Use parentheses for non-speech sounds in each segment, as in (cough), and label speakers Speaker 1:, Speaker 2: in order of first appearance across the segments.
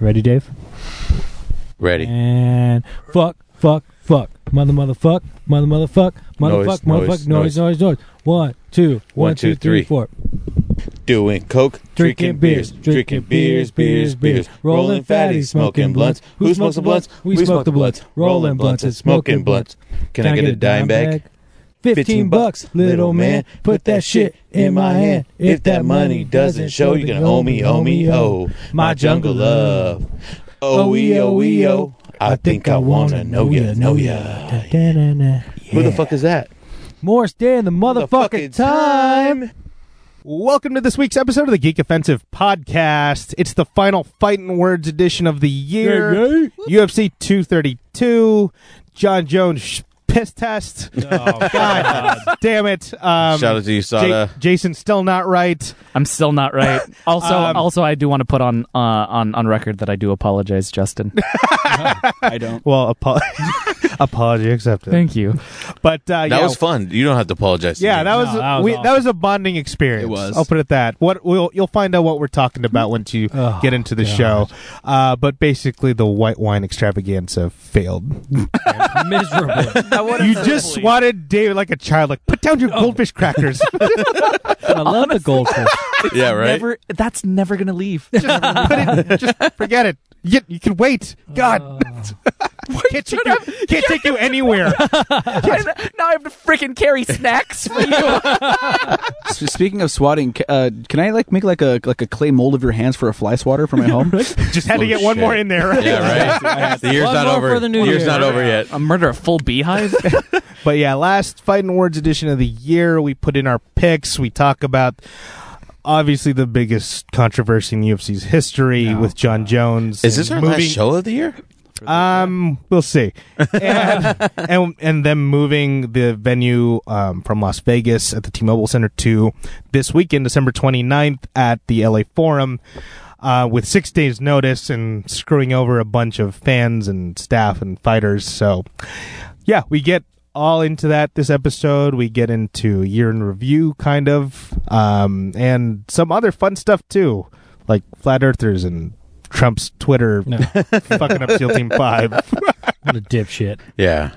Speaker 1: Ready, Dave?
Speaker 2: Ready.
Speaker 1: And fuck, fuck, fuck. Mother, mother, fuck. Mother, mother, fuck. Mother,
Speaker 2: Noise,
Speaker 1: fuck, mother,
Speaker 2: noise,
Speaker 1: fuck. Noise, noise, noise. One, two, one, two, three, four.
Speaker 2: Doing coke,
Speaker 1: Drinking
Speaker 2: drinking beers,
Speaker 1: beers,
Speaker 2: drinking beers, beers, beers. Rolling fatties, smoking blunts. Who smokes the blunts?
Speaker 1: We smoke the blunts. Rolling blunts and smoking blunts.
Speaker 2: Can I get a dime bag?
Speaker 1: 15 bucks, little man. Put that shit in my hand.
Speaker 2: If that money doesn't show, you can owe me, owe me, oh. My jungle love. Oh, e, oh, e, oh. I think I wanna know ya, know ya.
Speaker 1: Da-da-da-da.
Speaker 2: Who the fuck is that?
Speaker 1: More stay in the motherfucking time.
Speaker 3: Welcome to this week's episode of the Geek Offensive Podcast. It's the final fighting words edition of the year.
Speaker 1: Yeah,
Speaker 3: UFC 232, John Jones sh- piss test.
Speaker 1: Oh,
Speaker 3: God, damn it. Um,
Speaker 2: Shout out to you,
Speaker 3: Ja-
Speaker 2: Sada.
Speaker 3: Jason still not right.
Speaker 4: I'm still not (laughs) right. Also, also, I do want to put on uh, on on record that I do apologize, Justin.
Speaker 5: I don't.
Speaker 3: Well, apo- (laughs) apology accepted.
Speaker 4: (laughs) Thank you.
Speaker 3: But
Speaker 2: That
Speaker 3: uh, yeah,
Speaker 2: was fun. You don't have to apologize. to
Speaker 3: Yeah,
Speaker 2: me.
Speaker 3: that was,
Speaker 1: that was
Speaker 3: we, that
Speaker 1: awesome.
Speaker 3: was a bonding experience.
Speaker 5: It was.
Speaker 3: I'll put it that. What we'll, you'll find out what we're talking about once you
Speaker 1: Oh,
Speaker 3: get into the show. Uh, but basically, the white wine extravaganza failed.
Speaker 1: (laughs) Miserable.
Speaker 3: you just swatted David like a child. Like, put down your
Speaker 1: Oh. (laughs)
Speaker 3: goldfish crackers.
Speaker 1: I love the goldfish.
Speaker 2: yeah, right.
Speaker 4: Never. That's never gonna (laughs) leave.
Speaker 3: just, put it, just forget it. You, you can wait. God,
Speaker 1: Uh, Oh.
Speaker 3: can't take you, can't take
Speaker 1: (laughs)
Speaker 3: you anywhere.
Speaker 4: now I have to freaking carry snacks for you.
Speaker 5: S- Speaking of swatting, ca- uh, can I like make like a like a clay mold of your hands for a fly swatter for my (laughs) home?
Speaker 3: just had to
Speaker 2: Oh,
Speaker 3: get one
Speaker 2: shit.
Speaker 3: more in there.
Speaker 2: (laughs)
Speaker 3: Right?
Speaker 2: Yeah,
Speaker 1: (laughs)
Speaker 2: right. the year's
Speaker 1: One
Speaker 2: not
Speaker 1: more
Speaker 2: over.
Speaker 1: for the new
Speaker 2: year's
Speaker 1: year.
Speaker 2: not over yet.
Speaker 4: I murder (laughs) a full beehive.
Speaker 3: But yeah, last Fighting Words edition of the year, we put in our picks. We talk about obviously the biggest controversy in UFC's history with John Jones.
Speaker 2: Is this our
Speaker 3: and
Speaker 2: last
Speaker 3: moving-
Speaker 2: show of the year?
Speaker 5: Uh,
Speaker 3: Um, we'll see. And, and and them moving the venue um, from Las Vegas at the T-Mobile Center to this weekend, December 29th at the LA Forum. Uh, with six days' notice and screwing over a bunch of fans and staff and fighters. So, yeah, we get all into that this episode. We get into year in review, kind of, um, and some other fun stuff too, like flat earthers and Trump's Twitter
Speaker 1: (laughs) No,
Speaker 3: fucking up SEAL Team Five.
Speaker 1: what a dipshit.
Speaker 2: Yeah.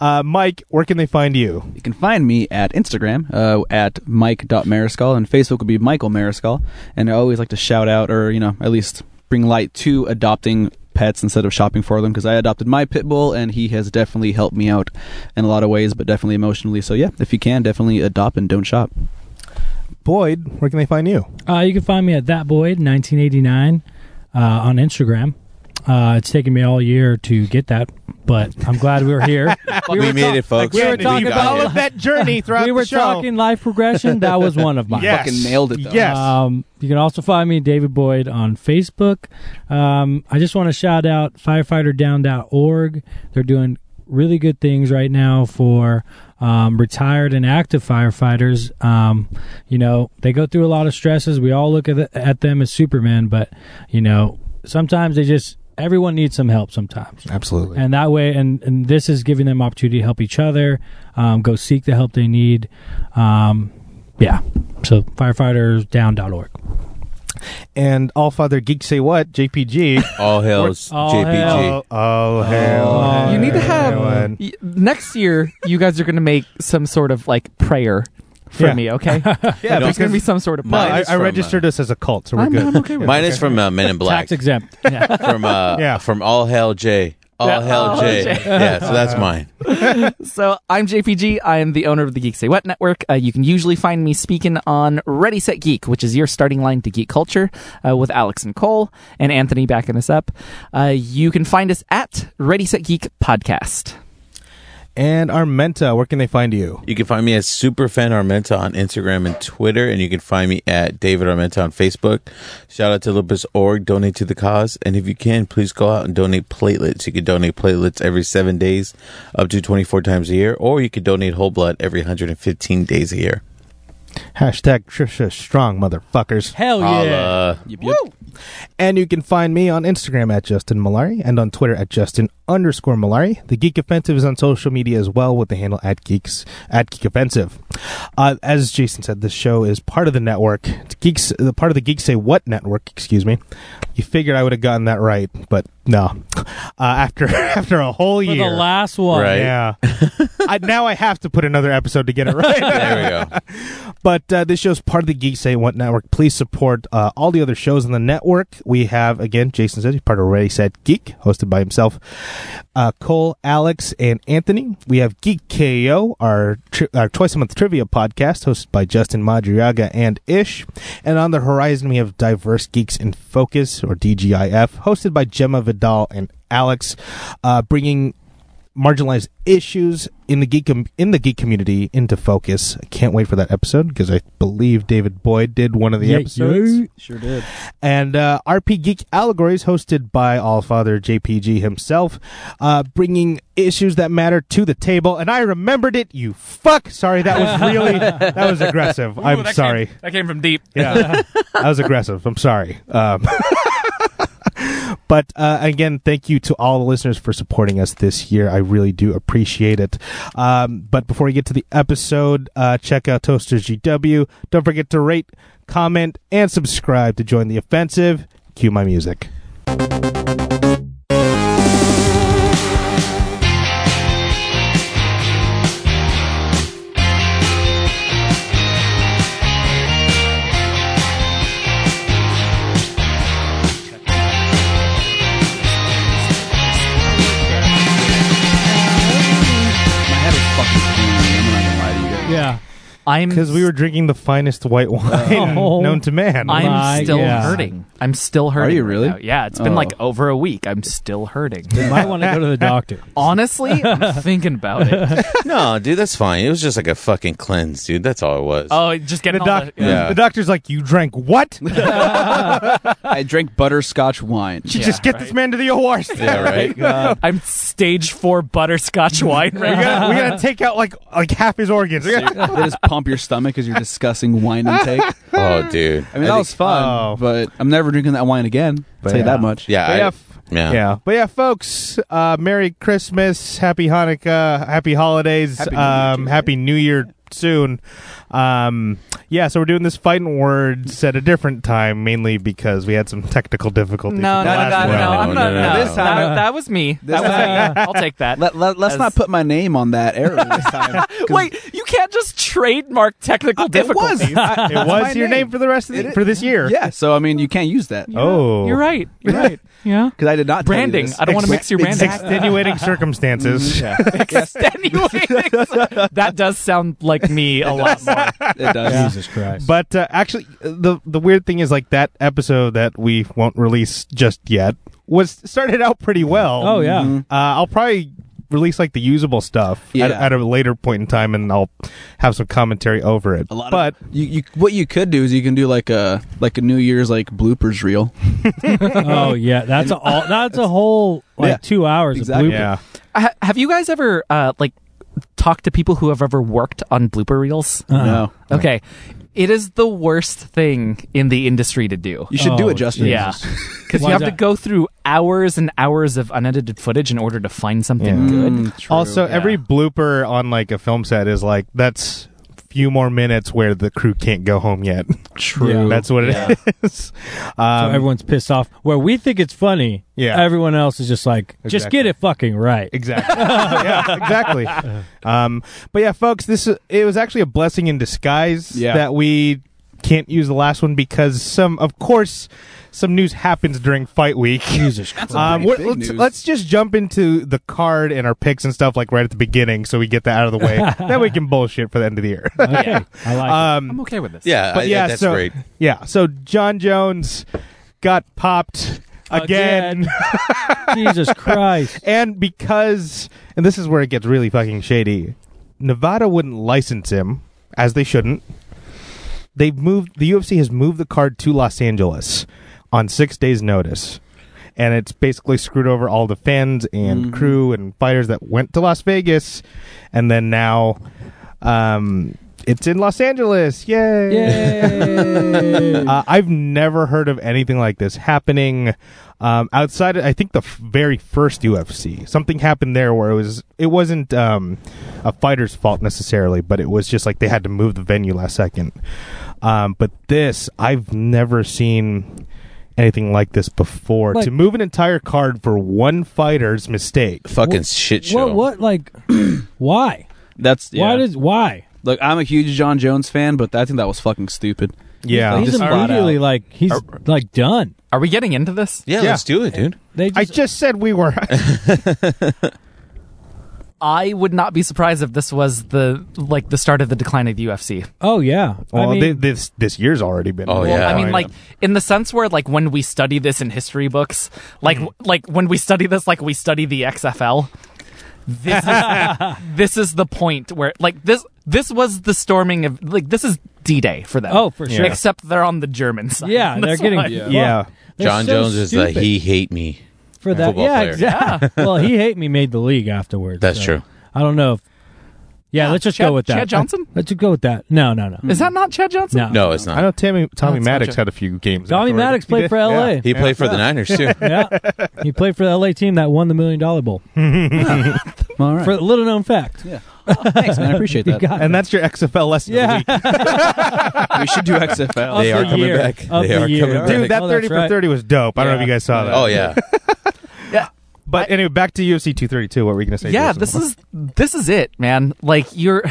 Speaker 3: Uh, Mike, where can they find you?
Speaker 5: You can find me at Instagram uh, at mike.mariscal and Facebook would be Michael Mariscal. And I always like to shout out or, you know, at least bring light to adopting pets instead of shopping for them because I adopted my pit bull and he has definitely helped me out in a lot of ways, but definitely emotionally. So, yeah, if you can, definitely adopt and don't shop.
Speaker 3: Boyd, where can they find you?
Speaker 1: Uh, you can find me at that boyd 1989 uh, on Instagram. Uh, it's taken me all year to get that, but I'm glad we were here.
Speaker 2: (laughs) We,
Speaker 1: were
Speaker 2: made
Speaker 1: talk-
Speaker 2: it,
Speaker 1: (laughs)
Speaker 2: folks.
Speaker 1: we were talking
Speaker 2: got
Speaker 1: about-
Speaker 3: all
Speaker 2: it.
Speaker 3: of that (laughs) journey throughout
Speaker 1: we were
Speaker 3: the show.
Speaker 1: talking life progression. That was one of mine.
Speaker 3: (laughs) Yes.
Speaker 5: Fucking nailed it, though.
Speaker 3: Yes.
Speaker 1: Um, you can also find me, David Boyd, on Facebook. Um, I just want to shout out firefighterdown.org. They're doing really good things right now for um, retired and active firefighters. Um, you know, they go through a lot of stresses. We all look at, the, at them as Superman, but, you know, sometimes they just, everyone needs some help sometimes
Speaker 3: Absolutely.
Speaker 1: and that way and, and this is giving them opportunity to help each other um, go seek the help they need um, yeah so firefightersdown.org
Speaker 3: And all father geeks say what? JPG.
Speaker 2: All hails
Speaker 1: All
Speaker 2: JPG.
Speaker 1: hail.
Speaker 3: (laughs) oh, oh, hell.
Speaker 4: you need to
Speaker 3: everyone.
Speaker 4: have (laughs) y- next year. You guys are gonna make some sort of like prayer for
Speaker 3: Yeah.
Speaker 4: me. (laughs) Okay.
Speaker 3: Yeah,
Speaker 4: There's gonna
Speaker 3: because-
Speaker 4: be some sort of
Speaker 3: No,
Speaker 2: Mine
Speaker 3: I,
Speaker 2: is
Speaker 3: I
Speaker 2: from,
Speaker 3: registered us as a cult, so we're
Speaker 4: I'm,
Speaker 3: good.
Speaker 4: I'm okay with
Speaker 2: Mine is from uh, Men
Speaker 1: (laughs)
Speaker 2: in Black.
Speaker 1: tax
Speaker 3: (laughs)
Speaker 1: exempt (laughs) yeah.
Speaker 2: From uh,
Speaker 3: Yeah.
Speaker 2: from All Hail J. All
Speaker 4: Yeah,
Speaker 2: Hail
Speaker 4: All
Speaker 2: J.
Speaker 4: Hail
Speaker 2: (laughs)
Speaker 4: J.
Speaker 2: Yeah, so that's mine.
Speaker 4: So I'm JPG. I am the owner of the Geek Say What Network. Uh, you can usually find me speaking on Ready Set Geek, which is your starting line to geek culture, uh, with Alex and Cole and Anthony backing us up. Uh, you can find us at Ready Set Geek Podcast.
Speaker 3: And Armenta, where can they find you?
Speaker 2: You can find me as Superfan Armenta on Instagram and Twitter, and you can find me at David Armenta on Facebook. Shout out to Lupus.org, donate to the cause, and if you can, please go out and donate platelets. You can donate platelets every seven days, up to 24 times a year, or you can donate whole blood every 115 days a year.
Speaker 3: Hashtag Trisha Strong, motherfuckers.
Speaker 1: Hell yeah.
Speaker 2: Holla.
Speaker 5: Yep, yep.
Speaker 3: And you can find me on Instagram at Justin Malari and on Twitter at Justin underscore Malari. The Geek Offensive is on social media as well with the handle at Geeks at Geek Offensive. Uh, as Jason said, this show is part of the network. It's Geeks, the part of the Geeks Say What network. Excuse me. You figured I would have gotten that right, but no. Uh, after (laughs) after a whole
Speaker 1: For
Speaker 3: year,
Speaker 1: the last one.
Speaker 2: Right.
Speaker 3: yeah. (laughs) I, now I have to put another episode to get it right.
Speaker 2: There we go.
Speaker 3: But uh, this show's part of the Geek Say What Network. Please support uh, all the other shows on the network. We have, again, Jason said he's part of Ready Set Geek, hosted by himself, uh, Cole, Alex, and Anthony. We have Geek KO, our, tri- our twice a month trivia podcast, hosted by Justin Madriaga and Ish. And on the horizon, we have Diverse Geeks in Focus, or DGIF, hosted by Gemma Vidal and Alex, uh, bringing marginalized issues in the geek com- in the geek community into focus. I can't wait for that episode because I believe David Boyd did one of the
Speaker 1: Yeah,
Speaker 3: episodes.
Speaker 1: yeah.
Speaker 5: Sure did.
Speaker 3: And uh, RP Geek Allegories, hosted by Allfather JPG himself, uh, bringing issues that matter to the table. And I remembered it. You fuck. Sorry, that was really that was aggressive. I'm sorry.
Speaker 4: that came from deep.
Speaker 3: Yeah, (laughs) that was aggressive. I'm sorry. Um, (laughs) but uh, again, thank you to all the listeners for supporting us this year. I really do appreciate it. Um, but before we get to the episode, uh, check out Toasters GW. Don't forget to rate, comment, and subscribe to join the offensive. Cue my music.
Speaker 5: My head is fucking spinning. I'm not gonna lie to you
Speaker 1: (laughs)
Speaker 5: guys.
Speaker 1: Yeah.
Speaker 4: I'm
Speaker 3: Because we were drinking the finest white (laughs) wine
Speaker 1: Oh.
Speaker 3: known to man.
Speaker 1: My
Speaker 4: I'm still
Speaker 1: God.
Speaker 4: hurting. I'm still hurting.
Speaker 5: you
Speaker 4: right
Speaker 5: really?
Speaker 4: now. yeah, it's been
Speaker 5: Oh.
Speaker 4: like over a week. I'm still hurting.
Speaker 1: You might want to go to the
Speaker 3: (laughs)
Speaker 1: doctor.
Speaker 4: (laughs) Honestly, I'm thinking about it.
Speaker 2: No, dude, that's fine. It was just like a fucking cleanse, dude. That's all it was.
Speaker 4: Oh, just
Speaker 3: the,
Speaker 4: getting all
Speaker 3: doc-
Speaker 4: the,
Speaker 2: Yeah.
Speaker 3: the doctor's like, you drank what?
Speaker 5: (laughs) I drank butterscotch (laughs) wine.
Speaker 3: You just get this man to the OR.
Speaker 2: Yeah, right.
Speaker 4: I'm stage four
Speaker 3: (laughs)
Speaker 4: butterscotch wine
Speaker 3: (laughs) We
Speaker 4: right now.
Speaker 3: gotta, we gotta take out like like half
Speaker 2: (laughs)
Speaker 3: his (laughs) organs.
Speaker 5: they just pump your stomach as you're discussing wine intake.
Speaker 2: Oh, dude.
Speaker 5: I mean, that
Speaker 2: think-
Speaker 5: was fun,
Speaker 3: Oh.
Speaker 5: but I'm never drinking that wine again. I'll tell you
Speaker 3: Yeah.
Speaker 5: that much.
Speaker 2: Yeah,
Speaker 3: But
Speaker 2: I-
Speaker 3: yeah, f-
Speaker 2: yeah.
Speaker 3: yeah. But yeah, folks, uh, Merry Christmas, Happy Hanukkah, Happy Holidays,
Speaker 5: Happy New Year,
Speaker 3: um,
Speaker 5: too.
Speaker 3: Happy New Year soon. Um, yeah, so we're doing this fighting words at a different time, mainly because we had some technical difficulties.
Speaker 4: No,
Speaker 3: with
Speaker 4: no,
Speaker 3: the
Speaker 4: no,
Speaker 3: last
Speaker 4: no, no,
Speaker 2: one.
Speaker 4: no, I'm
Speaker 2: No,
Speaker 4: not.
Speaker 2: no, no,
Speaker 4: no.
Speaker 2: no.
Speaker 5: This time-
Speaker 4: that, that was me.
Speaker 5: This
Speaker 4: That was
Speaker 5: time-
Speaker 4: me. I'll take that.
Speaker 5: Let, let, us
Speaker 4: As-
Speaker 5: not put my name on that error this time. 'cause
Speaker 4: (laughs) Wait, you can't just trademark technical
Speaker 5: Uh, it was.
Speaker 4: difficulties. (laughs)
Speaker 5: I-
Speaker 3: (laughs) It
Speaker 5: my
Speaker 3: was your name. for the rest of
Speaker 5: It
Speaker 3: the,
Speaker 5: is-
Speaker 3: for this year.
Speaker 5: Yeah, so I mean, you can't use that because
Speaker 3: Oh,
Speaker 4: You're right.
Speaker 5: (laughs)
Speaker 4: You're right. Yeah.
Speaker 5: I did not tell you
Speaker 4: Branding.
Speaker 5: this.
Speaker 4: I don't want to mix your branding.
Speaker 5: (laughs)
Speaker 3: Extenuating circumstances.
Speaker 5: Yeah,
Speaker 4: Extenuating. (laughs) that does sound like me a lot more.
Speaker 5: it does.
Speaker 1: Jesus Christ.
Speaker 3: But uh, actually, the the weird thing is like that episode that we won't release just yet was started out pretty well.
Speaker 1: Oh, yeah.
Speaker 5: Mhm.
Speaker 3: Uh, I'll probably release like the usable stuff at,
Speaker 5: Yeah.
Speaker 3: at a later point in time, and I'll have some commentary over it.
Speaker 5: A lot
Speaker 3: but
Speaker 5: of you, you, what you could do is you can do like a like a New Year's like bloopers reel.
Speaker 1: oh yeah, that's a all, that's a whole like
Speaker 5: Yeah.
Speaker 1: two hours
Speaker 5: Exactly.
Speaker 1: of bloopers.
Speaker 3: yeah,
Speaker 4: Ha- have you guys ever uh, like talked to people who have ever worked on blooper reels?
Speaker 1: Uh-uh.
Speaker 5: Uh, No,
Speaker 4: Okay, it is the worst thing in the industry to do.
Speaker 5: you should do
Speaker 1: Oh,
Speaker 5: it, Justin.
Speaker 4: Yeah, because you
Speaker 1: Why
Speaker 4: have
Speaker 1: is
Speaker 4: to
Speaker 1: that?
Speaker 4: go through hours and hours of unedited footage in order to find something
Speaker 3: Yeah.
Speaker 4: good.
Speaker 5: Mm, true.
Speaker 3: also
Speaker 4: yeah.
Speaker 3: every blooper on like a film set is like that's few more minutes where the crew can't go home yet.
Speaker 1: True.
Speaker 3: that's what it (laughs) is.
Speaker 1: So
Speaker 3: Um,
Speaker 1: everyone's pissed off. Where we think it's funny,
Speaker 3: Yeah.
Speaker 1: Everyone else is just like, just
Speaker 3: Exactly.
Speaker 1: get it fucking right.
Speaker 3: Exactly. (laughs) yeah, exactly. Um, but yeah, folks, this it was actually a blessing in disguise
Speaker 5: Yeah.
Speaker 3: that we can't use the last one because some, of course, some news happens during fight week.
Speaker 1: Jesus Christ.
Speaker 3: Um,
Speaker 5: pretty
Speaker 3: we're-
Speaker 5: big
Speaker 3: let's,
Speaker 5: news.
Speaker 3: let's just jump into the card and our picks and stuff like right at the beginning, so we get that out of the
Speaker 5: (laughs)
Speaker 3: way. then we can bullshit for the end of the year. (laughs)
Speaker 1: Okay, I like
Speaker 3: um,
Speaker 4: I'm okay with this.
Speaker 2: Mm. Yeah,
Speaker 3: but
Speaker 2: I-
Speaker 3: yeah,
Speaker 2: that's
Speaker 3: so
Speaker 2: great.
Speaker 3: yeah, so John Jones got popped
Speaker 1: it.
Speaker 3: again. (laughs)
Speaker 1: Jesus Christ.
Speaker 3: And because, and this is where it gets really fucking shady, Nevada wouldn't license him, as they shouldn't. They've moved, the UFC has moved the card to Los Angeles on six days' notice. And it's basically screwed over all the fans and
Speaker 5: Mhm.
Speaker 3: crew and fighters that went to Las Vegas. And then now, um, it's in Los Angeles. Yay!
Speaker 1: Yay.
Speaker 3: Uh, I've never heard of anything like this happening um, outside. Of, I think the f- very first UFC, something happened there where it was it wasn't um, a fighter's fault necessarily, but it was just like they had to move the venue last second. Um, but this, I've never seen anything like this before.
Speaker 1: Like-
Speaker 3: to move an entire card for one fighter's mistake.
Speaker 2: Fucking
Speaker 1: What-
Speaker 2: shit show.
Speaker 1: what? What? Like, (clears throat) why?
Speaker 5: That's yeah.
Speaker 1: Why does? Why?
Speaker 5: Look, I'm a huge John Jones fan, but I think that was fucking stupid.
Speaker 3: Yeah,
Speaker 1: he's
Speaker 5: just flat
Speaker 1: immediately
Speaker 5: out.
Speaker 1: like he's like done.
Speaker 4: Are we getting into this?
Speaker 2: Yeah,
Speaker 3: Yeah.
Speaker 2: let's do it, dude.
Speaker 1: They
Speaker 3: I
Speaker 1: just,
Speaker 3: just said we were.
Speaker 4: I would not be surprised if this was the like the start of the decline of the UFC.
Speaker 1: oh yeah.
Speaker 3: well,
Speaker 1: I mean,
Speaker 3: thi- this this year's already been.
Speaker 2: Oh,
Speaker 4: Well,
Speaker 2: yeah.
Speaker 4: I mean,
Speaker 2: I
Speaker 4: like in the sense where, like, when we study this in history books, like, like when we study this, like we study the XFL. This is this is the point where, like, this this was the storming of, like, this is D Day for them.
Speaker 1: Oh, for sure.
Speaker 4: Except they're on the German side. (laughs)
Speaker 1: yeah, they're
Speaker 4: That's
Speaker 1: getting
Speaker 4: why.
Speaker 5: Yeah.
Speaker 3: Yeah.
Speaker 1: They're
Speaker 2: John
Speaker 1: so
Speaker 2: Jones is the
Speaker 1: stupid
Speaker 2: he hate me.
Speaker 1: for that.
Speaker 2: football
Speaker 1: Yeah,
Speaker 2: player.
Speaker 1: exactly. (laughs) well, he hate me made the league afterwards.
Speaker 2: That's
Speaker 1: so
Speaker 2: true.
Speaker 1: I don't know. if Yeah,
Speaker 4: Yeah,
Speaker 1: let's just
Speaker 4: Chad-
Speaker 1: go with that.
Speaker 4: Chad Johnson?
Speaker 1: Let's just go with that. No, no, no.
Speaker 4: Is that not Chad Johnson?
Speaker 1: No.
Speaker 2: No, it's
Speaker 3: I
Speaker 2: not.
Speaker 3: know Tammy Tommy
Speaker 4: That's
Speaker 3: Maddox
Speaker 4: such a-
Speaker 3: had a few games.
Speaker 1: Tommy
Speaker 3: afterward.
Speaker 1: Maddox
Speaker 3: He
Speaker 1: played
Speaker 3: did,
Speaker 1: for
Speaker 3: yeah.
Speaker 1: LA.
Speaker 2: He played for
Speaker 3: (laughs)
Speaker 2: the Niners too.
Speaker 1: yeah, he played for the LA team that won the million dollar bowl.
Speaker 5: All right.
Speaker 1: For little known fact, (laughs)
Speaker 5: yeah. Thanks, man. I appreciate
Speaker 1: you (laughs)
Speaker 5: that.
Speaker 1: got
Speaker 3: And that's your XFL lesson.
Speaker 1: Yeah. (laughs)
Speaker 3: Yeah,
Speaker 5: we should do XFL.
Speaker 1: Of the
Speaker 2: They are coming
Speaker 1: year.
Speaker 2: back.
Speaker 1: Of
Speaker 2: They
Speaker 1: the
Speaker 2: are
Speaker 1: year.
Speaker 2: coming back.
Speaker 3: dude, that
Speaker 1: Oh, that's
Speaker 3: thirty for
Speaker 1: right.
Speaker 3: thirty was dope. I don't know if you guys saw that.
Speaker 2: Oh yeah.
Speaker 4: Yeah.
Speaker 3: But anyway, back to UFC two thirty two. What were we gonna say?
Speaker 4: yeah
Speaker 3: Jason?
Speaker 4: this is this is it man like you're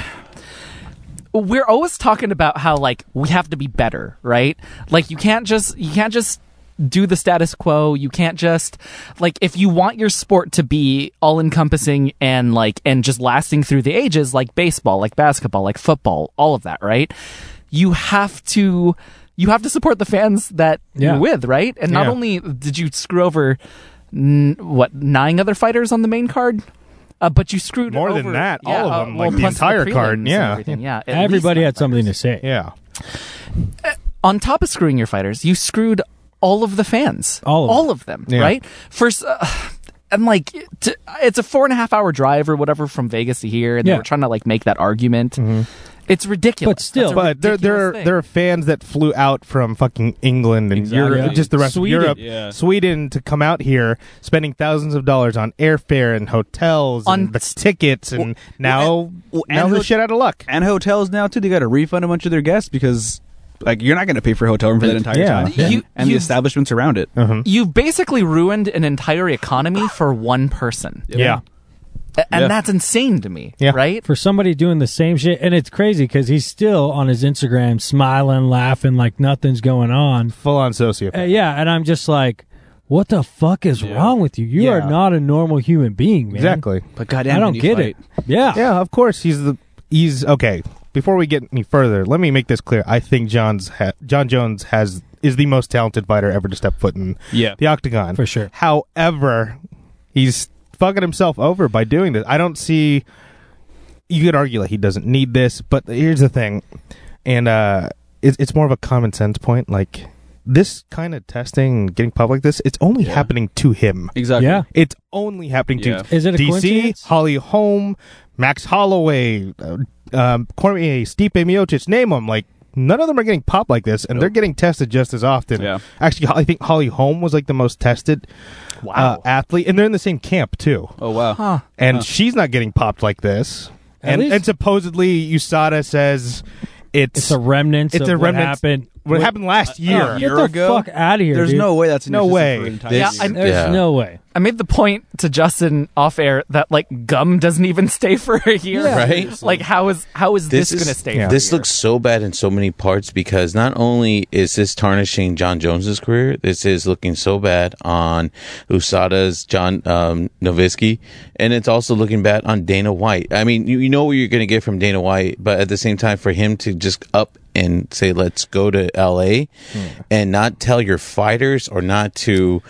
Speaker 4: we're always talking about how like we have to be better right like you can't just you can't just do the status quo you can't just like if you want your sport to be all encompassing and like and just lasting through the ages like baseball like basketball like football all of that right you have to you have to support the fans that
Speaker 1: Yeah.
Speaker 4: you're with right and not
Speaker 3: Yeah.
Speaker 4: only did you screw over n- what nine other fighters on the main card uh, but you screwed
Speaker 3: More than
Speaker 4: over- uh,
Speaker 3: that, all of them, like, the
Speaker 4: plus
Speaker 3: entire card,
Speaker 4: prelims and
Speaker 3: yeah.
Speaker 4: everything, yeah. at
Speaker 1: everybody
Speaker 4: least
Speaker 1: had
Speaker 4: nine
Speaker 1: something to
Speaker 4: fighters.
Speaker 1: say.
Speaker 3: yeah.
Speaker 4: On top of screwing your fighters, you screwed all of the fans,
Speaker 1: All of them.
Speaker 4: them,
Speaker 3: Yeah.
Speaker 4: right? First, uh, and like to, it's a four and a half hour drive or whatever from Vegas to here, and they
Speaker 1: Yeah.
Speaker 4: were trying to like make that argument. It's ridiculous,
Speaker 1: But still-
Speaker 4: That's a
Speaker 3: Mm-hmm. But there there are,
Speaker 4: ridiculous thing.
Speaker 3: there are fans that flew out from fucking England and
Speaker 5: Exactly.
Speaker 3: Europe,
Speaker 5: Yeah.
Speaker 3: just the rest
Speaker 1: Sweden.
Speaker 3: of Europe,
Speaker 5: Yeah.
Speaker 3: Sweden to come out here, spending thousands of dollars on airfare and hotels
Speaker 4: On-
Speaker 3: and the tickets, and now
Speaker 5: well,
Speaker 3: now
Speaker 5: and
Speaker 3: they're
Speaker 5: ho-
Speaker 3: shit out of luck.
Speaker 5: And hotels now too. They got to refund a bunch of their guests because like you're not going to pay for a hotel room for that entire
Speaker 3: Yeah.
Speaker 5: time.
Speaker 4: You-
Speaker 5: and, and the
Speaker 4: you-
Speaker 5: establishments around it.
Speaker 1: Uh-huh.
Speaker 3: Mm-hmm.
Speaker 4: You've basically ruined an entire economy for one person,
Speaker 3: Yeah,
Speaker 4: A- and
Speaker 5: Yeah.
Speaker 4: that's insane to me,
Speaker 3: Yeah.
Speaker 4: right?
Speaker 1: for somebody doing the same shit, and it's crazy because he's still on his Instagram smiling, laughing like nothing's going on.
Speaker 3: full on sociopath.
Speaker 1: Uh, yeah, and I'm just like, what the fuck is wrong with you? You
Speaker 3: Yeah.
Speaker 1: are not a normal human being, man.
Speaker 3: exactly.
Speaker 5: But goddamn,
Speaker 1: I
Speaker 5: when
Speaker 1: don't
Speaker 5: you
Speaker 1: get
Speaker 5: fight-
Speaker 1: it. Yeah.
Speaker 3: Yeah, of course he's the he's okay. Before we get any further, let me make this clear. I think John's ha- John Jones has is the most talented fighter ever to step foot in
Speaker 5: Yeah.
Speaker 3: the octagon
Speaker 1: For sure.
Speaker 3: However, he's fucking himself over by doing this. I don't see. You could argue like he doesn't need this, but here's the thing, and uh, it's it's more of a common sense point. Like this kind of testing, getting public like this, it's only
Speaker 5: Yeah.
Speaker 3: happening to him.
Speaker 5: Exactly.
Speaker 1: Yeah.
Speaker 3: It's only happening
Speaker 5: Yeah.
Speaker 3: to
Speaker 1: Is it a
Speaker 3: DC,
Speaker 1: coincidence?
Speaker 3: Holly Holm, Max Holloway, uh, um, Cormier, Stipe Miocic. Name them. Like none of them are getting popped like this, and they're getting tested just as often.
Speaker 5: Yeah.
Speaker 3: Actually, I think Holly Holm was like the most tested uh, athlete, and they're in the same camp too.
Speaker 5: Oh wow.
Speaker 4: Huh.
Speaker 3: And she's not getting popped like this.
Speaker 1: At
Speaker 3: And
Speaker 1: least-
Speaker 3: and supposedly USADA says it's
Speaker 1: It's a remnant.
Speaker 3: It's
Speaker 1: of
Speaker 3: a
Speaker 1: what
Speaker 3: remnant-
Speaker 1: happened.
Speaker 3: what happened last
Speaker 2: Uh,
Speaker 1: Yeah,
Speaker 3: year.
Speaker 1: get
Speaker 5: year
Speaker 1: the
Speaker 5: ago?
Speaker 1: fuck out of here.
Speaker 5: There's
Speaker 1: dude.
Speaker 5: no way that's an
Speaker 3: No
Speaker 5: excuse
Speaker 3: way.
Speaker 5: for an entire
Speaker 2: This-
Speaker 5: year.
Speaker 4: Yeah,
Speaker 1: There's
Speaker 2: Yeah.
Speaker 1: no way.
Speaker 4: I made the point to Justin off air that like gum doesn't even stay for a year,
Speaker 1: Yeah.
Speaker 2: Right?
Speaker 4: Like how is how is this,
Speaker 2: is-
Speaker 4: going to stay?
Speaker 3: Yeah.
Speaker 4: for
Speaker 2: This
Speaker 4: a year?
Speaker 2: looks so bad in so many parts because not only is this tarnishing John Jones's career, this is looking so bad on USADA's John um, Nowitzki, and it's also looking bad on Dana White. I mean, you, you know what you're going to get from Dana White, but at the same time, for him to just up and say, "Let's go to L.A." and not tell your fighters or not to.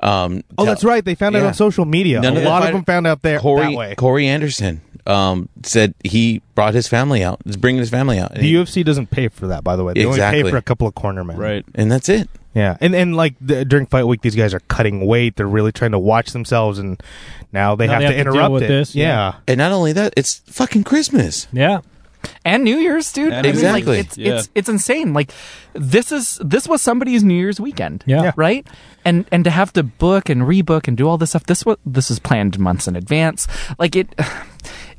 Speaker 2: Um,
Speaker 3: Oh,
Speaker 2: tell-
Speaker 3: that's right. They found out
Speaker 2: Yeah.
Speaker 3: on social media.
Speaker 2: None
Speaker 3: a
Speaker 2: of the
Speaker 3: lot
Speaker 2: fighter-
Speaker 3: of them found out there
Speaker 2: Corey,
Speaker 3: that way.
Speaker 2: Corey Anderson um, said he brought his family out. Is bringing his family out. And
Speaker 3: the
Speaker 2: he-
Speaker 3: UFC doesn't pay for that, by the way. They only
Speaker 2: Exactly.
Speaker 3: pay for a couple of corner men.
Speaker 5: Right.
Speaker 2: and that's it.
Speaker 3: Yeah, and and like the, during fight week, these guys are cutting weight. They're really trying to watch themselves, and now they,
Speaker 1: Now
Speaker 3: have,
Speaker 1: they
Speaker 3: to
Speaker 1: have to deal
Speaker 3: interrupt
Speaker 1: with
Speaker 3: it.
Speaker 1: this,
Speaker 3: Yeah.
Speaker 2: And not only that, it's fucking Christmas.
Speaker 1: Yeah.
Speaker 4: and New Year's, dude.
Speaker 5: And
Speaker 4: I mean, like,
Speaker 2: Exactly.
Speaker 4: it's,
Speaker 5: Yeah.
Speaker 4: it's it's insane. Like this is this was somebody's New Year's weekend.
Speaker 1: Yeah. Yeah.
Speaker 4: Right. And and to have to book and rebook and do all this stuff. This was this was planned months in advance. Like it. (sighs)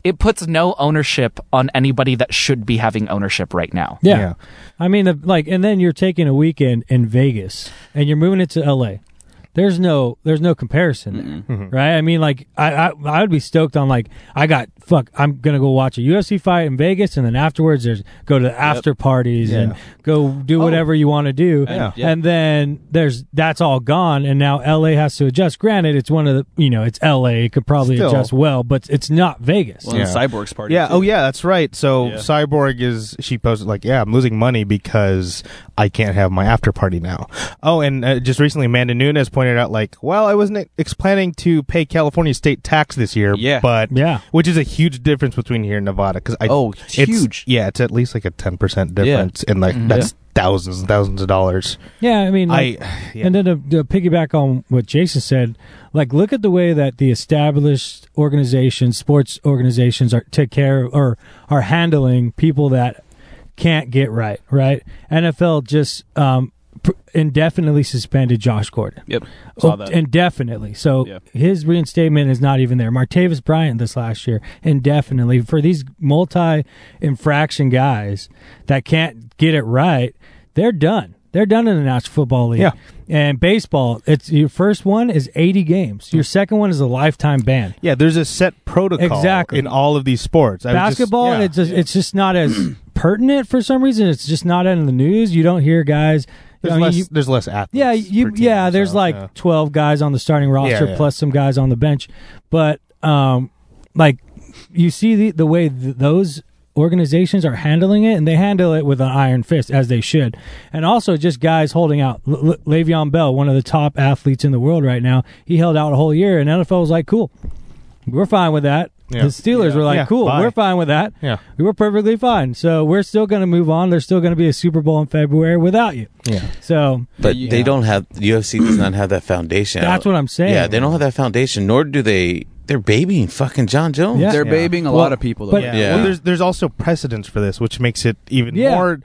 Speaker 4: It puts no ownership on anybody that should be having ownership right now.
Speaker 1: Yeah.
Speaker 3: Yeah.
Speaker 1: I mean, uh, like, and then you're taking a weekend in Vegas and you're moving it to L.A. There's no, there's no comparison, there, right? I mean, like, I, I, I would be stoked on like, I got fuck, I'm gonna go watch a UFC fight in Vegas, and then afterwards, there's go to the after parties and go do whatever you want to do,
Speaker 5: Yeah. yeah.
Speaker 1: and then there's that's all gone, and now L.A. has to adjust. Granted, it's one of the, you know, it's L.A. It could probably
Speaker 3: Still.
Speaker 1: adjust well, but it's not Vegas.
Speaker 5: Well, yeah.
Speaker 3: Yeah.
Speaker 5: Cyborg's party.
Speaker 3: Yeah.
Speaker 5: too.
Speaker 3: Oh, yeah. That's right. So
Speaker 5: Yeah.
Speaker 3: Cyborg is she posted like, yeah, I'm losing money because I can't have my after party now. Oh, and uh, just recently, Amanda Nunes pointed out like, well, I wasn't ex- planning to pay California state tax this year.
Speaker 5: Yeah.
Speaker 3: But
Speaker 1: Yeah.
Speaker 3: which is a huge difference between here and Nevada because I
Speaker 5: Oh, it's huge.
Speaker 3: Yeah, it's at least like a ten percent difference, and like that's thousands and thousands of dollars.
Speaker 1: yeah, I mean, like,
Speaker 3: I (sighs) yeah.
Speaker 1: And then to, to piggyback on what Jason said, like look at the way that the established organizations, sports organizations, are take care or are handling people that can't get right. Right? NFL just um, pr- indefinitely suspended Josh Gordon.
Speaker 5: Yep. Saw
Speaker 1: Oh,
Speaker 5: that.
Speaker 1: Indefinitely. So
Speaker 5: Yeah.
Speaker 1: his reinstatement is not even there. Martavis Bryant this last year, indefinitely. For these multi infraction guys that can't get it right, they're done. They're done in the National Football League.
Speaker 3: Yeah.
Speaker 1: And baseball, it's your first one is 80 games. Your second one is a lifetime ban.
Speaker 3: yeah, there's a set protocol
Speaker 1: Exactly.
Speaker 3: in all of these sports. I was just-
Speaker 1: Basketball,
Speaker 3: yeah.
Speaker 1: it's just, it's just not as (clears throat) pertinent for some reason. It's just not in the news. You don't hear guys.
Speaker 3: there's
Speaker 1: I mean,
Speaker 3: less
Speaker 1: you-
Speaker 3: there's less athletes.
Speaker 1: Yeah, you
Speaker 3: per team,
Speaker 1: yeah, there's
Speaker 3: so,
Speaker 1: like
Speaker 3: yeah.
Speaker 1: 12 guys on the starting roster
Speaker 3: yeah.
Speaker 1: plus some guys on the bench. But um like you see the the way th- those organizations are handling it and they handle it with an iron fist as they should. And also just guys holding out Le- Le- Le'Veon Bell, one of the top athletes in the world right now. He held out a whole year and NFL was like, "Cool. We're fine with that."
Speaker 3: Yeah.
Speaker 1: The Steelers were like,
Speaker 3: Yeah,
Speaker 1: "Cool,
Speaker 3: bye."
Speaker 1: we're fine with that."
Speaker 3: Yeah.
Speaker 1: We were perfectly fine. So, we're still going to move on. There's still going to be a Super Bowl in February without you.
Speaker 3: Yeah.
Speaker 1: So,
Speaker 2: But
Speaker 5: Yeah.
Speaker 2: they don't have the UFC does not have that foundation.
Speaker 1: That's what I'm saying.
Speaker 2: Yeah, they don't have that foundation. Nor do they. They're babying fucking John Jones.
Speaker 1: Yeah.
Speaker 5: They're
Speaker 3: Yeah.
Speaker 5: babying a
Speaker 1: Well,
Speaker 5: lot of people. Though.
Speaker 1: but-
Speaker 3: Yeah.
Speaker 2: Yeah.
Speaker 3: Well, there's there's also precedence for this, which makes it even
Speaker 1: Yeah.
Speaker 3: more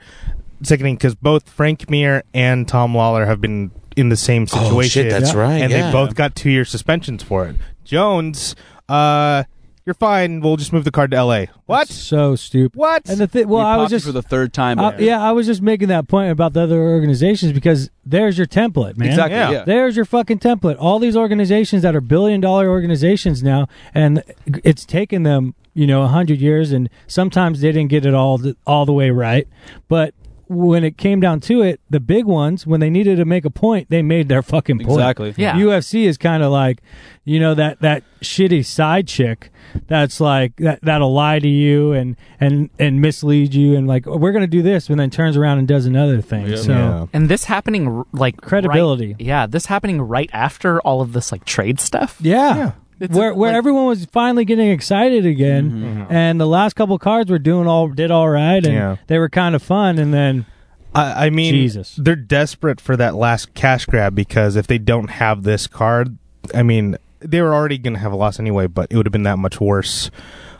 Speaker 3: sickening because both Frank Mir and Tom Lawler have been in the same
Speaker 2: Oh, shit,
Speaker 3: situation.
Speaker 2: that's
Speaker 1: Yeah.
Speaker 2: right.
Speaker 3: and
Speaker 2: yeah.
Speaker 3: they both got two year suspensions for it. Jones, uh, you're fine. We'll just move the card to L.A. What?
Speaker 1: so stupid.
Speaker 3: What?
Speaker 1: And the thing, well,
Speaker 5: We
Speaker 1: I was
Speaker 5: popped it
Speaker 1: just,
Speaker 5: for the third time.
Speaker 1: I- yeah, I was just making that point about the other organizations because there's your template, man.
Speaker 5: Exactly.
Speaker 3: Yeah.
Speaker 5: Yeah.
Speaker 1: There's your fucking template. All these organizations that are billion dollar organizations now, and it's taken them, you know, a hundred years, and sometimes they didn't get it all the, all the way right. But when it came down to it, the big ones, when they needed to make a point, they made their fucking point.
Speaker 5: Exactly.
Speaker 4: Yeah.
Speaker 1: UFC is kind of like, you know, that that shitty side chick that's like that that'll lie to you and and and mislead you and like oh, we're gonna do this, and then turns around and does another thing. So
Speaker 3: Yeah.
Speaker 4: And this happening r- like right-
Speaker 1: Credibility.
Speaker 4: yeah, this happening right after all of this like trade stuff.
Speaker 1: yeah.
Speaker 4: It's
Speaker 1: where
Speaker 4: a-
Speaker 1: where
Speaker 4: like-
Speaker 1: everyone was finally getting excited again, and the last couple cards were doing all did all right, and
Speaker 3: Yeah.
Speaker 1: they were kind of fun, and then
Speaker 3: I, I mean,
Speaker 1: Jesus.
Speaker 3: they're desperate for that last cash grab because if they don't have this card, I mean, they were already going to have a loss anyway, but it would have been that much worse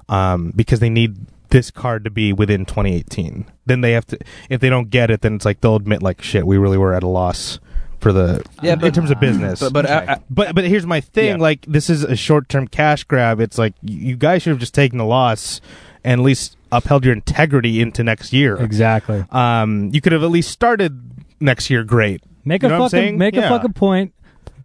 Speaker 3: um, because they need this card to be within 2018. Then they have to, if they don't get it, then it's like they'll admit, like, shit, we really were at a loss for the,
Speaker 5: Yeah,
Speaker 3: in
Speaker 5: but-
Speaker 3: terms of business.
Speaker 5: But but I- I-
Speaker 3: But but here's my thing:
Speaker 5: Yeah.
Speaker 3: like this is a short term cash grab. It's like you you guys should have just taken the loss and at least upheld your integrity into next year.
Speaker 1: exactly
Speaker 3: Um, you could have at least started next year great.
Speaker 1: make
Speaker 3: You
Speaker 1: a
Speaker 3: know what I'm
Speaker 1: fucking
Speaker 3: saying?
Speaker 1: make
Speaker 3: Yeah.
Speaker 1: a fucking point.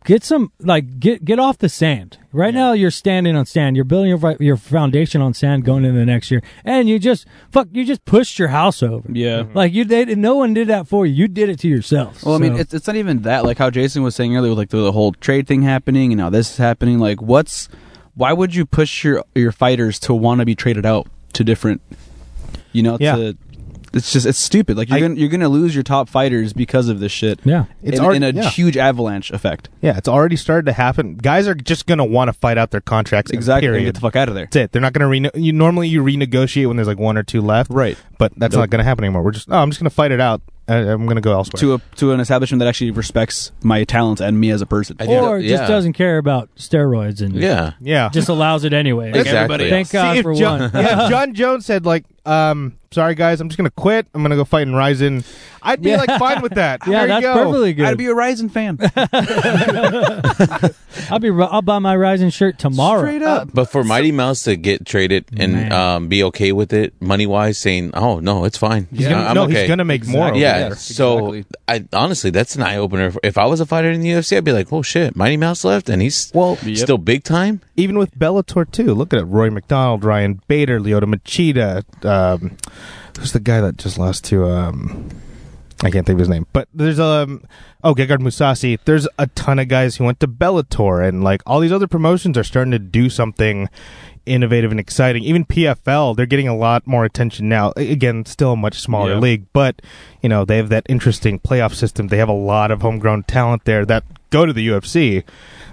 Speaker 1: Get some like get get off the sand. Right now you're standing on sand. You're building your fi- your foundation on sand going into the next year, and you just fuck you just pushed your house over.
Speaker 5: yeah.
Speaker 1: Like you did, no one did that for you. You did it to yourself.
Speaker 5: Well, I mean,
Speaker 1: So-
Speaker 5: it's, it's not even that. Like how Jason was saying earlier, with like the, the whole trade thing happening and now this is happening. Like, what's why would you push your your fighters to want to be traded out to different? You know,
Speaker 3: Yeah.
Speaker 5: to, it's just it's stupid. Like you're
Speaker 3: I-
Speaker 5: gonna, you're gonna lose your top fighters because of this shit.
Speaker 1: yeah,
Speaker 3: It's
Speaker 5: in,
Speaker 3: alre-
Speaker 5: in a
Speaker 3: yeah.
Speaker 5: huge avalanche effect.
Speaker 3: Yeah, it's already started to happen. Guys are just gonna want to fight out their contracts.
Speaker 5: Exactly. and
Speaker 3: Period.
Speaker 5: Get the fuck out of there.
Speaker 3: That's it. They're not gonna rene- you Normally, you renegotiate when there's like one or two left.
Speaker 5: Right.
Speaker 3: But that's
Speaker 5: Nope.
Speaker 3: not gonna happen anymore. We're just. Oh, I'm just gonna fight it out. I, I'm gonna go elsewhere.
Speaker 5: To a to an establishment that actually respects my talents and me as a person.
Speaker 2: I think
Speaker 1: or
Speaker 2: that-
Speaker 1: just
Speaker 2: yeah.
Speaker 1: doesn't care about steroids and
Speaker 2: Yeah.
Speaker 3: yeah.
Speaker 1: just allows it anyway.
Speaker 2: Exactly.
Speaker 1: Thank God
Speaker 3: See, if
Speaker 1: for
Speaker 3: John, (laughs)
Speaker 1: one. (laughs)
Speaker 3: yeah, if John Jones said like, Um, sorry guys, I'm just gonna quit. I'm gonna go fight in Ryzen. I'd be
Speaker 1: Yeah.
Speaker 3: like fine with that.
Speaker 1: (laughs) Yeah,
Speaker 3: there
Speaker 1: that's
Speaker 3: you go.
Speaker 1: perfectly good.
Speaker 5: I'd be a
Speaker 3: (laughs)
Speaker 5: Ryzen fan.
Speaker 1: I'll be. I'll buy my Rising shirt tomorrow.
Speaker 5: Straight up.
Speaker 2: But for Mighty Mouse to get traded
Speaker 1: Man.
Speaker 2: and um, be okay with it money wise, saying, "Oh no, it's fine.
Speaker 3: He's gonna,
Speaker 2: I'm
Speaker 3: no,
Speaker 2: okay."
Speaker 3: he's gonna make more.
Speaker 5: Exactly.
Speaker 2: yeah,
Speaker 5: Yeah,
Speaker 2: so
Speaker 5: exactly.
Speaker 2: I honestly, that's an eye opener. If I was a fighter in the UFC, I'd be like, "Oh shit, Mighty Mouse left, and he's
Speaker 3: Well,
Speaker 5: Yep.
Speaker 2: still big time."
Speaker 3: even with Bellator too. Look at it: Roy McDonald, Ryan Bader, Lyoto Machida. Um, who's the guy that just lost to? Um, I can't think of his name, but there's um oh Gegard Mousasi. There's a ton of guys who went to Bellator, and like all these other promotions are starting to do something innovative and exciting. Even PFL, they're getting a lot more attention now. A- Again, still a much smaller
Speaker 5: Yeah.
Speaker 3: league, but you know they have that interesting playoff system. They have a lot of homegrown talent there that go to the UFC.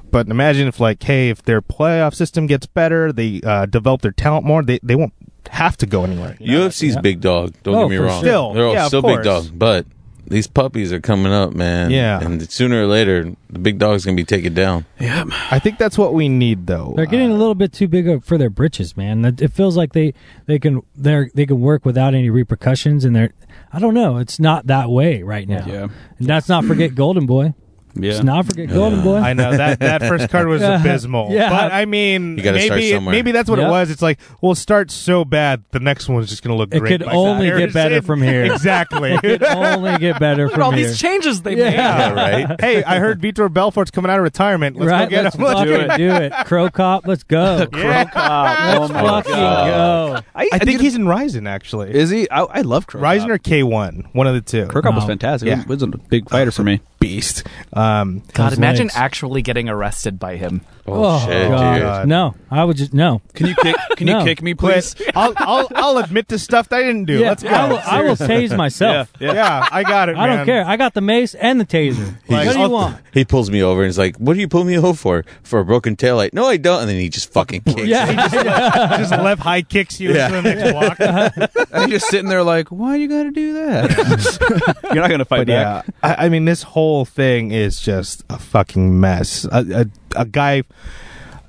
Speaker 3: But imagine if, like, hey, if their playoff system gets better, they uh, develop their talent more, they, they won't have to go anywhere. you know?
Speaker 2: UFC's
Speaker 1: yeah.
Speaker 2: big dog. Don't
Speaker 1: Oh,
Speaker 2: get me
Speaker 1: for
Speaker 2: wrong.
Speaker 1: sure.
Speaker 3: Still,
Speaker 2: they're all
Speaker 3: yeah, of
Speaker 2: still
Speaker 3: course.
Speaker 2: big dog, but these puppies are coming up, man.
Speaker 3: Yeah.
Speaker 2: and sooner or later, the big dog's gonna be taken down.
Speaker 3: I think that's what we need, though.
Speaker 1: They're getting a little bit too big up for their britches, man. That- It feels like they they can they they can work without any repercussions, and they're I don't know. It's not that way right now.
Speaker 5: Yeah.
Speaker 1: and that's not forget Golden Boy. Let's not forget Golden Boy.
Speaker 3: (laughs) I know that that first
Speaker 1: (laughs)
Speaker 3: card was
Speaker 1: Yeah.
Speaker 3: abysmal.
Speaker 1: Yeah.
Speaker 3: But I mean,
Speaker 2: You gotta start
Speaker 3: maybe
Speaker 2: somewhere.
Speaker 3: maybe that's what it
Speaker 1: Yep.
Speaker 3: was. It's like we'll start so bad, the next one's just going to look.
Speaker 1: It
Speaker 3: great
Speaker 1: could
Speaker 3: by
Speaker 1: only get better
Speaker 3: comparison.
Speaker 1: from here.
Speaker 3: (laughs)
Speaker 1: (laughs)
Speaker 3: exactly.
Speaker 1: (laughs) It only get better
Speaker 4: Look at all
Speaker 1: from here.
Speaker 4: these changes they made.
Speaker 2: Yeah,
Speaker 3: Yeah.
Speaker 2: right.
Speaker 3: (laughs) Hey, I heard Vitor Belfort's coming out of retirement. Let's
Speaker 1: right?
Speaker 3: go get
Speaker 1: let's
Speaker 3: him. Let's
Speaker 1: fucking
Speaker 3: get-
Speaker 1: do it. Crow cop, let's go.
Speaker 3: Yeah.
Speaker 5: Oh
Speaker 1: Let's fucking go.
Speaker 5: I,
Speaker 3: I think he's in Ryzen actually.
Speaker 5: Is he? I, I love Krokop.
Speaker 3: Ryzen or K one, one of the two.
Speaker 5: Krokop was
Speaker 1: No.
Speaker 5: fantastic.
Speaker 3: Yeah.
Speaker 5: He was a big fighter for me.
Speaker 3: beast. Um,
Speaker 4: God,
Speaker 1: Those
Speaker 4: imagine
Speaker 1: legs.
Speaker 4: actually getting arrested by him.
Speaker 2: Oh, shit,
Speaker 1: God.
Speaker 2: dude.
Speaker 1: No, I would just no.
Speaker 5: Can you kick? Can
Speaker 1: No.
Speaker 5: you kick me,
Speaker 3: Please,
Speaker 5: please? (laughs)
Speaker 3: I'll, I'll I'll admit to stuff that I didn't do.
Speaker 1: Yeah,
Speaker 3: Let's go.
Speaker 1: I will, I will tase myself.
Speaker 3: yeah. I got it.
Speaker 1: I don't
Speaker 3: man.
Speaker 1: care. I got the mace and the taser.
Speaker 2: He
Speaker 1: what
Speaker 2: just-
Speaker 1: do you want?
Speaker 2: He pulls me over and is like, "What do you pull me over for? For a broken taillight? No, I don't." And then (laughs) he just
Speaker 3: (laughs)
Speaker 2: fucking kicks.
Speaker 1: Yeah,
Speaker 3: Just left high kicks you
Speaker 2: Yeah.
Speaker 3: into the
Speaker 1: (laughs)
Speaker 3: next block.
Speaker 5: And he's just sitting there like, why you gotta do that? (laughs) You're not gonna fight
Speaker 3: But
Speaker 5: back.
Speaker 3: yeah, I, I mean, this whole thing is just a fucking mess. A, a, a guy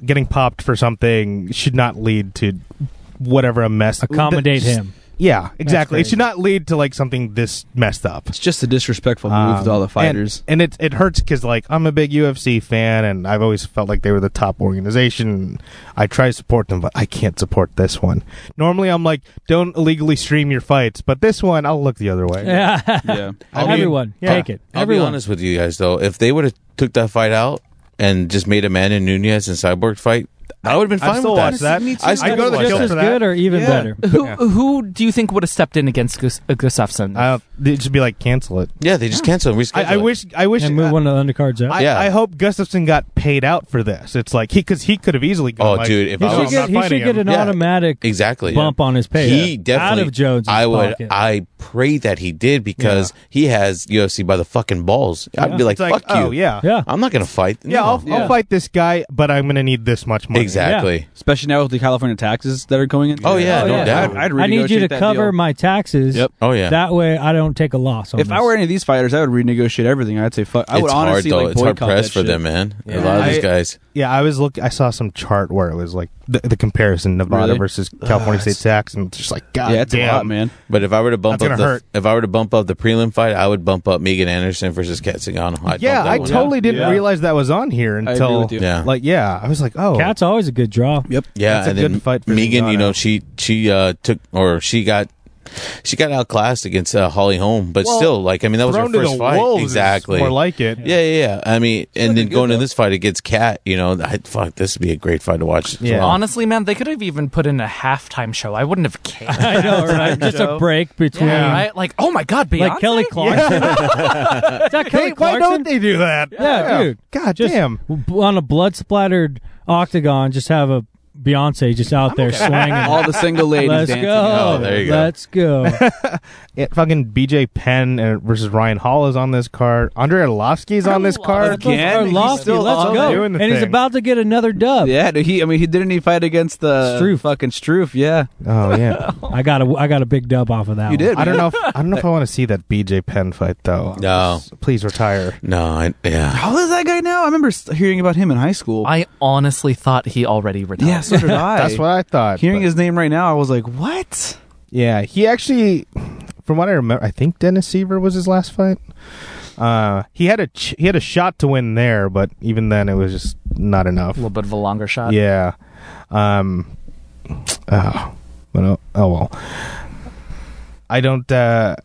Speaker 3: getting popped for something should not lead to whatever a mess.
Speaker 1: accommodate
Speaker 3: Just-
Speaker 1: him.
Speaker 3: Yeah, exactly. It
Speaker 1: crazy.
Speaker 3: should not lead to like something this messed up.
Speaker 5: It's just a disrespectful move
Speaker 3: Um,
Speaker 5: to all
Speaker 3: (laughs)
Speaker 5: the fighters.
Speaker 3: and, and it it hurts because like I'm a big UFC fan, and I've always felt like they were the top organization. I try to support them, but I can't support this one. Normally, I'm like, don't illegally stream your fights, but this one, I'll look the other way.
Speaker 1: Yeah,
Speaker 5: yeah.
Speaker 3: I mean,
Speaker 1: everyone
Speaker 3: yeah.
Speaker 1: take it.
Speaker 2: I'll
Speaker 1: everyone.
Speaker 2: be honest with you guys though, if they would have took that fight out and just made a man and Nunez and Cyborg fight, I would have been
Speaker 3: I'd
Speaker 2: fine
Speaker 3: still
Speaker 2: with
Speaker 3: watch that.
Speaker 2: Me too.
Speaker 3: I'd
Speaker 2: I'd
Speaker 3: still go to the
Speaker 2: watch
Speaker 1: just
Speaker 3: kill
Speaker 2: that.
Speaker 1: as
Speaker 3: for that.
Speaker 1: good or even
Speaker 5: Yeah.
Speaker 1: better.
Speaker 4: Who who do you think would have stepped in against Gus, uh, Gustafsson?
Speaker 3: Uh, it'd just be like cancel it.
Speaker 2: Yeah, they just cancel him.
Speaker 3: I, I wish. I wish.
Speaker 1: And move
Speaker 3: I,
Speaker 1: one of the undercards up.
Speaker 3: I,
Speaker 2: Yeah.
Speaker 3: I hope Gustafson got paid out for this. It's like he because he could have easily. Gone,
Speaker 2: Oh,
Speaker 3: like,
Speaker 2: dude, if
Speaker 1: he
Speaker 2: I
Speaker 3: no,
Speaker 1: should
Speaker 2: was-
Speaker 3: I'm not
Speaker 1: get, he should
Speaker 3: fighting
Speaker 1: get
Speaker 3: him.
Speaker 1: an
Speaker 2: Yeah.
Speaker 1: automatic
Speaker 2: exactly
Speaker 1: bump on his pay.
Speaker 2: He definitely
Speaker 1: out of Jones.
Speaker 2: I would.
Speaker 1: Pocket.
Speaker 2: I pray that he did because he has UFC by the fucking balls. I'd be like,
Speaker 3: It's like,
Speaker 2: fuck you.
Speaker 3: oh yeah,
Speaker 1: yeah.
Speaker 2: I'm not gonna fight.
Speaker 3: yeah.
Speaker 2: No.
Speaker 3: I'll,
Speaker 5: Yeah.
Speaker 3: I'll fight this guy, but I'm gonna need this much money.
Speaker 2: exactly.
Speaker 5: Especially now with the California taxes that are going in.
Speaker 2: Oh, yeah,
Speaker 1: Oh, no yeah.
Speaker 2: doubt.
Speaker 5: I'd, I'd
Speaker 1: I need you
Speaker 5: renegotiate
Speaker 1: to
Speaker 5: that
Speaker 1: cover
Speaker 5: deal.
Speaker 1: my taxes.
Speaker 5: Yep.
Speaker 2: Oh yeah.
Speaker 1: That way, I don't take a loss. On
Speaker 5: If
Speaker 1: this.
Speaker 5: I were any of these fighters, I would renegotiate everything. I'd say fuck. I would
Speaker 2: it's
Speaker 5: honestly
Speaker 2: hard though.
Speaker 5: like
Speaker 2: it's hard
Speaker 5: boycott
Speaker 2: press
Speaker 5: that
Speaker 2: for
Speaker 5: shit.
Speaker 2: them, man.
Speaker 1: Yeah.
Speaker 2: A lot of
Speaker 3: I-
Speaker 2: these guys.
Speaker 3: Yeah, I was look. I saw some chart where it was like the, the comparison Nevada
Speaker 5: Really?
Speaker 3: versus California state tax, and it's just like God
Speaker 5: yeah, it's
Speaker 3: damn.
Speaker 5: a lot, man.
Speaker 2: But if I were to bump
Speaker 3: That's
Speaker 2: up the
Speaker 3: gonna hurt.
Speaker 2: if I were to bump up the prelim fight, I would bump up Megan Anderson versus Kat Zingano. I'd
Speaker 3: Yeah,
Speaker 2: bump that
Speaker 3: I
Speaker 2: one
Speaker 3: totally
Speaker 2: up.
Speaker 3: didn't
Speaker 5: Yeah.
Speaker 3: realize that was on here
Speaker 5: agree
Speaker 3: until
Speaker 5: with you.
Speaker 2: Yeah.
Speaker 3: like yeah, I was like oh
Speaker 1: Cat's always a good draw.
Speaker 5: Yep.
Speaker 2: Yeah,
Speaker 3: That's a
Speaker 2: and
Speaker 3: good
Speaker 2: then
Speaker 3: fight for
Speaker 2: Megan, you
Speaker 3: Zingano.
Speaker 2: know, she she uh, took or she got she got outclassed against uh, Holly Holm, but
Speaker 3: Well,
Speaker 2: still, like I mean, that was her
Speaker 3: thrown to
Speaker 2: first
Speaker 3: the
Speaker 2: fight.
Speaker 3: wolves is
Speaker 2: exactly.
Speaker 3: more like it.
Speaker 2: yeah, yeah, yeah. I mean, and then
Speaker 5: good,
Speaker 2: going to
Speaker 5: though.
Speaker 2: this fight against Kat, you know, I, fuck, this would be a great fight to watch. as
Speaker 3: Yeah.
Speaker 2: well.
Speaker 4: Honestly, man, they could have even put in a halftime show. I wouldn't have cared.
Speaker 1: I know, right? (laughs) Just a break
Speaker 4: (laughs) Yeah,
Speaker 1: between,
Speaker 4: right? Like, oh my God, Beyonce.
Speaker 1: like Kelly Clarkson. Is that Kelly
Speaker 3: Hey, why
Speaker 1: Clarkson?
Speaker 3: don't they do that?
Speaker 1: Yeah, dude.
Speaker 3: God
Speaker 1: Just
Speaker 3: damn.
Speaker 1: w- on a blood splattered octagon, just have a Beyonce just out there slanging.
Speaker 5: (laughs) All the single ladies
Speaker 1: Let's
Speaker 5: dancing.
Speaker 1: go.
Speaker 2: Oh, there you go.
Speaker 1: Let's
Speaker 5: (laughs)
Speaker 1: go.
Speaker 3: Yeah, fucking BJ Penn uh, versus Ryan Hall is on this card. Andre Arlovsky's on this card.
Speaker 5: Arlovsky. Again? He's
Speaker 1: Arlovsky,
Speaker 5: still
Speaker 1: let's
Speaker 5: on
Speaker 1: go.
Speaker 3: doing
Speaker 1: And
Speaker 3: the
Speaker 1: he's
Speaker 3: thing.
Speaker 1: about to get another dub.
Speaker 5: Yeah, dude, he. I mean, he didn't he fight against the
Speaker 1: Struve.
Speaker 5: fucking Struve. Yeah,
Speaker 3: Oh yeah.
Speaker 1: I got a I got a big dub off of that.
Speaker 5: you
Speaker 1: one.
Speaker 5: did.
Speaker 3: I
Speaker 5: man.
Speaker 3: don't know. If, I don't know if I want to see that BJ Penn fight though.
Speaker 2: No.
Speaker 3: Please retire.
Speaker 2: No, I, yeah.
Speaker 5: How old is that guy now? I remember s- hearing about him in high school.
Speaker 4: I honestly thought he already
Speaker 3: (laughs)
Speaker 4: retired.
Speaker 5: yeah, so did I.
Speaker 3: That's what I thought.
Speaker 5: Hearing
Speaker 3: but-
Speaker 5: his name right now, I was like, what?
Speaker 3: Yeah, he actually, from what I remember, I think Dennis Seaver was his last fight. Uh, he had a ch- he had a shot to win there, but even then, it was just not
Speaker 4: A
Speaker 3: enough.
Speaker 4: little bit of a longer shot.
Speaker 3: Yeah. Um. Oh, but oh, oh well. I don't. uh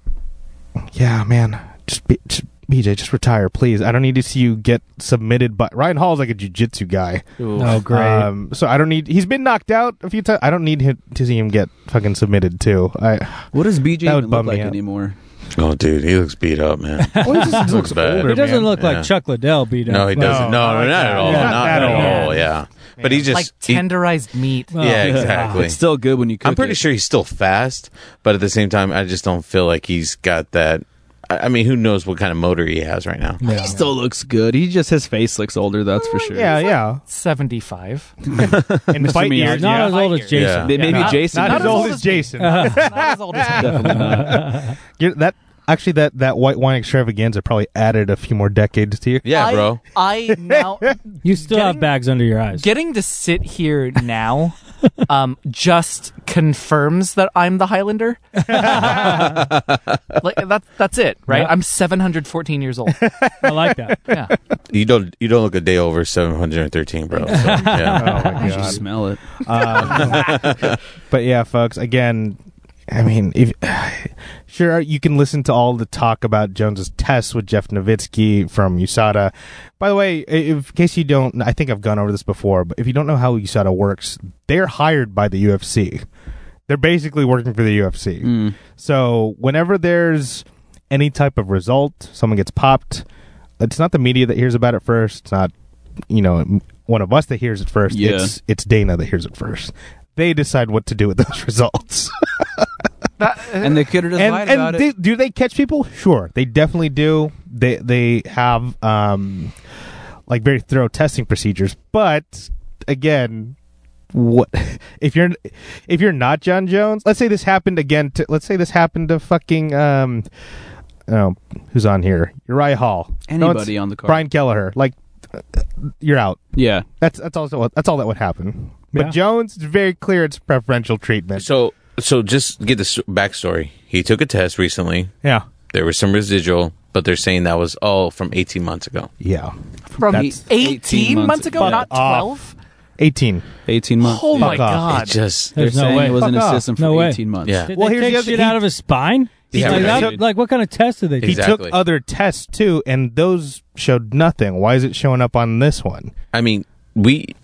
Speaker 3: Yeah, man. Just, be, just BJ, just retire, please. I don't need to see you get submitted. But Ryan Hall's like a jujitsu guy.
Speaker 4: Ooh.
Speaker 1: Oh, great.
Speaker 3: Um, so I don't need. He's been knocked out a few times. I don't need him to see him get fucking submitted too. I.
Speaker 5: What does BJ
Speaker 3: That would
Speaker 5: even look
Speaker 3: bum me
Speaker 5: like
Speaker 3: out.
Speaker 5: anymore?
Speaker 2: Oh, dude, he looks beat up,
Speaker 3: (laughs)
Speaker 2: man.
Speaker 3: Well, he just, just
Speaker 2: Looks
Speaker 3: looks
Speaker 2: bad.
Speaker 3: older.
Speaker 1: He doesn't
Speaker 3: man.
Speaker 1: look
Speaker 2: Yeah.
Speaker 1: like Chuck Liddell beat up.
Speaker 2: No, he
Speaker 1: but-
Speaker 2: doesn't. No,
Speaker 3: not
Speaker 2: not,
Speaker 3: like
Speaker 2: at
Speaker 3: that.
Speaker 2: all.
Speaker 3: Not
Speaker 2: Not,
Speaker 3: that
Speaker 2: at
Speaker 1: bad.
Speaker 2: all. Yeah, but he just
Speaker 4: like
Speaker 2: he-
Speaker 4: tenderized meat.
Speaker 3: Oh,
Speaker 1: Well,
Speaker 2: yeah,
Speaker 1: yeah.
Speaker 2: exactly.
Speaker 5: It's still good when you cook
Speaker 2: I'm pretty
Speaker 5: it.
Speaker 2: sure he's still fast, but at the same time, I just don't feel like he's got that. I I mean, who knows what kind of motor he has right now?
Speaker 5: He still looks good. He just his face looks older. That's for sure.
Speaker 3: Yeah, yeah.
Speaker 4: (laughs) 75.
Speaker 3: (laughs) In fight
Speaker 5: Miyagi.
Speaker 3: years,
Speaker 1: He's not
Speaker 3: yeah.
Speaker 1: as old as Jason.
Speaker 2: Yeah.
Speaker 5: Maybe
Speaker 4: Not-
Speaker 5: Jason.
Speaker 3: Not
Speaker 4: Not
Speaker 3: as old as Jason.
Speaker 4: Not as old as him.
Speaker 5: Definitely not.
Speaker 3: You're- that actually that that white wine extravaganza probably added a few more decades to you.
Speaker 2: Yeah,
Speaker 4: I-
Speaker 2: bro.
Speaker 4: I now
Speaker 1: You still
Speaker 4: Getting-
Speaker 1: have bags under your eyes.
Speaker 4: getting to sit here now um just confirms that I'm the Highlander. like that's that's it, right?
Speaker 1: Yeah.
Speaker 4: I'm 714 years old.
Speaker 1: I like that.
Speaker 4: Yeah.
Speaker 2: You don't you don't look a day over 713, bro. So, yeah.
Speaker 3: (laughs) Oh my
Speaker 5: You should
Speaker 3: god.
Speaker 5: smell it.
Speaker 3: Um, but yeah, folks. Again, I mean, if (sighs) sure you can listen to all the talk about Jones's test with Jeff Nowitzki from USADA. By the way, i- if, in case you don't, I think I've gone over this before, but if you don't know how USADA works, they're hired by the UFC. They're basically working for the UFC.
Speaker 5: Mm.
Speaker 3: So whenever there's any type of result, someone gets popped. It's not the media that hears about it first. It's not you know m- one of us that hears it first.
Speaker 5: Yeah.
Speaker 3: It's it's Dana that hears it first. They decide what to do with those (laughs) results.
Speaker 5: And the kid doesn't
Speaker 3: and
Speaker 5: lied
Speaker 3: and
Speaker 5: about
Speaker 3: they-
Speaker 5: it.
Speaker 3: do they catch people? Sure, they definitely do. They they have um like very thorough testing procedures, but again what (laughs) if you're if you're not John Jones let's say this happened again to let's say this happened to fucking um oh who's on here Uriah Hall No, it's
Speaker 5: Anybody on the card?
Speaker 3: Brian Kelleher like you're out
Speaker 5: Yeah.
Speaker 3: that's that's also what that's all that would happen but
Speaker 1: Yeah.
Speaker 3: Jones it's very clear it's preferential treatment
Speaker 2: So so just get this backstory. He took a test recently.
Speaker 3: yeah
Speaker 2: There was some residual, but they're saying that was all from 18 months ago.
Speaker 3: yeah
Speaker 4: From
Speaker 3: That's
Speaker 4: 18,
Speaker 5: 18
Speaker 4: months,
Speaker 5: months
Speaker 4: ago,
Speaker 5: ago.
Speaker 4: not
Speaker 3: Fuck off.
Speaker 4: 12.
Speaker 3: 18
Speaker 5: 18 months.
Speaker 4: Oh
Speaker 5: dude.
Speaker 4: my
Speaker 3: Fuck off.
Speaker 4: god.
Speaker 2: It just
Speaker 5: They're
Speaker 1: There's no
Speaker 5: saying
Speaker 1: way.
Speaker 5: it was in
Speaker 3: Fuck
Speaker 5: his
Speaker 3: off.
Speaker 5: system for
Speaker 1: No way.
Speaker 5: 18 months.
Speaker 2: yeah.
Speaker 1: Did
Speaker 3: Well,
Speaker 1: they
Speaker 3: here's
Speaker 1: take
Speaker 3: the other-
Speaker 1: shit
Speaker 3: he-
Speaker 1: out of his spine?
Speaker 2: Yeah,
Speaker 1: like,
Speaker 2: right.
Speaker 1: that- like, what kind of test did they
Speaker 3: he
Speaker 1: take?
Speaker 2: Exactly.
Speaker 3: took other tests too and those showed nothing why is it showing up on this one
Speaker 2: I mean, we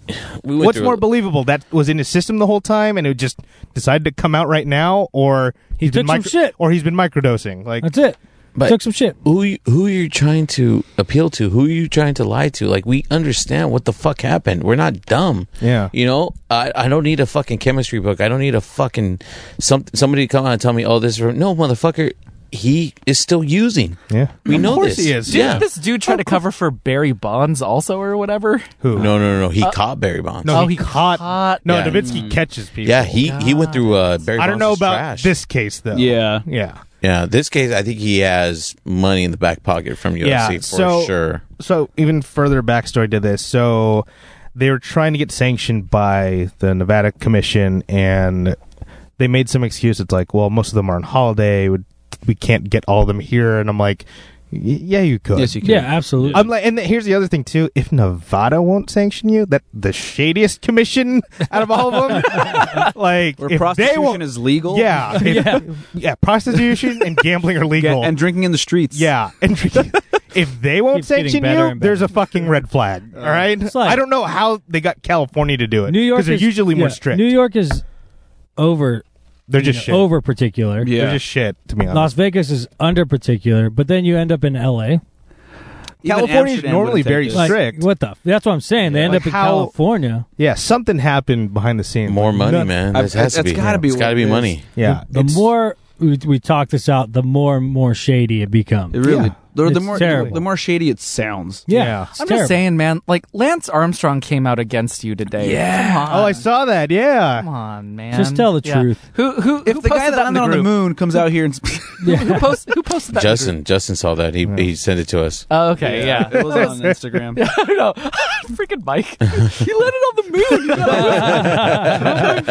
Speaker 2: we went
Speaker 3: What's
Speaker 2: through
Speaker 3: more believable? That was in his system the whole time, and it just decided to come out right now, or he's been
Speaker 1: took some
Speaker 3: micro-
Speaker 1: shit.
Speaker 3: or he's been microdosing. Like,
Speaker 1: That's it.
Speaker 2: But-
Speaker 1: took some shit.
Speaker 2: who you- who are you trying to appeal to? Who are you trying to lie to? Like we understand what the fuck happened. We're not dumb.
Speaker 3: Yeah.
Speaker 2: You know, I, I don't need a fucking chemistry book. I don't need a fucking some somebody to come out and tell me, oh, this is from-" no motherfucker. He is still using.
Speaker 3: yeah,
Speaker 2: We
Speaker 3: Of
Speaker 2: know
Speaker 3: course
Speaker 2: this.
Speaker 3: he is.
Speaker 2: Yeah.
Speaker 4: Didn't this dude try to cover for Barry Bonds also or whatever?
Speaker 3: who?
Speaker 2: No, no, no. He caught Barry Bonds.
Speaker 3: no,
Speaker 4: Oh,
Speaker 3: he,
Speaker 4: he
Speaker 3: caught.
Speaker 4: caught-
Speaker 3: No,
Speaker 2: Yeah.
Speaker 3: Nowitzki catches people.
Speaker 2: yeah, he he went through uh, Barry.
Speaker 3: I don't know
Speaker 2: Bonds'
Speaker 3: about
Speaker 2: trash.
Speaker 3: this case though.
Speaker 5: Yeah.
Speaker 3: yeah,
Speaker 2: Yeah, this case, I think he has money in the back pocket from UFC
Speaker 3: Yeah,
Speaker 2: for
Speaker 3: so-
Speaker 2: sure.
Speaker 3: So even further backstory to this, so they were trying to get sanctioned by the Nevada Commission, and they made some excuse. It's like, well, most of them are on holiday. We- We can't get all of them here, and I'm like, y- yeah, you could.
Speaker 5: Yes, you can.
Speaker 1: Yeah, absolutely. (laughs)
Speaker 3: I'm like, and th- here's the other thing too. If Nevada won't sanction you, that the shadiest commission (laughs) out of all of
Speaker 5: (laughs)
Speaker 3: them, like
Speaker 5: Where
Speaker 3: if
Speaker 5: prostitution
Speaker 3: they won't,
Speaker 5: is legal.
Speaker 3: yeah,
Speaker 5: (laughs)
Speaker 3: if- yeah, prostitution and gambling are
Speaker 5: Yeah,
Speaker 3: legal.
Speaker 5: and drinking in the streets.
Speaker 3: yeah, (laughs) and if they won't
Speaker 1: Keeps getting
Speaker 3: sanction
Speaker 1: better
Speaker 3: you,
Speaker 1: and better. Uh,
Speaker 3: there's a fucking red flag. All right,
Speaker 1: It's like-
Speaker 3: I don't know how they got California to do it.
Speaker 1: New York
Speaker 3: because they're
Speaker 1: is
Speaker 3: usually more
Speaker 1: yeah,
Speaker 3: strict.
Speaker 1: New York is over.
Speaker 3: they're
Speaker 1: you
Speaker 3: just
Speaker 1: know,
Speaker 3: shit.
Speaker 1: over particular.
Speaker 5: Yeah.
Speaker 3: They're just shit to be honest.
Speaker 1: Las Vegas is under particular, but then you end up in L.A.
Speaker 5: Even
Speaker 3: California's
Speaker 5: Amsterdam
Speaker 3: normally
Speaker 5: would've
Speaker 3: very
Speaker 5: taken it.
Speaker 1: Like,
Speaker 3: Strict.
Speaker 1: What the? That's what I'm saying. They end
Speaker 3: Like
Speaker 1: up in
Speaker 3: how-
Speaker 1: California.
Speaker 3: yeah, something happened behind the scenes.
Speaker 2: More money,
Speaker 3: Nothing-
Speaker 2: man.
Speaker 5: I-
Speaker 2: This has to
Speaker 5: that's
Speaker 2: be.
Speaker 5: gotta be
Speaker 2: It's
Speaker 5: what
Speaker 2: got to
Speaker 5: it
Speaker 2: be
Speaker 5: is.
Speaker 2: money.
Speaker 3: Yeah,
Speaker 1: The
Speaker 3: it's-
Speaker 1: more we, we talk this out, the more and more shady it becomes.
Speaker 5: It really
Speaker 3: Yeah.
Speaker 5: The, the
Speaker 1: It's
Speaker 5: more
Speaker 1: terrible.
Speaker 5: the more shady it sounds.
Speaker 1: Yeah,
Speaker 3: Yeah.
Speaker 1: it's
Speaker 4: I'm
Speaker 1: terrible.
Speaker 4: just saying, man. Like Lance Armstrong came out against you today. Yeah. Come on.
Speaker 3: Oh, I saw that. Yeah.
Speaker 4: Come on, man.
Speaker 1: Just tell the
Speaker 4: Yeah.
Speaker 1: truth.
Speaker 4: Who who
Speaker 5: If
Speaker 4: who
Speaker 5: the guy
Speaker 4: posted
Speaker 5: that landed
Speaker 4: in
Speaker 5: on the
Speaker 4: group?
Speaker 5: moon comes out here and
Speaker 4: who, post, who posted that? in the group?
Speaker 2: Justin, Justin saw that. He he sent it to us.
Speaker 4: Oh, okay, (laughs) yeah.
Speaker 5: it was on Instagram.
Speaker 4: (laughs) I know. Freaking Mike. he landed on the
Speaker 5: (laughs)
Speaker 4: moon. You
Speaker 5: (laughs)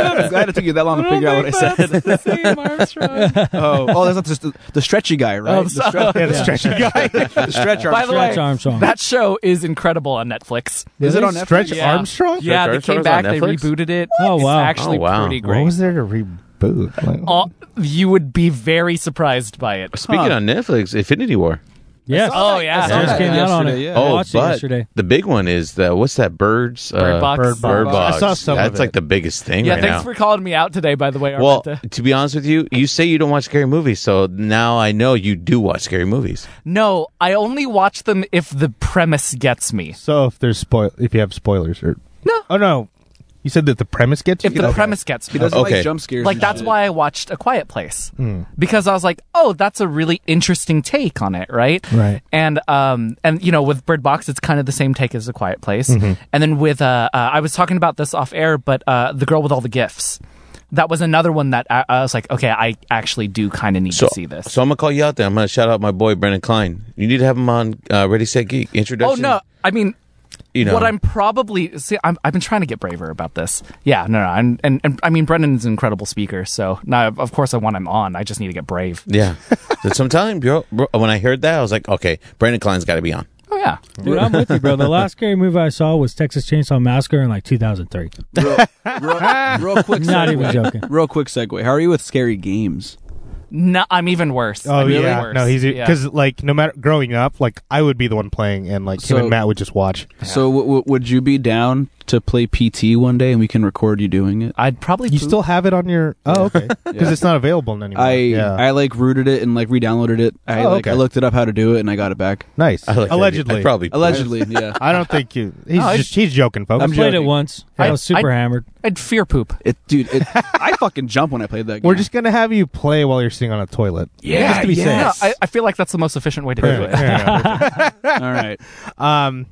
Speaker 5: I'm glad it took you that
Speaker 4: "Oh,
Speaker 5: long to figure out what I
Speaker 4: (laughs)
Speaker 5: said. (laughs)
Speaker 4: the same Armstrong.
Speaker 5: Oh, oh, that's not just the, the stretchy guy, right?
Speaker 4: Oh,
Speaker 5: the,
Speaker 4: so-
Speaker 5: stre-
Speaker 3: Yeah, the stretchy guy.
Speaker 5: (laughs) the stretch
Speaker 4: By
Speaker 1: Stretch
Speaker 4: the
Speaker 5: Armstrong.
Speaker 4: way,
Speaker 1: Armstrong.
Speaker 4: that show is incredible on Netflix.
Speaker 5: Is it on Netflix?
Speaker 3: Stretch
Speaker 4: Yeah.
Speaker 3: Armstrong?
Speaker 4: Yeah, they
Speaker 2: Armstrong
Speaker 4: came
Speaker 2: is on
Speaker 4: back. They
Speaker 2: Netflix?
Speaker 4: rebooted it.
Speaker 1: Oh, wow.
Speaker 4: It's actually
Speaker 2: Oh, wow.
Speaker 4: pretty
Speaker 3: What
Speaker 4: great.
Speaker 3: was there to reboot? Like,
Speaker 4: All- you would be very surprised by it.
Speaker 2: Speaking
Speaker 5: Huh.
Speaker 2: on Netflix, Infinity War.
Speaker 1: Yes.
Speaker 4: Oh yeah.
Speaker 5: saw
Speaker 1: just
Speaker 5: that
Speaker 1: came out on it.
Speaker 5: yesterday, yeah.
Speaker 1: I
Speaker 2: oh,
Speaker 1: watched it
Speaker 2: but
Speaker 1: yesterday.
Speaker 2: the big one is the what's that? Birds.
Speaker 4: Bird
Speaker 2: uh,
Speaker 4: Box.
Speaker 3: Bird Box.
Speaker 2: Bird Box.
Speaker 3: I saw some
Speaker 2: That's
Speaker 3: of it.
Speaker 2: like the biggest thing
Speaker 4: Yeah,
Speaker 2: right
Speaker 4: thanks
Speaker 2: now.
Speaker 4: for calling me out today. By the way,
Speaker 2: well,
Speaker 4: Armenta.
Speaker 2: to be honest with you, you say you don't watch scary movies, so now I know you do watch scary movies.
Speaker 4: no, I only watch them if the premise gets me.
Speaker 3: So if there's spoil, if you have spoilers or
Speaker 4: No.
Speaker 3: oh no, you said that the premise gets
Speaker 4: If
Speaker 3: you.
Speaker 4: the
Speaker 3: Okay.
Speaker 4: premise gets
Speaker 5: He
Speaker 4: me,
Speaker 5: doesn't
Speaker 2: Okay.
Speaker 5: like jump scares.
Speaker 4: like
Speaker 5: and
Speaker 4: that's
Speaker 5: shit.
Speaker 4: why I watched A Quiet Place because I was like, oh, that's a really interesting take on it, right?
Speaker 3: Right.
Speaker 4: And um and you know with Bird Box, it's kind of the same take as A Quiet Place, and then with uh, uh I was talking about this off air, but uh the girl with all the gifts. That was another one that I, I was like, okay, I actually do kind of need
Speaker 2: So,
Speaker 4: to see this.
Speaker 2: so I'm gonna call you out there. I'm gonna shout out my boy Brendan Klein. You need to have him on uh, Ready Set Geek
Speaker 4: oh
Speaker 2: introduction.
Speaker 4: no, I mean,
Speaker 2: you know
Speaker 4: what I'm probably see, I'm, I've been trying to get braver about this. Yeah, no, no, and and, and I mean, Brendan's an incredible speaker, so now of course I want him on. I just need to get brave.
Speaker 2: Yeah. so sometime, bro, bro, when I heard that, I was like, okay, Brandon Klein's got to be on.
Speaker 4: Oh yeah,
Speaker 1: Dude, I'm with you, bro. The last scary movie I saw was Texas Chainsaw Massacre in like 2003.
Speaker 5: Real,
Speaker 4: (laughs)
Speaker 5: real, real quick.
Speaker 1: Not
Speaker 5: segue. (laughs)
Speaker 1: even joking.
Speaker 5: Real quick segue. How are you with scary games?
Speaker 4: no, I'm even worse.
Speaker 3: Oh
Speaker 4: I'm even
Speaker 3: yeah,
Speaker 4: worse.
Speaker 3: no, he's
Speaker 4: Yeah.
Speaker 3: because like no matter growing up, like I would be the one playing, and like him
Speaker 5: So-
Speaker 3: and Matt would just watch.
Speaker 5: So w- w- would you be down to play PT one day and we can record you doing it?
Speaker 4: I'd probably
Speaker 3: You
Speaker 4: poop.
Speaker 3: still have it on your oh okay because it's not available anymore.
Speaker 5: I
Speaker 3: Uh, yeah.
Speaker 5: I like rooted it and like re-downloaded it. I
Speaker 3: Oh,
Speaker 5: like
Speaker 3: okay.
Speaker 5: I looked it up how to do it and I got it back.
Speaker 3: nice
Speaker 2: I like that.
Speaker 3: allegedly
Speaker 2: I'd probably
Speaker 5: Allegedly, yeah.
Speaker 3: I don't think (laughs) you. He's
Speaker 4: I-
Speaker 3: just he's joking, folks.
Speaker 1: I
Speaker 5: I'm
Speaker 1: played it
Speaker 5: joking.
Speaker 1: once.
Speaker 4: I-
Speaker 1: I was super
Speaker 4: I-
Speaker 1: hammered.
Speaker 4: I'd fear poop.
Speaker 5: (laughs) It, dude,
Speaker 3: (laughs)
Speaker 5: it, I fucking jump when I played that game.
Speaker 3: We're just gonna have you play while you're sitting on a toilet.
Speaker 5: Yeah,
Speaker 3: just to be
Speaker 5: yeah.
Speaker 3: safe.
Speaker 4: No, I, I feel like that's the most efficient way to do
Speaker 3: Perfect.
Speaker 4: it.
Speaker 3: Yeah.
Speaker 5: all
Speaker 3: (laughs)
Speaker 5: right.
Speaker 3: um,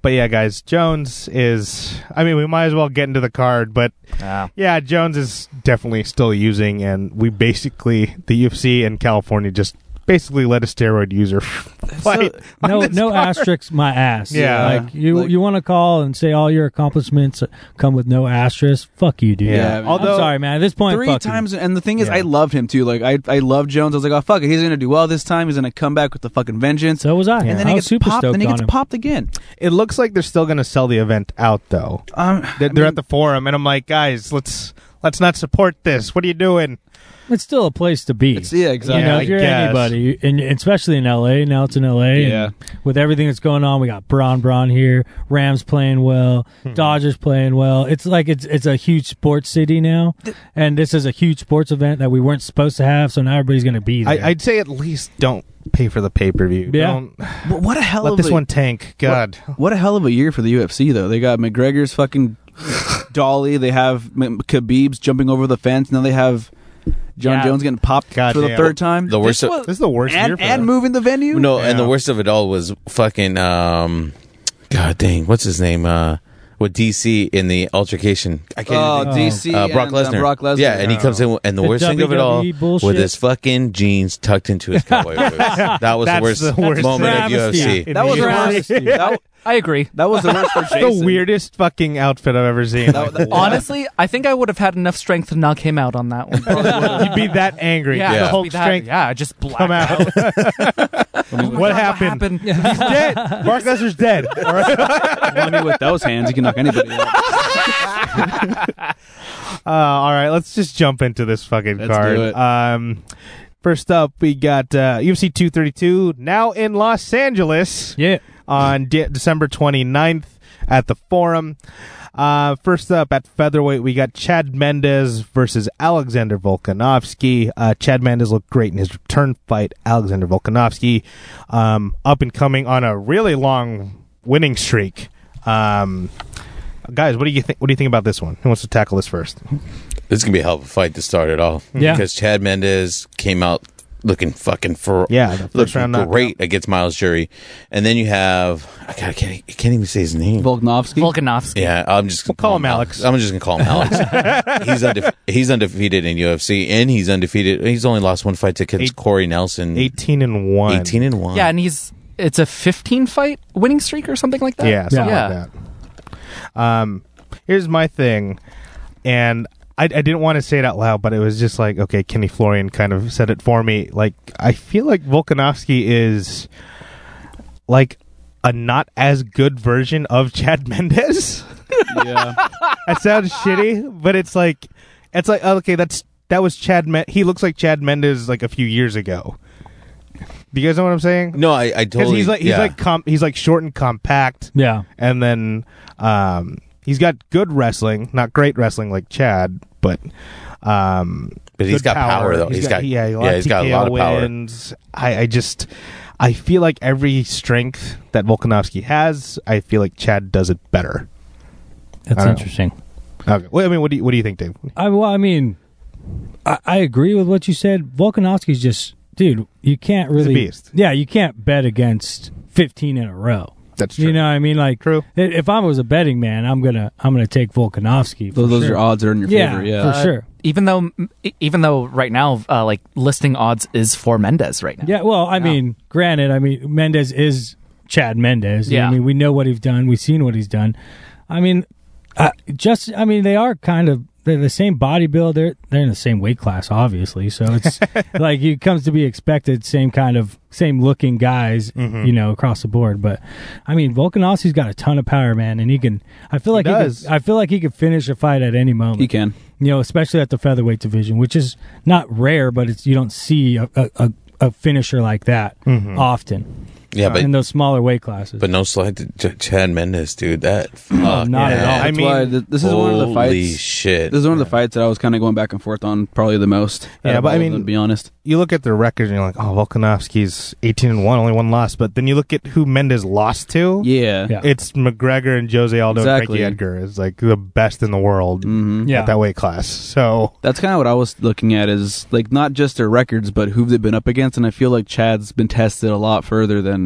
Speaker 3: but yeah, guys, Jones is. I mean, we might as well get into the card, but
Speaker 4: (laughs) Yeah.
Speaker 3: Yeah, Jones is definitely still using, and we basically the UFC in California just basically let a steroid user (laughs) fight.
Speaker 5: (laughs)
Speaker 3: on
Speaker 1: No,
Speaker 3: this
Speaker 1: no
Speaker 3: card.
Speaker 1: asterisks. My ass.
Speaker 3: Yeah.
Speaker 1: like you,
Speaker 5: Like-
Speaker 1: you want to call and say all your accomplishments come with no asterisk? Fuck you, dude.
Speaker 3: Yeah.
Speaker 5: Yeah, man.
Speaker 1: Although,
Speaker 3: Although-
Speaker 1: I'm sorry, man. At this point,
Speaker 5: Three
Speaker 1: fuck you.
Speaker 5: times, and the thing is,
Speaker 3: Yeah.
Speaker 5: I loved him too. Like, I, I love Jones. I was like, oh fuck, it, he's gonna do well this time. He's gonna come back with the fucking vengeance.
Speaker 1: So was I.
Speaker 5: and then
Speaker 1: I
Speaker 5: he
Speaker 1: was
Speaker 5: gets
Speaker 1: super
Speaker 5: popped.
Speaker 1: stoked
Speaker 5: Then he
Speaker 1: on
Speaker 5: gets
Speaker 1: him.
Speaker 5: popped again.
Speaker 3: It looks like they're still going to sell the event out, though.
Speaker 5: Um,
Speaker 3: They're, they're at the forum, and I'm like, guys, let's let's not support this. What are you doing?
Speaker 1: It's still a place to be.
Speaker 5: it's, yeah, exactly.
Speaker 1: you know,
Speaker 3: Yeah,
Speaker 1: if
Speaker 3: I
Speaker 1: you're
Speaker 3: guess.
Speaker 1: anybody, and especially in LA now, it's in LA. and
Speaker 5: Yeah.
Speaker 1: With everything that's going on, we got Braun Braun here, Rams playing well,
Speaker 5: Hmm.
Speaker 1: Dodgers playing well. It's like it's it's a huge sports city now, and this is a huge sports event that we weren't supposed to have. So now everybody's going to be there.
Speaker 3: I, I'd say at least don't pay for the pay per view.
Speaker 1: Yeah.
Speaker 3: Don't
Speaker 5: But what a hell
Speaker 3: let
Speaker 5: of
Speaker 3: this
Speaker 5: a,
Speaker 3: one tank. God,
Speaker 5: What a hell of a year for the UFC though. They got
Speaker 3: (laughs)
Speaker 5: McGregor's fucking dolly. They have M- Khabib's jumping over the fence. Now they have John
Speaker 4: Yeah.
Speaker 5: Jones getting popped
Speaker 3: God
Speaker 5: for the
Speaker 3: damn.
Speaker 5: third time.
Speaker 2: The worst.
Speaker 4: This
Speaker 2: Of,
Speaker 4: was-
Speaker 3: this is the worst year
Speaker 5: and
Speaker 3: for
Speaker 5: and
Speaker 3: them.
Speaker 5: moving the venue.
Speaker 2: no, and the
Speaker 3: Yeah.
Speaker 2: worst of it all was fucking. Um, God dang, what's his name? Uh, with DC in the altercation. I can't.
Speaker 5: Oh,
Speaker 2: even think.
Speaker 5: DC
Speaker 2: Uh, Brock
Speaker 5: and, uh,
Speaker 2: Lesnar.
Speaker 5: Brock Lesnar.
Speaker 2: Yeah, and he comes in, and the,
Speaker 1: The
Speaker 2: worst thing of it all
Speaker 1: WWE bullshit.
Speaker 2: with his fucking jeans tucked into his cowboy boots. That was the
Speaker 3: That's
Speaker 2: worst,
Speaker 3: the worst
Speaker 2: moment of
Speaker 1: travesty.
Speaker 2: UFC.
Speaker 3: Yeah.
Speaker 5: that was the worst.
Speaker 1: Travesty.
Speaker 5: That,
Speaker 4: I agree.
Speaker 5: that was the worst for
Speaker 3: (laughs)
Speaker 5: Jason.
Speaker 3: the weirdest fucking outfit I've ever seen. (laughs)
Speaker 5: That-
Speaker 3: Like,
Speaker 5: that-
Speaker 4: Honestly, I think I would have had enough strength to knock him out on
Speaker 3: (laughs)
Speaker 4: that one.
Speaker 3: You'd be that angry.
Speaker 4: yeah,
Speaker 3: the
Speaker 4: just
Speaker 3: Hulk
Speaker 4: be that-
Speaker 3: strength
Speaker 4: Yeah, just black
Speaker 3: come
Speaker 4: (laughs)
Speaker 3: out. what happened? (laughs)
Speaker 4: happened?
Speaker 3: He's dead. Mark Lesnar's
Speaker 4: (laughs)
Speaker 3: dead. All right.
Speaker 5: I mean, with those hands, you can knock anybody.
Speaker 3: (laughs)
Speaker 5: out.
Speaker 3: Uh, all right, let's just jump into this fucking
Speaker 5: Let's
Speaker 3: card.
Speaker 5: do it.
Speaker 3: Um, first up, we got uh, UFC 232 now in Los Angeles
Speaker 1: yeah.
Speaker 3: on de- December 29th at the Forum. Uh, first up at featherweight, we got Chad Mendez versus Alexander Volkanovski. Uh, Chad Mendez looked great in his return fight. Alexander Volkanovski, um, up and coming on a really long winning streak. Um, guys, what do you think? What do you think about this one? Who wants to tackle this first?
Speaker 2: This is gonna be a hell of a fight to start it off.
Speaker 1: Yeah.
Speaker 2: because Chad Mendez came out looking fucking for
Speaker 3: Yeah, the first
Speaker 2: looking
Speaker 3: round knockout.
Speaker 2: great against Miles Jury, and then you have I, can't, I can't I can't even say his name.
Speaker 5: Volkanovski.
Speaker 4: Volkanovski.
Speaker 2: yeah, I'm just gonna
Speaker 3: We'll call him Alex.
Speaker 2: I'm just gonna call him
Speaker 3: (laughs)
Speaker 2: Alex. he's undefe- he's undefeated in UFC, and he's undefeated. He's only lost one fight to against
Speaker 3: Eight-
Speaker 2: Corey Nelson,
Speaker 3: 18 and 1.
Speaker 2: 18 and one.
Speaker 4: Yeah, and he's it's a 15 fight winning streak or something like that.
Speaker 3: Yeah, something
Speaker 4: Yeah.
Speaker 3: like that. Um, here's my thing, and I, I didn't want to say it out loud, but it was just like, okay, Kenny Florian kind of said it for me. Like, I feel like Volkanovski is like a not as good version of (laughs) Chad Mendes.
Speaker 5: Yeah.
Speaker 2: (laughs)
Speaker 3: that sounds shitty, but it's like, it's like, oh, okay, that's that was Chad. Men- he looks like Chad Mendes like a few years ago. Do you guys know what I'm saying?
Speaker 2: no, I, I
Speaker 3: Because
Speaker 2: totally.
Speaker 3: he's like he's
Speaker 2: yeah.
Speaker 3: like com- he's like short and compact
Speaker 1: Yeah.
Speaker 3: and then um, he's got good wrestling, not great wrestling like Chad, but um,
Speaker 2: But he's
Speaker 3: good
Speaker 2: got power, though. he's got,
Speaker 3: yeah,
Speaker 2: yeah,
Speaker 3: a lot
Speaker 2: he's got a
Speaker 3: TKO
Speaker 2: lot of power.
Speaker 3: wins. I, I just I feel like every strength that Volkanovski has, I feel like Chad does it better. I
Speaker 1: That's
Speaker 3: don't know.
Speaker 1: interesting.
Speaker 3: Okay, well, I mean, what do you what do you think, Dave?
Speaker 1: I well, I mean, I, I agree with what you said. Volkanovski's just, dude, you can't
Speaker 3: a
Speaker 1: really,
Speaker 3: beast.
Speaker 1: yeah, you can't bet against fifteen in a row.
Speaker 3: That's
Speaker 1: You know, what I mean, like,
Speaker 3: True.
Speaker 1: i- If I was a betting man, I'm gonna, I'm gonna take Volkanovski. for
Speaker 5: Those, those
Speaker 1: sure.
Speaker 5: are odds that are in your
Speaker 1: Yeah,
Speaker 5: favor. Yeah.
Speaker 1: for sure.
Speaker 4: Uh, Even though e, even though right now uh, like listing odds is for Mendez right now.
Speaker 1: Yeah, well, I mean, granted, I mean, Mendez is Chad Mendez. You know what
Speaker 4: Yeah.
Speaker 1: I mean, we know what he's done. We've seen what he's done. I mean, uh, just, I mean, they are kind of they're the same body build. They're they're in the same weight class, obviously. So it's like it comes to be expected, same kind of same looking guys, you know, across the board. But I mean, Volkanovski's got a ton of power, man, and he can. I feel like he, could-
Speaker 3: does.
Speaker 1: I feel like he could finish a fight at any moment
Speaker 5: He can.
Speaker 1: you know, especially at the featherweight division, which is not rare, but it's you don't see a a, a, a finisher like that
Speaker 5: Mm-hmm.
Speaker 1: often
Speaker 2: Yeah, but
Speaker 3: uh,
Speaker 1: in those smaller weight classes.
Speaker 2: But no slide to Ch- Chad Mendes, dude.
Speaker 3: (laughs)
Speaker 2: That
Speaker 1: not
Speaker 2: fuck,
Speaker 1: at
Speaker 2: man.
Speaker 1: all.
Speaker 5: That's
Speaker 3: I mean-
Speaker 5: why th- this is one of the
Speaker 2: Holy
Speaker 5: fights.
Speaker 2: shit.
Speaker 5: This is one of the fights that I was kind of going back and forth on probably the most. out
Speaker 3: Yeah,
Speaker 5: of
Speaker 3: but I
Speaker 5: all of
Speaker 3: mean-
Speaker 5: them, to be honest,
Speaker 3: You look at their record and you're like, oh, Volkanovski's 18 and one, only one loss. But then you look at who Mendes lost to.
Speaker 5: yeah,
Speaker 1: Yeah.
Speaker 3: It's McGregor and Jose Aldo
Speaker 5: Exactly.
Speaker 3: and Frankie Edgar is like the best in the world
Speaker 5: hmm
Speaker 1: yeah,
Speaker 3: at that weight class. So
Speaker 5: that's kind of what I was looking at is like not just their records, but who they've been up against, and I feel like Chad's been tested a lot further than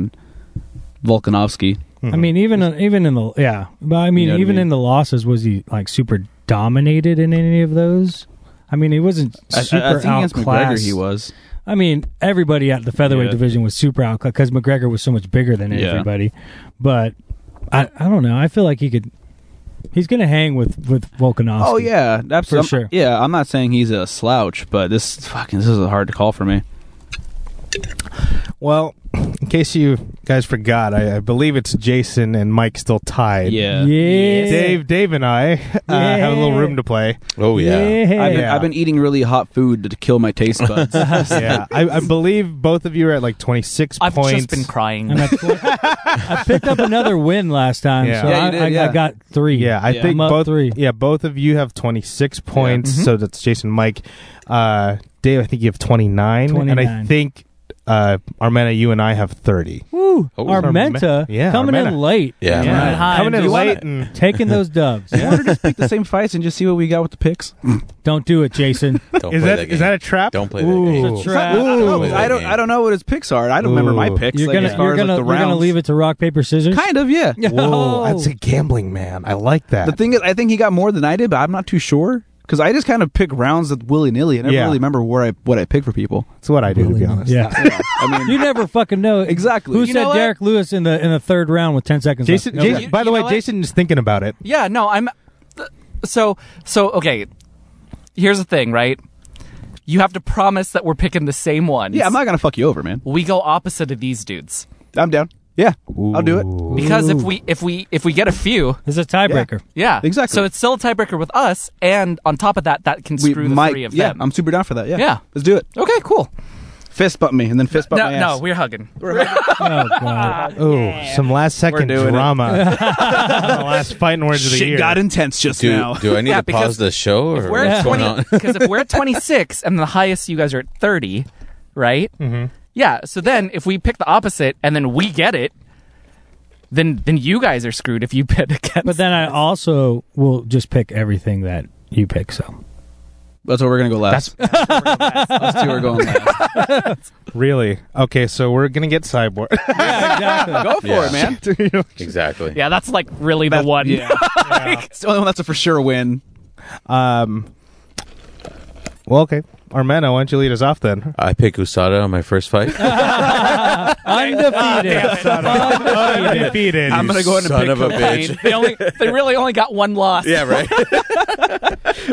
Speaker 5: Volkanovski.
Speaker 1: I
Speaker 5: Mm-hmm.
Speaker 1: mean, even even in the yeah, but I mean,
Speaker 5: know what I
Speaker 1: even
Speaker 5: mean?
Speaker 1: in the losses, was he like super dominated in any of those? I mean, he wasn't
Speaker 5: I- I-
Speaker 1: super
Speaker 5: I, think against
Speaker 1: outclassed.
Speaker 5: McGregor he was.
Speaker 1: I mean, everybody at the featherweight
Speaker 5: Yeah.
Speaker 1: division was super outclassed because McGregor was so much bigger than
Speaker 5: Yeah.
Speaker 1: everybody. But I, I don't know. I feel like he could. He's going to hang with with Volkanovski.
Speaker 5: Oh yeah, absolutely.
Speaker 1: For sure.
Speaker 5: Yeah, I'm not saying he's a slouch, but this fucking this is a hard to call for me.
Speaker 3: Well, in case you guys forgot, I, I believe it's Jason and Mike still tied.
Speaker 5: Yeah.
Speaker 1: yeah.
Speaker 3: Dave, Dave, and I uh,
Speaker 1: Yeah.
Speaker 3: have a little room to play.
Speaker 2: oh, yeah.
Speaker 5: I've been,
Speaker 3: Yeah.
Speaker 5: I've been eating really hot food to kill my taste
Speaker 1: (laughs)
Speaker 5: buds. (laughs)
Speaker 3: yeah, I, I believe both of you are at like twenty six
Speaker 4: I've
Speaker 3: points.
Speaker 4: just been crying.
Speaker 1: I'm at four- I picked up another win last time,
Speaker 3: Yeah.
Speaker 1: so
Speaker 5: Yeah, you
Speaker 1: I,
Speaker 5: did,
Speaker 1: I,
Speaker 5: yeah.
Speaker 1: I got three.
Speaker 3: yeah, I
Speaker 5: Yeah.
Speaker 3: think
Speaker 1: I'm up
Speaker 3: both
Speaker 1: three.
Speaker 3: Yeah, both of you have twenty six points.
Speaker 4: Mm-hmm.
Speaker 3: So that's Jason, Mike, uh, Dave. I think you have twenty nine, and
Speaker 1: 29.
Speaker 3: I think uh, Armena, you and I have thirty.
Speaker 1: Woo!
Speaker 2: Oh,
Speaker 1: Armenta
Speaker 3: Arme- yeah,
Speaker 1: coming in
Speaker 3: Armenta.
Speaker 1: late,
Speaker 2: Yeah.
Speaker 1: Yeah.
Speaker 3: (laughs)
Speaker 2: man.
Speaker 4: Hi,
Speaker 3: coming
Speaker 4: do
Speaker 3: in
Speaker 4: you
Speaker 3: late
Speaker 4: wanna-
Speaker 3: and
Speaker 1: taking those dubs.
Speaker 5: You want to just pick the same fights and just see what we got with
Speaker 1: (laughs)
Speaker 5: the picks?
Speaker 1: Don't do it, Jason.
Speaker 2: Don't
Speaker 3: is
Speaker 2: play
Speaker 3: that,
Speaker 2: that
Speaker 3: is
Speaker 2: game.
Speaker 3: that a trap?
Speaker 2: Don't play that
Speaker 3: Ooh.
Speaker 2: game.
Speaker 1: It's a trap.
Speaker 2: Don't play that
Speaker 5: I don't.
Speaker 2: game.
Speaker 5: I don't know what his picks are. I don't remember my
Speaker 3: Ooh.
Speaker 5: picks.
Speaker 1: You're
Speaker 5: like,
Speaker 1: gonna,
Speaker 5: as far
Speaker 1: you're
Speaker 5: as,
Speaker 1: gonna,
Speaker 5: like, the
Speaker 1: you're gonna
Speaker 5: rounds.
Speaker 1: leave it to rock paper scissors. (laughs)
Speaker 5: Kind of, yeah.
Speaker 1: No.
Speaker 3: Whoa, that's a gambling man. I like that.
Speaker 5: The thing is, I think he got more than I did, but I'm not too sure because I just kind of pick rounds that willy nilly. I never
Speaker 3: Yeah.
Speaker 5: really remember where I what I pick for people.
Speaker 3: That's what I do, to be honest.
Speaker 1: Yeah,
Speaker 5: I (laughs) mean,
Speaker 1: you never fucking know
Speaker 5: Exactly.
Speaker 1: Who
Speaker 5: You
Speaker 1: said
Speaker 4: know what?
Speaker 1: Derek Lewis in the in the third round with ten seconds?
Speaker 3: Jason,
Speaker 1: left?
Speaker 3: Jason
Speaker 4: You-
Speaker 3: by the
Speaker 4: you
Speaker 3: way,
Speaker 4: know what?
Speaker 3: Jason is thinking about it.
Speaker 4: Yeah, no, I'm so so okay. Here's the thing, right? You have to promise that we're picking the same ones.
Speaker 5: yeah, I'm not gonna fuck you over, man.
Speaker 4: we go opposite of these dudes.
Speaker 5: I'm down. Yeah, I'll do it.
Speaker 3: Ooh.
Speaker 4: Because if
Speaker 1: Ooh.
Speaker 4: we if we if we get a few,
Speaker 1: This is a tiebreaker.
Speaker 4: yeah.
Speaker 5: Exactly.
Speaker 4: So it's still a tiebreaker with us and on top of that that can
Speaker 5: We
Speaker 4: screw the
Speaker 5: might.
Speaker 4: three of
Speaker 5: yeah,
Speaker 4: them.
Speaker 5: I'm super down for that. Yeah,
Speaker 4: Yeah.
Speaker 5: Let's do it.
Speaker 4: okay, cool.
Speaker 5: Fist bump me and then fist bump my
Speaker 4: No,
Speaker 5: ass.
Speaker 4: no, we're hugging.
Speaker 1: Oh god.
Speaker 3: Oh, some last second
Speaker 5: We're doing it.
Speaker 3: drama. (laughs)
Speaker 5: (laughs)
Speaker 3: the last fighting words of the
Speaker 5: Shit
Speaker 3: year.
Speaker 5: got intense just now.
Speaker 2: Do, do I need
Speaker 4: Yeah,
Speaker 2: to pause
Speaker 4: because
Speaker 2: the show or
Speaker 4: We're
Speaker 2: what's
Speaker 4: at
Speaker 2: going
Speaker 5: (laughs)
Speaker 4: twenty
Speaker 2: on?
Speaker 4: (laughs) because if
Speaker 2: (laughs)
Speaker 4: we're at twenty six and the highest you guys are at thirty, right? Mm-hmm. Yeah. So then if we pick the opposite and then we get it, then then you guys are screwed if you (laughs) pit against.
Speaker 1: But then I also will just pick everything that you pick. So
Speaker 5: That's (laughs) where we're gonna go last. That's two are going last.
Speaker 3: Really? Okay, so we're gonna get cyborg. (laughs)
Speaker 1: yeah, exactly.
Speaker 5: (laughs) go for
Speaker 2: Yeah.
Speaker 5: it, man.
Speaker 2: Exactly.
Speaker 4: Yeah, that's like really the one. (laughs)
Speaker 5: Yeah. (laughs) It's the only one that's a for sure win.
Speaker 3: um. Well, okay, Armando, why don't you lead us off then?
Speaker 2: I pick Usada on my first fight.
Speaker 4: (laughs) Ah,
Speaker 1: Undefeated.
Speaker 3: (laughs)
Speaker 1: Undefeated.
Speaker 3: Undefeated.
Speaker 5: (laughs) Oh, I'm gonna go ahead and
Speaker 2: son
Speaker 5: pick
Speaker 2: of a
Speaker 5: Cobain.
Speaker 2: bitch.
Speaker 4: they only they really only got one loss.
Speaker 2: yeah, right.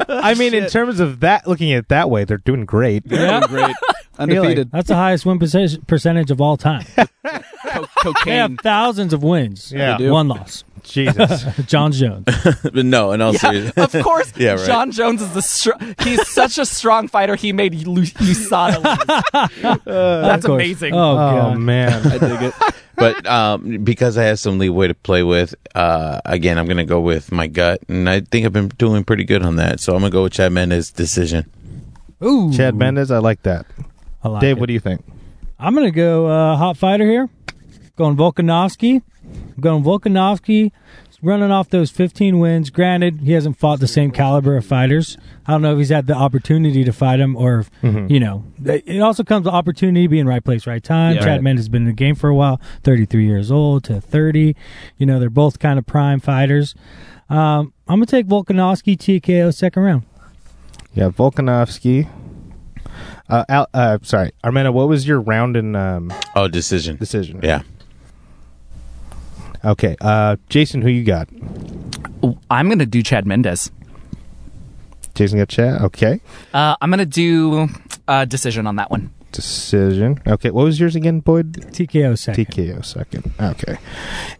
Speaker 3: I mean, in terms of that, looking at it that way, they're doing
Speaker 5: (laughs)
Speaker 3: great.
Speaker 1: Yeah.
Speaker 5: Great. (laughs) Undefeated.
Speaker 1: That's the highest win perce- percentage of all
Speaker 4: (laughs)
Speaker 1: time.
Speaker 5: Co-
Speaker 1: They have
Speaker 5: cocaine.
Speaker 1: thousands of wins.
Speaker 3: Yeah. They
Speaker 5: do.
Speaker 1: One loss.
Speaker 3: Jesus.
Speaker 1: John Jones.
Speaker 2: (laughs) but no, in all seriousness.
Speaker 4: (laughs) Of course,
Speaker 2: Yeah, right.
Speaker 4: John Jones is the str- he's such a strong fighter. He made Lu- USADA lose. (laughs) That's
Speaker 1: Of course.
Speaker 4: amazing.
Speaker 1: Oh,
Speaker 3: Oh
Speaker 1: God.
Speaker 3: man.
Speaker 5: I dig it.
Speaker 2: but um, because I have some leeway to play with, uh, again, I'm going to go with my gut. And I think I've been doing pretty good on that. So I'm going to go with Chad Mendes' decision.
Speaker 1: Ooh.
Speaker 3: Chad Mendes, I like that.
Speaker 1: I like
Speaker 3: Dave,
Speaker 1: it.
Speaker 3: what do you think?
Speaker 1: I'm gonna go uh, hot fighter here. Going Volkanovski. I'm going Volkanovski. He's running off those 15 wins. Granted, he hasn't fought the same caliber of fighters. I don't know if he's had the opportunity to fight him, or if, you know, it also comes with opportunity being right place, right time.
Speaker 5: Yeah,
Speaker 1: Chad
Speaker 5: right.
Speaker 1: Mendes has been in the game for a while, 33 years old to 30. You know, they're both kind of prime fighters. Um, I'm gonna take Volkanovski TKO second round.
Speaker 3: Yeah, Volkanovski. Uh, Al, uh, sorry, Armando. What was your round and um,
Speaker 2: Oh, decision.
Speaker 3: decision?
Speaker 2: Yeah.
Speaker 3: Okay, uh, Jason, who you got?
Speaker 2: (laughs)
Speaker 4: I'm gonna do Chad Mendez.
Speaker 3: Jason got chat. Okay,
Speaker 4: Uh, I'm gonna do a decision on that one.
Speaker 3: decision. Okay, what was yours again,
Speaker 1: (laughs)
Speaker 3: Boyd?
Speaker 1: TKO second.
Speaker 3: TKO second. Okay,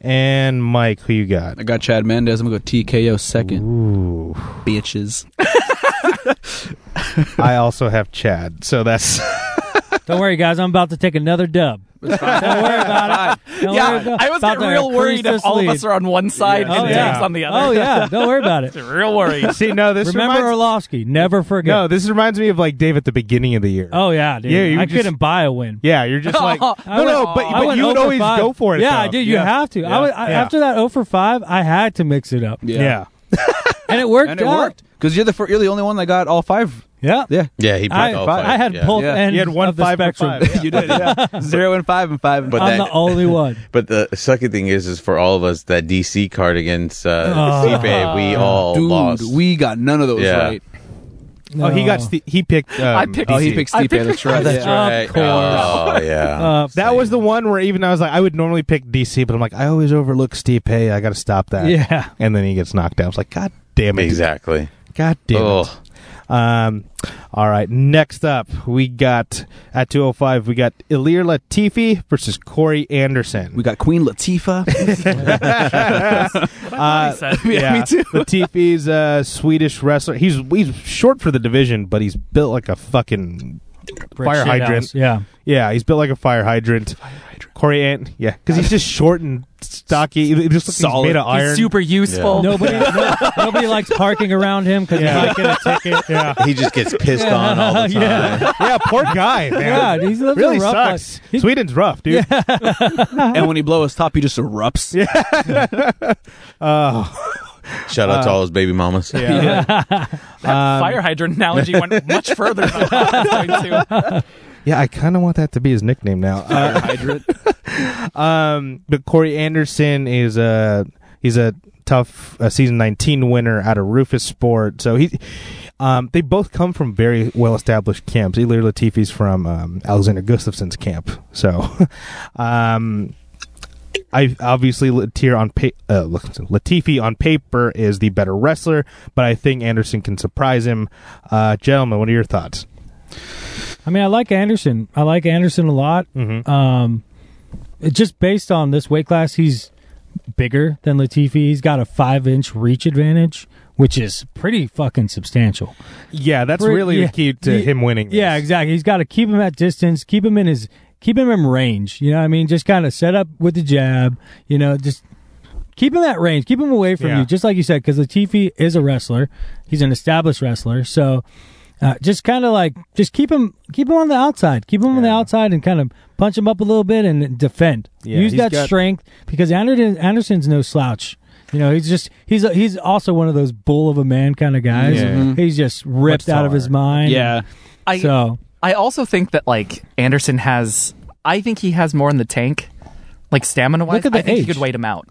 Speaker 3: and Mike, who you got?
Speaker 5: I got Chad Mendez. I'm gonna go TKO second.
Speaker 3: Ooh,
Speaker 5: Bitches.
Speaker 3: I also have Chad. So that's (laughs)
Speaker 1: Don't worry, guys. I'm about to take another dub.
Speaker 5: It's fine.
Speaker 1: Don't worry about it. Don't worry
Speaker 4: (laughs) yeah,
Speaker 1: about-
Speaker 4: I always
Speaker 1: about
Speaker 4: get
Speaker 1: to
Speaker 4: real
Speaker 1: increase
Speaker 4: worried if
Speaker 1: this
Speaker 4: all
Speaker 1: lead.
Speaker 4: of us are on one side and
Speaker 5: Yeah.
Speaker 1: Oh,
Speaker 4: Dave's
Speaker 1: yeah.
Speaker 4: on the
Speaker 1: Oh
Speaker 4: other. (laughs)
Speaker 1: yeah, Uh, don't worry about it.
Speaker 4: real worried.
Speaker 3: see. No, this
Speaker 1: Remember
Speaker 3: reminds,
Speaker 1: Orlovsky. Never forget.
Speaker 3: no. This reminds me of like Dave at the beginning of the year.
Speaker 1: oh yeah, dude.
Speaker 3: Yeah, you
Speaker 1: I
Speaker 3: just-
Speaker 1: couldn't buy a win.
Speaker 3: yeah.
Speaker 1: (laughs)
Speaker 3: You're just like no,
Speaker 1: I went-
Speaker 3: no. But,
Speaker 1: I
Speaker 3: but
Speaker 1: went
Speaker 3: you would
Speaker 1: 0 for
Speaker 3: always
Speaker 1: 5.
Speaker 3: go for it.
Speaker 1: Yeah,
Speaker 3: though.
Speaker 1: I did. You
Speaker 3: Yeah.
Speaker 1: have to. I,
Speaker 3: Yeah.
Speaker 1: would, I
Speaker 3: Yeah.
Speaker 1: after that 0 for five, I had to mix it up,
Speaker 5: Yeah.
Speaker 3: yeah.
Speaker 1: and it worked.
Speaker 5: And it
Speaker 1: out.
Speaker 5: worked because you're the fir- you're the only one that got all five.
Speaker 1: Yeah,
Speaker 5: Yeah.
Speaker 2: Yeah, he picked
Speaker 1: I,
Speaker 2: all
Speaker 1: I
Speaker 2: five.
Speaker 1: had
Speaker 2: yeah.
Speaker 1: both
Speaker 5: Yeah.
Speaker 1: ends
Speaker 3: You had one
Speaker 1: of the
Speaker 3: five for
Speaker 1: spectrum.
Speaker 3: five. Yeah.
Speaker 5: (laughs) You did. Yeah. Zero and five and five and
Speaker 2: But
Speaker 1: (laughs)
Speaker 5: five.
Speaker 1: I'm
Speaker 2: that-
Speaker 1: the only one.
Speaker 2: But the sucking thing is, is for all of us that DC card against uh,
Speaker 1: Oh.
Speaker 2: Stipe, we all
Speaker 5: Dude,
Speaker 2: lost.
Speaker 5: we got none of those
Speaker 2: Yeah.
Speaker 5: (laughs) right.
Speaker 3: Oh, he got
Speaker 1: No.
Speaker 3: Ste he picked. Um,
Speaker 4: I picked.
Speaker 5: Oh, he
Speaker 4: DC.
Speaker 5: picked
Speaker 4: I
Speaker 5: Stipe. That's right.
Speaker 2: That's
Speaker 1: right.
Speaker 5: That's right.
Speaker 2: right.
Speaker 1: Of course.
Speaker 2: Oh yeah.
Speaker 1: Uh,
Speaker 3: That was the one where even I was like, I would normally pick DC, but I'm like, I always overlook Stipe. I got to stop that.
Speaker 1: yeah.
Speaker 3: And then he gets knocked out. I was like, God damn it.
Speaker 2: exactly.
Speaker 3: God damn
Speaker 2: Ugh.
Speaker 3: it. Um, all right. Next up, we got at 205, we got Ilir Latifi versus Corey Anderson.
Speaker 5: We got Queen (laughs) Latifah.
Speaker 3: Uh,
Speaker 1: (laughs)
Speaker 3: yeah, me too. Latifi's a Swedish wrestler. He's he's short for the division, but he's built like a fucking fire
Speaker 1: Shit
Speaker 3: hydrant.
Speaker 1: house. Yeah.
Speaker 3: Yeah, he's built like a fire hydrant. Corey Ant, yeah, because he's just short and stocky. He just looks like he's
Speaker 5: Solid.
Speaker 3: made of iron.
Speaker 4: He's super useful.
Speaker 1: Nobody, no- nobody likes parking around him because
Speaker 3: Yeah.
Speaker 1: he might get a ticket.
Speaker 3: yeah,
Speaker 2: He just gets pissed on all the time.
Speaker 1: Yeah.
Speaker 3: (laughs) yeah, poor guy, man.
Speaker 1: Yeah, he's living
Speaker 3: really
Speaker 1: a rough life.
Speaker 3: sucks.
Speaker 1: He's-
Speaker 3: Sweden's rough, dude.
Speaker 5: and when he blow his top, he just erupts. Yeah.
Speaker 3: Oh,
Speaker 2: Shout out to all his baby mamas.
Speaker 3: yeah.
Speaker 4: that
Speaker 1: Um,
Speaker 4: fire hydrant analogy
Speaker 1: (laughs)
Speaker 4: went much further. Than I was going to.
Speaker 3: yeah. I kind of want that to be his nickname now. Uh,
Speaker 5: (laughs) Hydrant.
Speaker 3: um, but Corey Anderson is a he's a tough uh, season 19 winner out of Rufus Sport. So he, um, they both come from very well established camps. Ilir Latifi's from um, Alexander Gustafson's camp. So, (laughs) um. I obviously Latier on pa- uh, Latifi on paper is the better wrestler, but I think Anderson can surprise him. Uh, gentlemen, what are your thoughts?
Speaker 1: I mean, I like Anderson. I like Anderson a lot.
Speaker 3: Mhm.
Speaker 1: Um, it- just based on this weight class, he's bigger than Latifi. He's got a five inch reach advantage, which is pretty fucking substantial.
Speaker 3: Yeah, that's
Speaker 1: Re-
Speaker 3: really
Speaker 1: yeah.
Speaker 3: the key to
Speaker 1: Ye-
Speaker 3: him winning. This.
Speaker 1: Yeah, exactly. He's got to keep him at distance, keep him in his, keep him in range. You know what I mean? Just kind of set up with the jab. You know, just keep him at range, keep him away from
Speaker 3: Yeah.
Speaker 1: you. Just like you said, because Latifi is a wrestler. He's an established wrestler, so. Uh, just kind of like just keep him keep him on the outside keep him on the
Speaker 3: Yeah.
Speaker 1: outside and kind of punch him up a little bit and defend
Speaker 3: Yeah,
Speaker 1: use
Speaker 3: he's
Speaker 1: that
Speaker 3: got-
Speaker 1: strength because anderson anderson's no slouch You know, he's just he's a, he's also one of those bull of a man kind of guys.
Speaker 2: Yeah.
Speaker 5: Mhm.
Speaker 1: He's just ripped
Speaker 3: Whips
Speaker 1: out of his
Speaker 3: hard.
Speaker 1: mind.
Speaker 5: Yeah.
Speaker 4: I
Speaker 1: so
Speaker 4: I also think that like Anderson has I think he has more in the tank, like stamina wise.
Speaker 1: Look at the
Speaker 4: I think
Speaker 1: age.
Speaker 4: he could wait him out.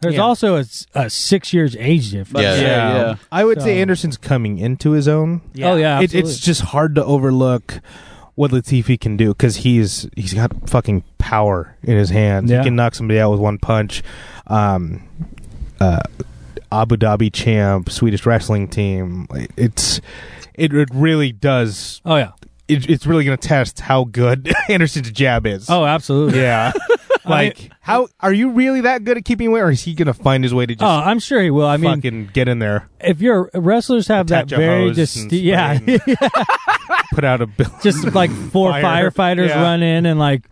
Speaker 1: there's
Speaker 4: Yeah.
Speaker 1: also a, s- a six years age difference.
Speaker 2: Yeah.
Speaker 5: Yeah, yeah.
Speaker 3: I would
Speaker 1: So-
Speaker 3: say Anderson's coming into his own.
Speaker 1: Oh yeah,
Speaker 3: It,
Speaker 1: absolutely.
Speaker 3: it's just hard to overlook what Latifi can do because he's he's got fucking power in his hands.
Speaker 1: Yeah.
Speaker 3: He can knock somebody out with one punch. Um, uh, Abu Dhabi champ, Swedish wrestling team. Like, It's it, it really does.
Speaker 1: oh yeah,
Speaker 3: It, it's really going to test how good (laughs) Anderson's jab is.
Speaker 1: oh absolutely. (laughs)
Speaker 3: yeah. (laughs) like how are you really that good at keeping away, or is he going to find his way to just?
Speaker 1: Oh, I'm sure he will. I mean,
Speaker 3: fucking get in there,
Speaker 1: if your wrestlers have that
Speaker 3: Attach a
Speaker 1: very
Speaker 3: hose
Speaker 1: just
Speaker 3: and
Speaker 1: yeah,
Speaker 3: (laughs) spray put out a bill.
Speaker 1: (laughs) just like four
Speaker 3: Fire.
Speaker 1: firefighters
Speaker 3: Yeah.
Speaker 1: run in and like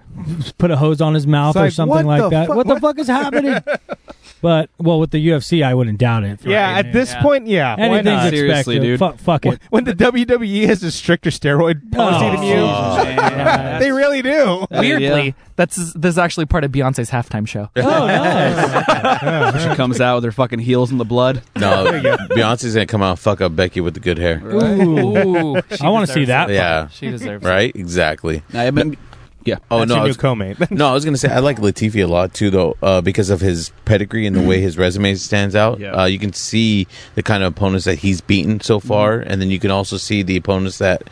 Speaker 1: put a hose on his mouth
Speaker 3: It's
Speaker 1: or
Speaker 3: like,
Speaker 1: something
Speaker 3: what
Speaker 1: like
Speaker 3: the
Speaker 1: that.
Speaker 3: fu-
Speaker 1: what the fuck is
Speaker 3: (laughs)
Speaker 1: happening? but well, with the UFC, I wouldn't doubt it.
Speaker 3: Yeah,
Speaker 1: Right.
Speaker 3: at this
Speaker 4: Yeah.
Speaker 3: point, yeah. Why
Speaker 1: anything's
Speaker 3: not?
Speaker 1: expected.
Speaker 5: Seriously, dude.
Speaker 1: Fuck, fuck it.
Speaker 3: When the WWE has a stricter steroid policy than you,
Speaker 2: Oh,
Speaker 3: (laughs)
Speaker 5: man.
Speaker 3: they really do.
Speaker 5: Uh,
Speaker 4: Weirdly,
Speaker 5: yeah.
Speaker 4: that's this is actually part of Beyonce's halftime show.
Speaker 1: Oh,
Speaker 3: (laughs)
Speaker 1: nice.
Speaker 5: She comes out with her fucking heels in the blood.
Speaker 2: No, Beyonce's gonna come out and fuck up Becky with the good hair.
Speaker 1: Ooh.
Speaker 4: Ooh, (laughs) she
Speaker 1: I wanna
Speaker 4: deserves
Speaker 1: see that.
Speaker 4: it.
Speaker 2: Yeah.
Speaker 4: she deserves it.
Speaker 2: Right? Exactly.
Speaker 5: I've been. Yeah.
Speaker 2: Oh
Speaker 3: That's
Speaker 2: no,
Speaker 3: your
Speaker 2: I
Speaker 3: new
Speaker 2: was, (laughs)
Speaker 3: co-mate. (laughs)
Speaker 2: no, I was gonna say I like Latifi a lot too, though, uh, because of his pedigree and the way his resume stands out.
Speaker 5: Yeah.
Speaker 2: Uh, you can see the kind of opponents that he's beaten so far, and then you can also see the opponents that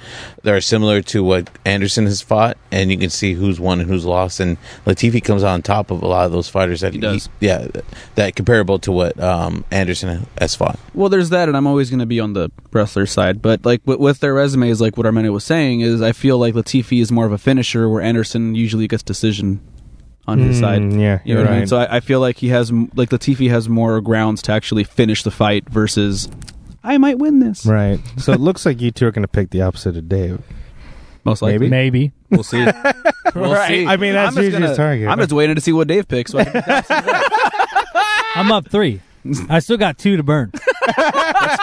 Speaker 2: that are similar to what Anderson has fought, and you can see who's won and who's lost. And Latifi comes on top of a lot of those fighters that
Speaker 5: He does.
Speaker 2: yeah, that comparable to what um, Anderson has fought.
Speaker 5: Well, there's that, and I'm always going to be on the wrestler side. But like with, with their resumes, like what Armando was saying is, I feel like Latifi is more of a finisher, where Anderson usually gets decision on his
Speaker 3: Mm,
Speaker 5: side.
Speaker 3: yeah,
Speaker 5: you know
Speaker 3: you're
Speaker 5: what I mean.
Speaker 3: right.
Speaker 5: So I, I feel like he has m- like Latifi has more grounds to actually finish the fight versus I might win this.
Speaker 3: right. So it looks like you two are going to pick the opposite of Dave.
Speaker 5: Most
Speaker 3: Maybe.
Speaker 5: likely,
Speaker 1: Maybe.
Speaker 5: we'll (laughs) see. we'll see.
Speaker 3: I mean, that's
Speaker 5: I'm
Speaker 3: usually
Speaker 5: just
Speaker 3: his
Speaker 5: gonna-
Speaker 3: target.
Speaker 5: I'm just waiting to see what Dave picks. So I can-
Speaker 1: I'm up three. I still got two to burn.
Speaker 5: that's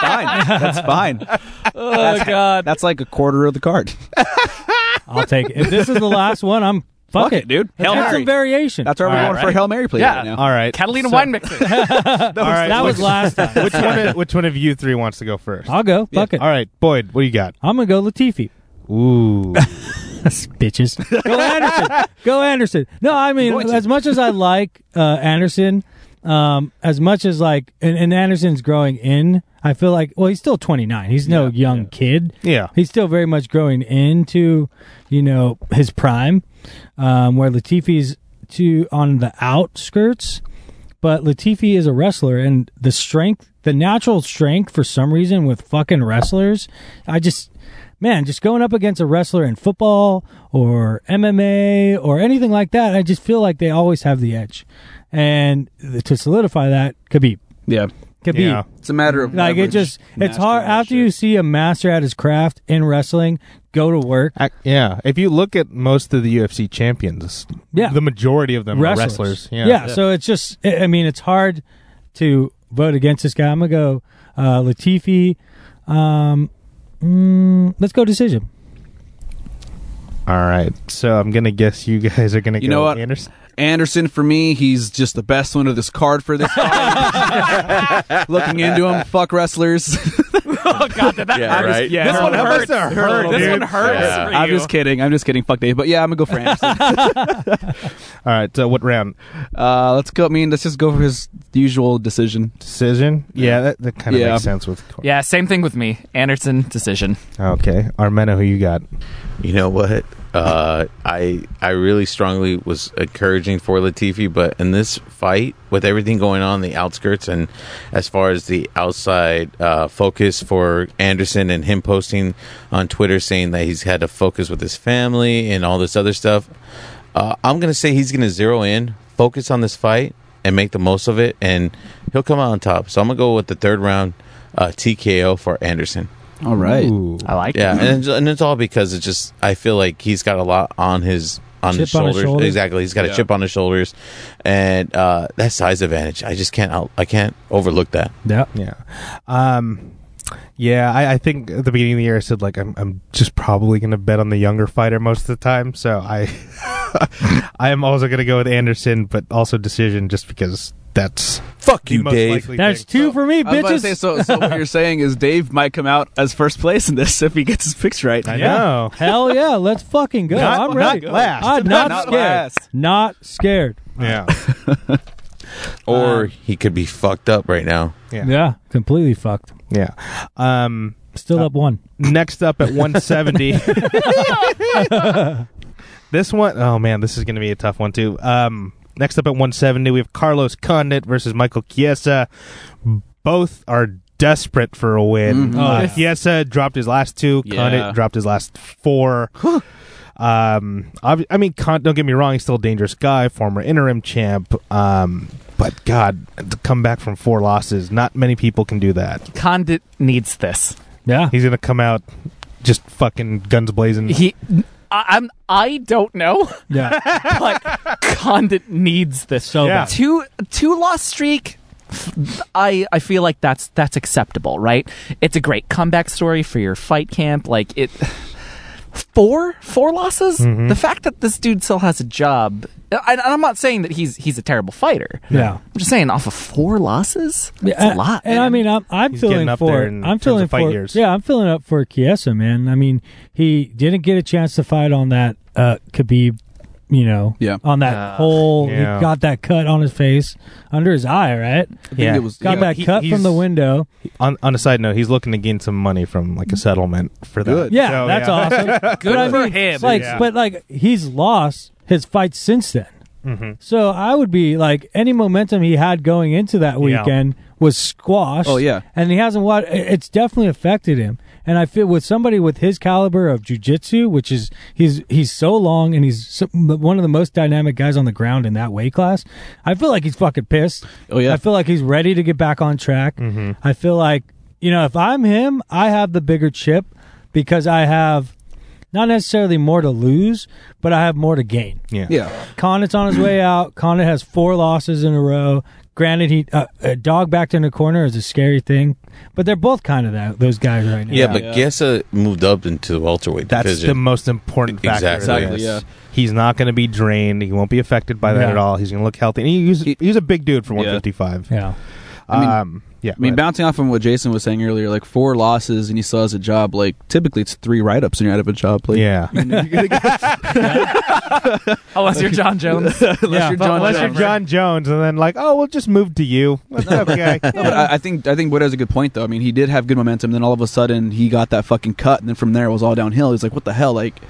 Speaker 3: (laughs)
Speaker 5: fine. That's fine.
Speaker 4: Oh God,
Speaker 5: That's like a quarter of the card.
Speaker 1: I'll take it. If this is the last one, I'm fuck,
Speaker 5: Fuck it, dude.
Speaker 1: Let's
Speaker 5: Hail
Speaker 1: get some
Speaker 5: Mary.
Speaker 1: variation.
Speaker 5: That's where we're
Speaker 3: All
Speaker 5: going
Speaker 3: right.
Speaker 5: for hail mary play
Speaker 4: Yeah.
Speaker 5: right now.
Speaker 3: All right.
Speaker 4: Catalina wine mixer.
Speaker 1: All right, that was last time.
Speaker 3: (laughs) Which one? Of, which one of you three wants to go first?
Speaker 1: I'll go. Fuck it.
Speaker 3: All right, Boyd. What do you got?
Speaker 1: I'm gonna go Latifi.
Speaker 3: Ooh.
Speaker 1: bitches.
Speaker 3: (laughs)
Speaker 1: Go Anderson. Go Anderson. No, I mean,
Speaker 5: Going to.
Speaker 1: as much as I like uh, Anderson, um, as much as like, and, and Anderson's growing in, I feel like, well, he's still 29. He's no young kid.
Speaker 3: Yeah.
Speaker 1: He's still very much growing into, you know, his prime, um, where Latifi's to on the outskirts. But Latifi is a wrestler, and the strength, the natural strength for some reason with fucking wrestlers, I just, man, just going up against a wrestler in football or MMA or anything like that, I just feel like they always have the edge. And th- to solidify that, Khabib.
Speaker 5: Yeah.
Speaker 1: Khabib.
Speaker 3: Yeah.
Speaker 5: It's a matter of
Speaker 1: Like it
Speaker 5: leverage,
Speaker 1: just, it's
Speaker 5: master
Speaker 1: hard.
Speaker 5: that
Speaker 1: After
Speaker 5: shit.
Speaker 1: you see a master at his craft in wrestling, go to work.
Speaker 3: Ac- yeah. If you look at most of the UFC champions,
Speaker 1: Yeah.
Speaker 3: the majority of them are wrestlers. Yeah.
Speaker 1: so it's just, I I mean, it's hard to vote against this guy. I'm going to go uh, Latifi. Um, mm, let's go decision.
Speaker 3: All right. So I'm gonna guess you guys are gonna
Speaker 5: You
Speaker 3: go
Speaker 5: know what?
Speaker 3: Anderson.
Speaker 5: Anderson for me, he's just the best one of this card for this
Speaker 1: (laughs)
Speaker 5: fight. Looking into him, fuck wrestlers.
Speaker 4: (laughs) oh God, did that
Speaker 2: Yeah,
Speaker 4: hurt?
Speaker 2: right?
Speaker 5: Yeah.
Speaker 4: This one
Speaker 3: That must
Speaker 4: hurts.
Speaker 3: have hurt,
Speaker 4: This one
Speaker 3: dude.
Speaker 4: hurts.
Speaker 2: Yeah.
Speaker 4: for
Speaker 5: I'm
Speaker 4: you.
Speaker 5: just kidding. I'm just kidding. Fuck Dave. But yeah, I'm gonna go for
Speaker 1: (laughs)
Speaker 5: Anderson.
Speaker 3: All right. So what round?
Speaker 5: uh, let's go. I mean, let's just go for his usual decision.
Speaker 3: Decision. Yeah. That, that kind of
Speaker 5: Yeah.
Speaker 3: makes sense with.
Speaker 4: Yeah, same thing with me. Anderson decision.
Speaker 3: Okay, Armena, who you got?
Speaker 2: You know what? Uh, I I really strongly was encouraging for Latifi, but in this fight, with everything going on in the outskirts and as far as the outside uh, focus for Anderson and him posting on Twitter saying that he's had to focus with his family and all this other stuff, uh, I'm gonna say he's gonna zero in, focus on this fight, and make the most of it, and he'll come out on top. So I'm gonna go with the third round uh, TKO for Anderson.
Speaker 5: All right.
Speaker 3: Ooh.
Speaker 4: I like
Speaker 2: Yeah, and it's, and it's all because it's just I feel like he's got a lot on his on his
Speaker 1: Chip on his
Speaker 2: shoulders.
Speaker 1: shoulder.
Speaker 2: Exactly, he's got
Speaker 5: Yeah.
Speaker 2: a chip on his shoulders, and uh, that size advantage. I just can't out, I can't overlook that.
Speaker 1: Yeah.
Speaker 3: Yeah. Um. Yeah, I, I think at the beginning of the year I (laughs) said like I'm I'm just probably gonna bet on the younger fighter most of the time, so I I am also going to go with Anderson, but also Decision, just because that's
Speaker 2: Fuck
Speaker 3: the
Speaker 2: you,
Speaker 3: most
Speaker 2: Dave.
Speaker 3: likely
Speaker 1: That's
Speaker 3: thing.
Speaker 1: two for me,
Speaker 5: I was about to say,
Speaker 1: bitches.
Speaker 5: so, so what you're saying is Dave might come out as first place in this (laughs) if he gets his picks right.
Speaker 3: I
Speaker 1: Yeah.
Speaker 3: know.
Speaker 1: (laughs) Hell yeah, let's fucking go.
Speaker 3: Not-
Speaker 1: I'm ready.
Speaker 3: not last.
Speaker 1: I'm not,
Speaker 5: Not
Speaker 1: scared.
Speaker 5: last.
Speaker 1: Not scared.
Speaker 3: Yeah.
Speaker 2: Or he could be fucked up right now.
Speaker 3: Yeah.
Speaker 1: Yeah. completely fucked.
Speaker 3: Yeah. Um,
Speaker 1: Still up one.
Speaker 3: next up at 170. this one, oh man, this is going to be a tough one too. Um, next up at 170, we have Carlos Condit versus Michael Chiesa. Both are desperate for a win.
Speaker 5: Mhm.
Speaker 1: Oh,
Speaker 3: Uh,
Speaker 1: yeah.
Speaker 3: Chiesa dropped his last two.
Speaker 5: Yeah.
Speaker 3: Condit dropped his last four. Um, ob- I mean, Con- don't get me wrong; he's still a dangerous guy, former interim champ. Um, but God, to come back from four losses, not many people can do that.
Speaker 4: Condit needs this.
Speaker 1: Yeah.
Speaker 3: He's gonna come out just fucking guns blazing.
Speaker 4: He, I, I'm, I don't know, (laughs)
Speaker 1: Yeah.
Speaker 4: but Condit needs this.
Speaker 1: So
Speaker 3: Yeah.
Speaker 1: bad.
Speaker 4: two two loss streak I, I feel like that's that's acceptable, right? It's a great comeback story for your fight camp. Like it (sighs) four four losses?
Speaker 2: Mm-hmm.
Speaker 3: Mhm.
Speaker 4: The fact that this dude still has a job I, I'm not saying that he's he's a terrible fighter.
Speaker 1: Yeah.
Speaker 4: I'm just saying off of four losses? It's
Speaker 1: Yeah,
Speaker 4: a lot.
Speaker 1: And I
Speaker 4: man.
Speaker 1: mean, I'm, I'm
Speaker 3: He's
Speaker 1: feeling
Speaker 3: getting up
Speaker 1: for.
Speaker 3: there in
Speaker 1: I'm
Speaker 3: terms
Speaker 1: feeling
Speaker 3: of fight
Speaker 1: for.
Speaker 3: years.
Speaker 1: Yeah, I'm feeling up for Kiesa, man. I mean, he didn't get a chance to fight on that uh, Khabib, you know,
Speaker 5: Yeah.
Speaker 1: on that
Speaker 4: Ah,
Speaker 1: whole.
Speaker 3: yeah.
Speaker 1: He got that cut on his face under his eye, right?
Speaker 3: yeah.
Speaker 5: it was-
Speaker 1: Got
Speaker 5: Yeah,
Speaker 1: that
Speaker 3: he-
Speaker 1: cut from
Speaker 3: he's-
Speaker 1: the window.
Speaker 3: on, on a side note, he's looking to gain some money from like a settlement for that.
Speaker 5: Good.
Speaker 1: Yeah,
Speaker 3: So,
Speaker 1: that's (laughs)
Speaker 3: yeah. (laughs)
Speaker 1: awesome. Good
Speaker 4: for him.
Speaker 1: Like,
Speaker 3: Yeah.
Speaker 1: but like he's lost his fights since then.
Speaker 3: Mhm.
Speaker 1: So I would be like any momentum he had going into that weekend was squashed.
Speaker 5: Oh, yeah.
Speaker 1: and he hasn't. What it's definitely affected him. And I feel with somebody with his caliber of jujitsu, which is he's he's so long and he's so, one of the most dynamic guys on the ground in that weight class. I feel like he's fucking pissed.
Speaker 5: Oh, yeah. Mm-hmm.
Speaker 1: I feel like he's ready to get back on track. I feel like you know if I'm him, I have the bigger chip because I have not necessarily more to lose, but I have more to gain.
Speaker 3: Yeah.
Speaker 5: Yeah.
Speaker 1: Condit's on his way out. Condit has four losses in a row. Granted, he uh, a dog backed in the corner is a scary thing, but they're both kind of that those guys right now.
Speaker 2: Yeah, but
Speaker 5: Yeah.
Speaker 2: Gessa moved up into the welterweight
Speaker 3: That's the
Speaker 2: division.
Speaker 3: most important factor. in
Speaker 2: Exactly.
Speaker 3: this.
Speaker 5: Exactly,
Speaker 3: He's not going to be drained. He won't be affected by that
Speaker 1: Yeah.
Speaker 3: at all. He's going to look healthy. And he, he's,
Speaker 5: He-
Speaker 3: he's a big dude for
Speaker 5: Yeah.
Speaker 3: 155.
Speaker 1: yeah,
Speaker 5: I mean-
Speaker 3: um, yeah.
Speaker 5: I mean,
Speaker 3: but-
Speaker 5: bouncing off from what Jason was saying earlier, like four losses and he still has a job. Like typically, it's three write ups and you're out of a job.
Speaker 1: (laughs)
Speaker 5: Like,
Speaker 3: yeah.
Speaker 5: you know, you're gonna get-
Speaker 4: unless
Speaker 1: (laughs)
Speaker 4: you're John Jones.
Speaker 5: unless you're
Speaker 4: but
Speaker 5: John.
Speaker 4: unless
Speaker 5: Jones.
Speaker 3: Unless you're John Jones, and then like, oh, we'll just move to
Speaker 5: (laughs)
Speaker 3: you. That's okay.
Speaker 5: No, but I, I think I think Boyd has a good point though. I mean, he did have good momentum. Then all of a sudden, he got that fucking cut, and then from there it was all downhill. He's like, "What the hell?" Like,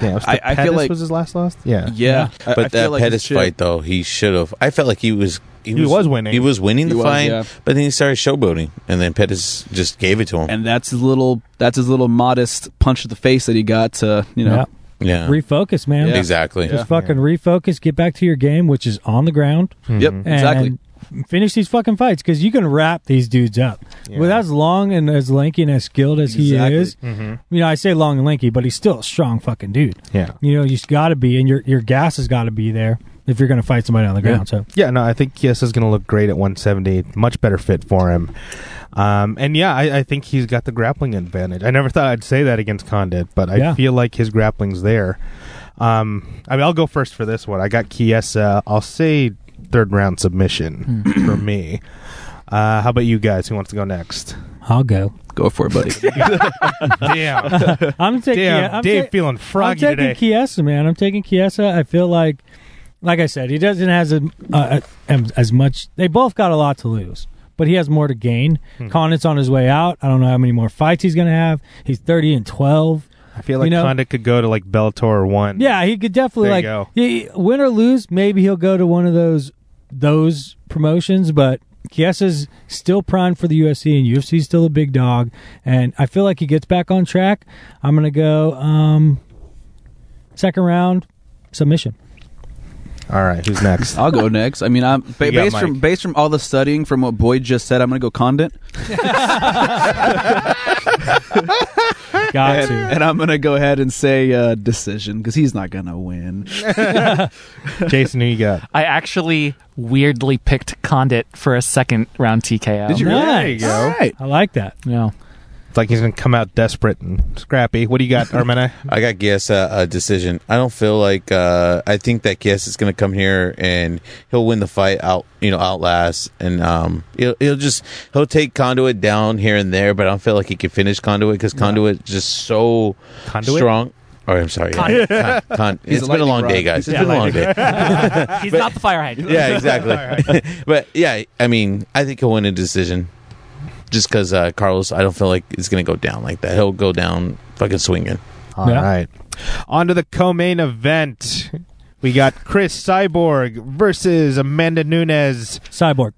Speaker 3: Yeah, was
Speaker 5: I-
Speaker 3: the
Speaker 5: I feel
Speaker 3: Pettis
Speaker 5: like-
Speaker 3: was his last loss. Yeah.
Speaker 5: yeah. I- I
Speaker 2: but
Speaker 5: feel
Speaker 2: that
Speaker 5: like
Speaker 2: Pettis
Speaker 5: he should-
Speaker 2: fight, though, he should have. I felt like he was.
Speaker 3: He was winning.
Speaker 2: He was winning
Speaker 5: He
Speaker 2: the
Speaker 5: was,
Speaker 2: fight,
Speaker 5: yeah.
Speaker 2: but then he started showboating, and then Pettis just gave it to him.
Speaker 5: and that's his little that's his little modest punch to the face that he got to you know.
Speaker 2: yeah,
Speaker 1: refocus, man.
Speaker 5: Yeah.
Speaker 2: exactly.
Speaker 5: Yeah.
Speaker 1: Just fucking refocus. Get back to your game, which is on the ground.
Speaker 5: Yep, Hmm. exactly.
Speaker 1: Mm-hmm. And finish these fucking fights because you can wrap these dudes up.
Speaker 3: Yeah.
Speaker 1: With as long and as lanky and as skilled as
Speaker 5: Exactly.
Speaker 1: he is, you know, I say long and lanky, but he's still a strong fucking dude.
Speaker 3: Yeah.
Speaker 1: You know, you got to be, and your your gas has got to be there if you're going to fight somebody on the ground. So
Speaker 3: Yeah, no, I think Kies is going to look great at 170. Much better fit for him. Um, and yeah, I, I think he's got the grappling advantage. I never thought I'd say that against Condit, but I
Speaker 1: Yeah.
Speaker 3: feel like his grappling's there. Um, I mean, I'll go first for this one. I got Kiesa. I'll say third round submission
Speaker 1: Hmm.
Speaker 3: for me. Uh, how about you guys? Who wants to go next?
Speaker 1: I'll go.
Speaker 5: Go for it, buddy.
Speaker 3: (laughs)
Speaker 1: (laughs)
Speaker 3: Damn,
Speaker 1: I'm taking.
Speaker 3: damn,
Speaker 1: I'm
Speaker 3: Dave
Speaker 1: ta-
Speaker 3: feeling
Speaker 1: I'm
Speaker 3: froggy
Speaker 1: taking
Speaker 3: today.
Speaker 1: Kiesa, man. I'm taking Kiesa. I feel like, like I said, he doesn't has a, uh, as as much. They both got a lot to lose, but he has more to gain.
Speaker 3: Hmm.
Speaker 1: Condit's on his way out. I don't know how many more fights he's going to have. He's 30 and 12.
Speaker 3: I feel like
Speaker 1: you know-
Speaker 3: Condit could go to like Bellator one.
Speaker 1: Yeah, he could definitely
Speaker 3: There
Speaker 1: like
Speaker 3: you go.
Speaker 1: he- win or lose. Maybe he'll go to one of those those promotions, but Kiesa's still primed for the UFC, and UFC's still a big dog. And I feel like he gets back on track. I'm gonna go um second round submission.
Speaker 3: All right,
Speaker 1: (laughs)
Speaker 3: who's next?
Speaker 5: I'll go next. I mean, I'm ba-
Speaker 3: You got
Speaker 5: based from
Speaker 3: Mike.
Speaker 5: based from all the studying from what Boyd just said. I'm gonna go Condit,
Speaker 1: Got
Speaker 5: and,
Speaker 1: to.
Speaker 5: (laughs) and I'm gonna go ahead and say uh, decision because he's not gonna win.
Speaker 3: Jason, who you got?
Speaker 4: I actually weirdly picked Condit for a second round TKO.
Speaker 5: Did you
Speaker 1: Nice.
Speaker 5: really? All right.
Speaker 1: I like that.
Speaker 4: No.
Speaker 3: It's like he's going to come out desperate and scrappy. What do you got, Armena?
Speaker 2: I got Gies uh, a decision. I don't feel like uh, I think that Gies is going to come here and he'll win the fight out, you know, outlast, and um, he'll, he'll just he'll take Conduit down here and there, but I don't feel like he can finish Conduit because Conduit just so
Speaker 3: Conduit?
Speaker 2: strong. Or I'm sorry, yeah.
Speaker 1: (laughs)
Speaker 2: Con- Con-
Speaker 5: He's
Speaker 2: it's
Speaker 5: a
Speaker 2: been a
Speaker 5: lightning
Speaker 2: long day,
Speaker 5: rod.
Speaker 2: guys. It's
Speaker 4: Yeah,
Speaker 2: been a long
Speaker 4: lightning.
Speaker 2: day.
Speaker 4: He's not the fire
Speaker 2: (laughs)
Speaker 4: hydrant.
Speaker 2: yeah, exactly. (laughs) but yeah, I mean, I think he'll win a decision just because uh, Carlos, I don't feel like it's going to go down like that. He'll go down fucking swinging.
Speaker 3: All right,
Speaker 1: Yeah.
Speaker 3: On to the co-main event. We got Chris Cyborg versus Amanda Nunes.
Speaker 1: Cyborg.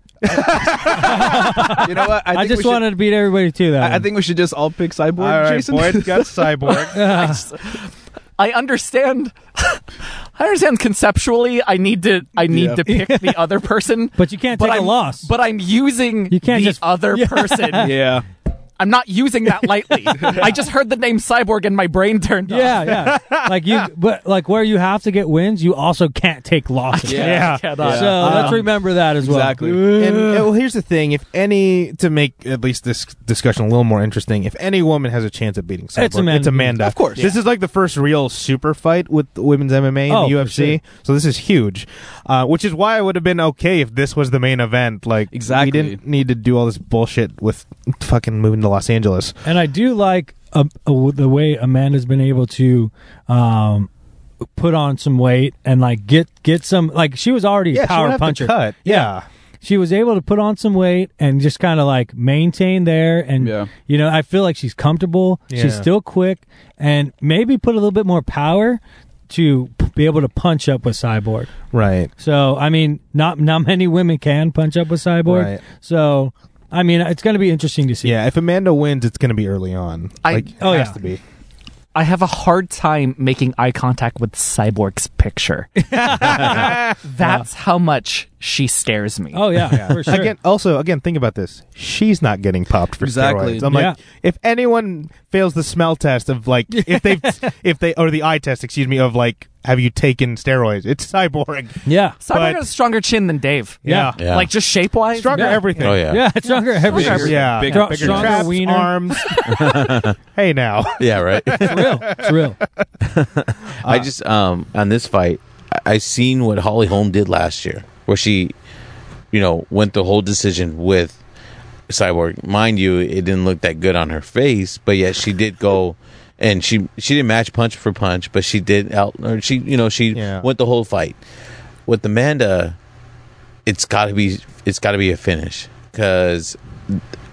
Speaker 5: you know what?
Speaker 1: I,
Speaker 5: think we
Speaker 1: just
Speaker 5: should-
Speaker 1: wanted to beat everybody too. That
Speaker 5: I, I
Speaker 1: one.
Speaker 5: think we should just all pick Cyborg,
Speaker 3: All right,
Speaker 5: Jason.
Speaker 3: Boyd
Speaker 5: (laughs)
Speaker 3: got Cyborg.
Speaker 4: I understand. (laughs) I understand conceptually. I need to. I need
Speaker 5: Yeah.
Speaker 4: to pick the other person.
Speaker 1: (laughs) But you can't
Speaker 4: but
Speaker 1: take a
Speaker 4: I'm-
Speaker 1: loss.
Speaker 4: But I'm using
Speaker 1: You can't
Speaker 4: the
Speaker 1: just- (laughs)
Speaker 4: other
Speaker 1: Yeah.
Speaker 4: person.
Speaker 5: yeah.
Speaker 4: I'm not using that
Speaker 1: (laughs)
Speaker 4: lightly. I just heard the name cyborg and my brain turned off.
Speaker 1: yeah,
Speaker 5: (laughs)
Speaker 1: yeah. like you, but like where you have to get wins, you also can't take losses.
Speaker 5: Yeah.
Speaker 4: I
Speaker 3: yeah. Um,
Speaker 4: cannot.
Speaker 1: So let's remember that as well.
Speaker 5: Exactly.
Speaker 3: And, uh, well, here's the thing: if any, to make at least this discussion a little more interesting, if any woman has a chance at beating Cyborg,
Speaker 1: It's Amanda.
Speaker 5: Of course.
Speaker 3: This is like the first real super fight with the women's MMA in
Speaker 1: Oh,
Speaker 3: the
Speaker 1: for
Speaker 3: UFC, so this is huge. Uh, which is why I would have been okay if this was the main event. Like,
Speaker 5: Exactly.
Speaker 3: we didn't need to do all this bullshit with fucking moving to Los Angeles.
Speaker 1: And I do like uh, uh, the way Amanda's been able to um, put on some weight and like get get some like she was already a
Speaker 3: she would
Speaker 1: power
Speaker 3: have to
Speaker 1: puncher.
Speaker 3: Cut. Yeah.
Speaker 1: She was able to put on some weight and just kind of like maintain there and
Speaker 5: Yeah.
Speaker 1: you know I feel like she's comfortable.
Speaker 3: Yeah.
Speaker 1: She's still quick and maybe put a little bit more power to p- be able to punch up with Cyborg.
Speaker 3: Right.
Speaker 1: So I mean, not not many women can punch up with Cyborg.
Speaker 3: Right.
Speaker 1: So I mean, it's going to be interesting to see.
Speaker 3: Yeah. If Amanda wins, it's going to be early on.
Speaker 4: I-
Speaker 3: like,
Speaker 1: oh,
Speaker 3: it has
Speaker 1: yeah.
Speaker 3: to be.
Speaker 4: I have a hard time making eye contact with Cyborg's picture. That's how much she scares me.
Speaker 1: Oh yeah, for sure.
Speaker 3: Again, also again, think about this. She's not getting popped for
Speaker 5: Exactly.
Speaker 3: steroids. I'm like,
Speaker 1: Yeah.
Speaker 3: if anyone fails the smell test of
Speaker 1: (laughs)
Speaker 3: like, if they, if they, or the eye test, excuse me, of like, have you taken steroids? It's cyborg.
Speaker 1: yeah.
Speaker 4: Cyborg
Speaker 3: but-
Speaker 4: has a stronger chin than Dave.
Speaker 3: Yeah.
Speaker 2: Yeah.
Speaker 4: Like just shape wise.
Speaker 3: Stronger
Speaker 1: Yeah.
Speaker 3: everything.
Speaker 2: Oh, yeah.
Speaker 1: Yeah, it's stronger every
Speaker 5: Bigger,
Speaker 1: It's
Speaker 3: Yeah.
Speaker 5: Big,
Speaker 1: Dra-
Speaker 5: bigger
Speaker 1: stronger
Speaker 5: traps.
Speaker 3: Traps,
Speaker 1: wiener.
Speaker 3: arms. (laughs) hey now.
Speaker 2: Yeah, right.
Speaker 1: real. It's real.
Speaker 2: I just um on this fight, I, I seen what Holly Holm did last year, where she, you know, went the whole decision with Cyborg. Mind you, it didn't look that good on her face, but yet she did go. And she she didn't match punch for punch, but she did out. Or she you know she
Speaker 3: Yeah.
Speaker 2: went the whole fight with Amanda. It's got to be it's got to be a finish because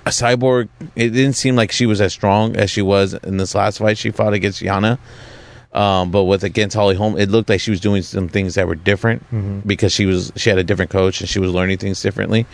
Speaker 2: a cyborg. It didn't seem like she was as strong as she was in this last fight she fought against Yana. Um, but with against Holly Holm, it looked like she was doing some things that were different because she was she had a different coach and she was learning things differently.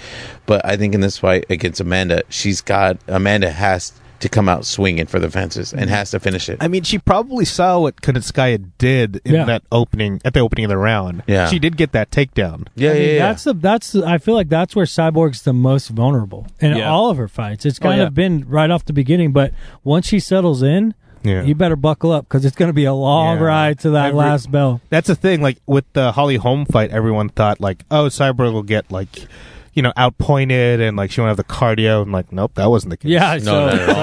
Speaker 2: But I think in this fight against Amanda, she's got Amanda has to come out swinging for the fences and has to finish it.
Speaker 3: I mean, she probably saw what Kunitskaya did in
Speaker 1: Yeah.
Speaker 3: that opening at the opening of the round.
Speaker 2: Yeah.
Speaker 3: She did get that takedown.
Speaker 2: yeah,
Speaker 1: I mean,
Speaker 2: yeah, yeah.
Speaker 1: That's the that's the, I feel like that's where Cyborg's the most vulnerable in
Speaker 5: Yeah.
Speaker 1: all of her fights. It's kind
Speaker 5: yeah.
Speaker 1: of been right off the beginning, but once she settles in,
Speaker 3: Yeah.
Speaker 1: you better buckle up because it's going to be a long
Speaker 3: Yeah.
Speaker 1: ride to that
Speaker 3: Every-
Speaker 1: last bell.
Speaker 3: That's the thing. Like with the Holly Holm fight, everyone thought like, oh, Cyborg will get like, you know, outpointed and like she won't have the cardio. And like, nope, that wasn't the case.
Speaker 1: Yeah. (laughs) so,
Speaker 2: no, not at all.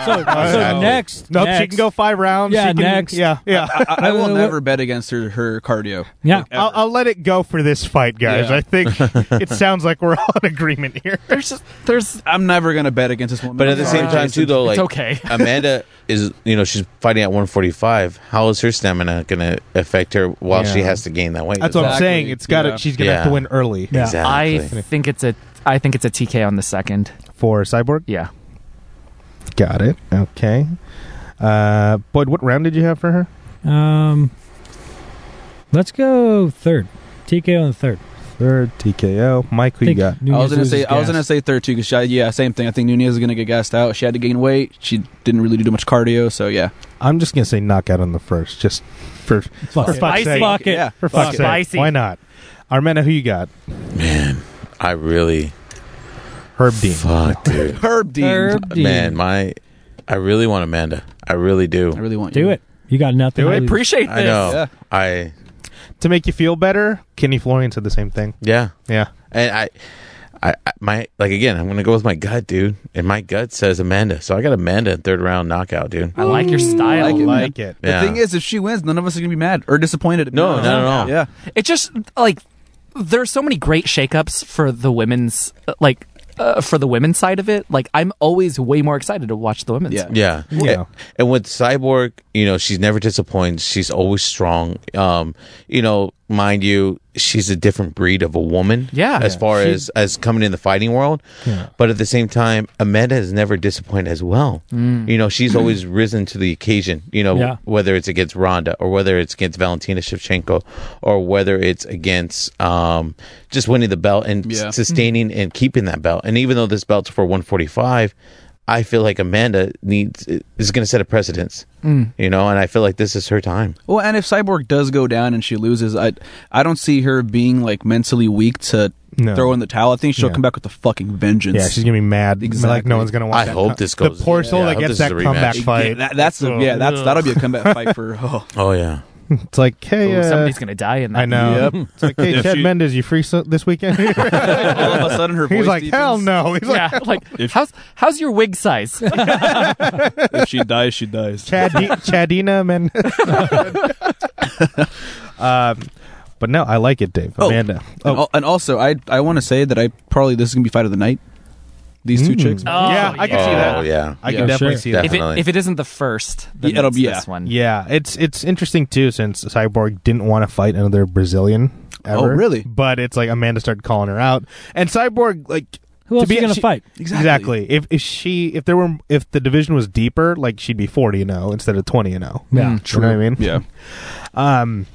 Speaker 1: so, so
Speaker 2: Exactly.
Speaker 1: next,
Speaker 3: Nope,
Speaker 1: next,
Speaker 3: she can go five rounds.
Speaker 1: Yeah,
Speaker 3: she can,
Speaker 1: next.
Speaker 3: Yeah, yeah.
Speaker 5: I, I will
Speaker 1: Uh,
Speaker 5: never bet against her, her cardio.
Speaker 1: Yeah.
Speaker 5: Like, ever.
Speaker 3: (laughs) I'll, I'll let it go for this fight, guys.
Speaker 5: Yeah.
Speaker 3: I
Speaker 5: (laughs)
Speaker 3: think it sounds like we're all in agreement here.
Speaker 4: There's just, there's
Speaker 5: I'm never gonna bet against this
Speaker 2: (laughs)
Speaker 5: woman.
Speaker 2: But at
Speaker 5: I'm
Speaker 2: the
Speaker 5: (laughs) sorry,
Speaker 2: same time,
Speaker 5: Jason.
Speaker 2: too, though, like
Speaker 4: It's okay. (laughs)
Speaker 2: Amanda is, you know, she's fighting at 145. How is her stamina going to affect her while she
Speaker 3: Yeah.
Speaker 2: has to gain that weight?
Speaker 3: That's what I'm
Speaker 5: Exactly.
Speaker 3: saying. It's got to
Speaker 5: Yeah.
Speaker 3: She's gonna have
Speaker 2: Yeah.
Speaker 3: to win early
Speaker 1: Yeah.
Speaker 2: Exactly.
Speaker 4: I think it's a I think it's a TK on the second.
Speaker 3: for Cyborg.
Speaker 4: Yeah.
Speaker 3: Got it. Okay. Uh, Boyd, what round did you have for her?
Speaker 1: Um, let's go third. TKO in the third.
Speaker 3: Third TKO. Mike, who
Speaker 1: I
Speaker 3: you
Speaker 1: think
Speaker 3: got?
Speaker 1: Nunez
Speaker 5: I was gonna
Speaker 1: loses
Speaker 5: say I was
Speaker 1: gas.
Speaker 5: gonna say third too because yeah same thing I think Nunez is gonna get gassed out she had to gain weight she didn't really do much cardio so yeah
Speaker 3: I'm just gonna say knockout on the first, just for
Speaker 1: Fuck
Speaker 3: for
Speaker 1: it.
Speaker 3: fuck's sake.
Speaker 1: Fuck it.
Speaker 5: yeah
Speaker 3: For fuck's sake.
Speaker 4: Spicy.
Speaker 3: Why not? Armena, who you got?
Speaker 2: I really.
Speaker 3: Herb Dean.
Speaker 2: Fuck, dude.
Speaker 5: Herb Dean
Speaker 1: Herb Dean.
Speaker 2: Man, my. I really want Amanda. I really do.
Speaker 5: I really want
Speaker 1: Do
Speaker 5: you.
Speaker 1: it. You got nothing.
Speaker 3: Do
Speaker 1: to
Speaker 3: it.
Speaker 1: lose.
Speaker 4: Appreciate this.
Speaker 2: I know.
Speaker 5: Yeah.
Speaker 2: I.
Speaker 3: To make you feel better, Kenny Florian said the same thing.
Speaker 2: Yeah.
Speaker 3: Yeah.
Speaker 2: And I. I, I my like again. I'm gonna go with my gut, dude, and my gut says Amanda. So I got Amanda in third round knockout, dude.
Speaker 4: I like your
Speaker 5: I
Speaker 4: style.
Speaker 5: like it. man.
Speaker 3: like it.
Speaker 5: The
Speaker 2: Yeah.
Speaker 5: thing is, if she wins, none of us are gonna be mad or disappointed.
Speaker 2: No, not at all.
Speaker 5: Yeah,
Speaker 4: It's just like there's so many great shakeups for the women's like uh, for the women's side of it. Like I'm always way more excited to watch the women's.
Speaker 5: Yeah.
Speaker 2: Yeah.
Speaker 3: Yeah.
Speaker 2: And, and with Cyborg, you know, she's never disappoints. She's always strong. Um, you know, mind you, she's a different breed of a woman.
Speaker 4: Yeah.
Speaker 2: As
Speaker 4: Yeah.
Speaker 2: far as as coming in the fighting world. But at the same time, Amanda has never disappointed as well. You know, she's always risen to the occasion, you know,
Speaker 1: Yeah.
Speaker 2: whether it's against Ronda or whether it's against Valentina Shevchenko or whether it's against um, just winning the belt and
Speaker 5: Yeah.
Speaker 2: sustaining and keeping that belt. And even though this belt's for 145, I feel like Amanda needs is going to set a precedence,
Speaker 3: Mm.
Speaker 2: you know, and I feel like this is her time.
Speaker 5: Well, and if Cyborg does go down and she loses, I I don't see her being like mentally weak to
Speaker 3: No.
Speaker 5: throw in the towel. I think she'll
Speaker 3: Yeah.
Speaker 5: come back with a fucking vengeance.
Speaker 3: Yeah, she's gonna be mad. Like
Speaker 5: Exactly.
Speaker 3: no one's gonna watch.
Speaker 2: I
Speaker 3: that
Speaker 2: hope this goes-
Speaker 3: The poor soul
Speaker 2: yeah, I
Speaker 3: that
Speaker 2: hope
Speaker 3: gets
Speaker 2: this is
Speaker 3: that
Speaker 2: a rematch.
Speaker 3: comemeback
Speaker 2: Yeah,
Speaker 5: Yeah,
Speaker 3: fight.
Speaker 5: that, that's a,
Speaker 3: Oh.
Speaker 5: yeah, that's that'll be a comeback
Speaker 1: (laughs)
Speaker 5: fight for. Oh,
Speaker 2: Oh yeah,
Speaker 3: It's like hey,
Speaker 4: Ooh,
Speaker 3: uh,
Speaker 4: somebody's gonna die in that.
Speaker 3: I know.
Speaker 5: Yep.
Speaker 3: It's like hey,
Speaker 5: (laughs) If
Speaker 3: Chad
Speaker 5: you-
Speaker 3: Mendes, you free so- this
Speaker 5: (laughs)
Speaker 3: weekend? (laughs) He's
Speaker 5: all of a sudden
Speaker 3: (laughs)
Speaker 5: her voice.
Speaker 3: like hell
Speaker 5: deepens.
Speaker 3: no. He's like
Speaker 4: Yeah,
Speaker 3: (laughs)
Speaker 4: like how's how's your wig (laughs) size?
Speaker 5: If she dies, she dies.
Speaker 3: Chad
Speaker 5: (laughs)
Speaker 3: Chadina Mendes. (laughs) um, but no, I like it, Dave.
Speaker 5: Oh.
Speaker 3: Amanda.
Speaker 5: And,
Speaker 3: Oh,
Speaker 5: al- and also, I I want to say that I probably this is gonna be fight of the night. These two
Speaker 3: Mm.
Speaker 5: chicks.
Speaker 4: Oh,
Speaker 3: yeah, I can
Speaker 4: yeah.
Speaker 3: see
Speaker 2: Oh
Speaker 3: that.
Speaker 2: yeah,
Speaker 3: I
Speaker 5: Hmm. Yeah,
Speaker 3: can definitely
Speaker 1: sure.
Speaker 3: see that.
Speaker 4: if it
Speaker 2: Definitely.
Speaker 4: if it isn't the first, then
Speaker 5: Yeah, it'll
Speaker 4: it's
Speaker 5: be-
Speaker 4: this
Speaker 5: yeah.
Speaker 4: one.
Speaker 3: Yeah, it's it's interesting too since Cyborg didn't want to fight another Brazilian ever.
Speaker 5: Oh, really?
Speaker 3: But it's like Amanda started calling her out, and Cyborg like
Speaker 1: Who else
Speaker 3: to be
Speaker 1: you gonna
Speaker 3: she-
Speaker 1: fight?
Speaker 5: Exactly.
Speaker 3: Exactly. If if she if there were if the division was deeper, like she'd be forty and zero instead of twenty and zero.
Speaker 1: Yeah.
Speaker 3: You know what I mean?
Speaker 5: Yeah.
Speaker 3: Um,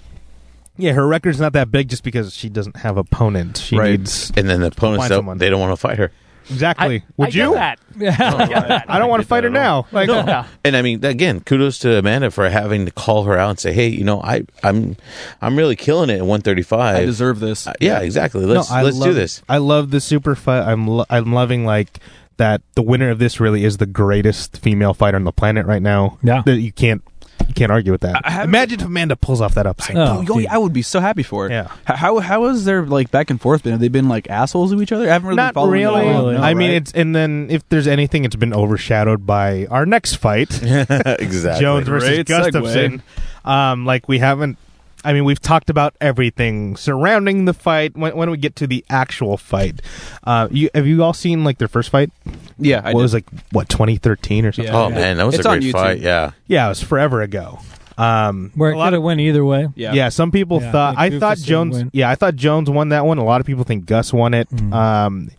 Speaker 3: yeah, her record's not that big just because she doesn't have opponent. She
Speaker 5: Right.
Speaker 3: needs
Speaker 2: and then the opponents
Speaker 3: Find
Speaker 2: don't,
Speaker 3: someone.
Speaker 2: they don't want to fight
Speaker 3: (laughs)
Speaker 2: her.
Speaker 4: I,
Speaker 3: exactly. Would
Speaker 4: I
Speaker 3: you?
Speaker 4: Get
Speaker 3: (laughs)
Speaker 4: that. I, get that.
Speaker 3: Oh, I don't want to fight her now. Like,
Speaker 4: Yeah.
Speaker 2: And I mean, again, kudos to Amanda for having to call her out and say, "Hey, you know, I, I'm, I'm really killing it at 135."
Speaker 5: I deserve this.
Speaker 2: Uh, yeah, exactly. Let's
Speaker 3: No, I
Speaker 2: let's do
Speaker 3: love-
Speaker 2: this.
Speaker 3: I love the super fight. I'm lo- I'm loving like that. The winner of this really is the greatest female fighter on the planet right now.
Speaker 1: Yeah.
Speaker 3: that you can't you can't argue with that.
Speaker 5: I- I haven't-
Speaker 3: Imagine if Amanda pulls off that upset.
Speaker 1: Oh,
Speaker 5: Oh, I would be so happy for it.
Speaker 3: Yeah.
Speaker 5: H- How how has their like back and forth been? Have they been like assholes to each other? I haven't really
Speaker 3: Not
Speaker 5: been following
Speaker 3: really.
Speaker 5: that along,
Speaker 1: Really.
Speaker 5: no,
Speaker 3: I mean,
Speaker 5: right?
Speaker 3: it's and then if there's anything, it's been overshadowed by our next
Speaker 2: (laughs)
Speaker 3: fight.
Speaker 2: exactly.
Speaker 3: Jones versus
Speaker 5: Great
Speaker 3: Gustafson. Um, like we haven't. I mean, we've talked about everything surrounding the fight. When, when we get to the actual fight, uh, you have you all seen like their first fight?
Speaker 5: yeah. I
Speaker 3: what
Speaker 5: did.
Speaker 3: was like what 2013 or something?
Speaker 2: Oh
Speaker 5: Yeah.
Speaker 2: man, that was
Speaker 5: It's
Speaker 2: a
Speaker 5: on
Speaker 2: great
Speaker 5: YouTube.
Speaker 2: fight. Yeah,
Speaker 3: Yeah, it was forever ago. Um,
Speaker 1: Where it
Speaker 3: a lot
Speaker 1: could have
Speaker 3: of
Speaker 1: went either way.
Speaker 5: yeah.
Speaker 3: yeah, some people
Speaker 1: Yeah,
Speaker 3: thought
Speaker 1: I think
Speaker 3: I thought
Speaker 1: Gustafson
Speaker 3: Jones.
Speaker 1: went. Mm-hmm.
Speaker 3: Yeah, I thought Jones won that one. A lot of people think Gus won it. Um,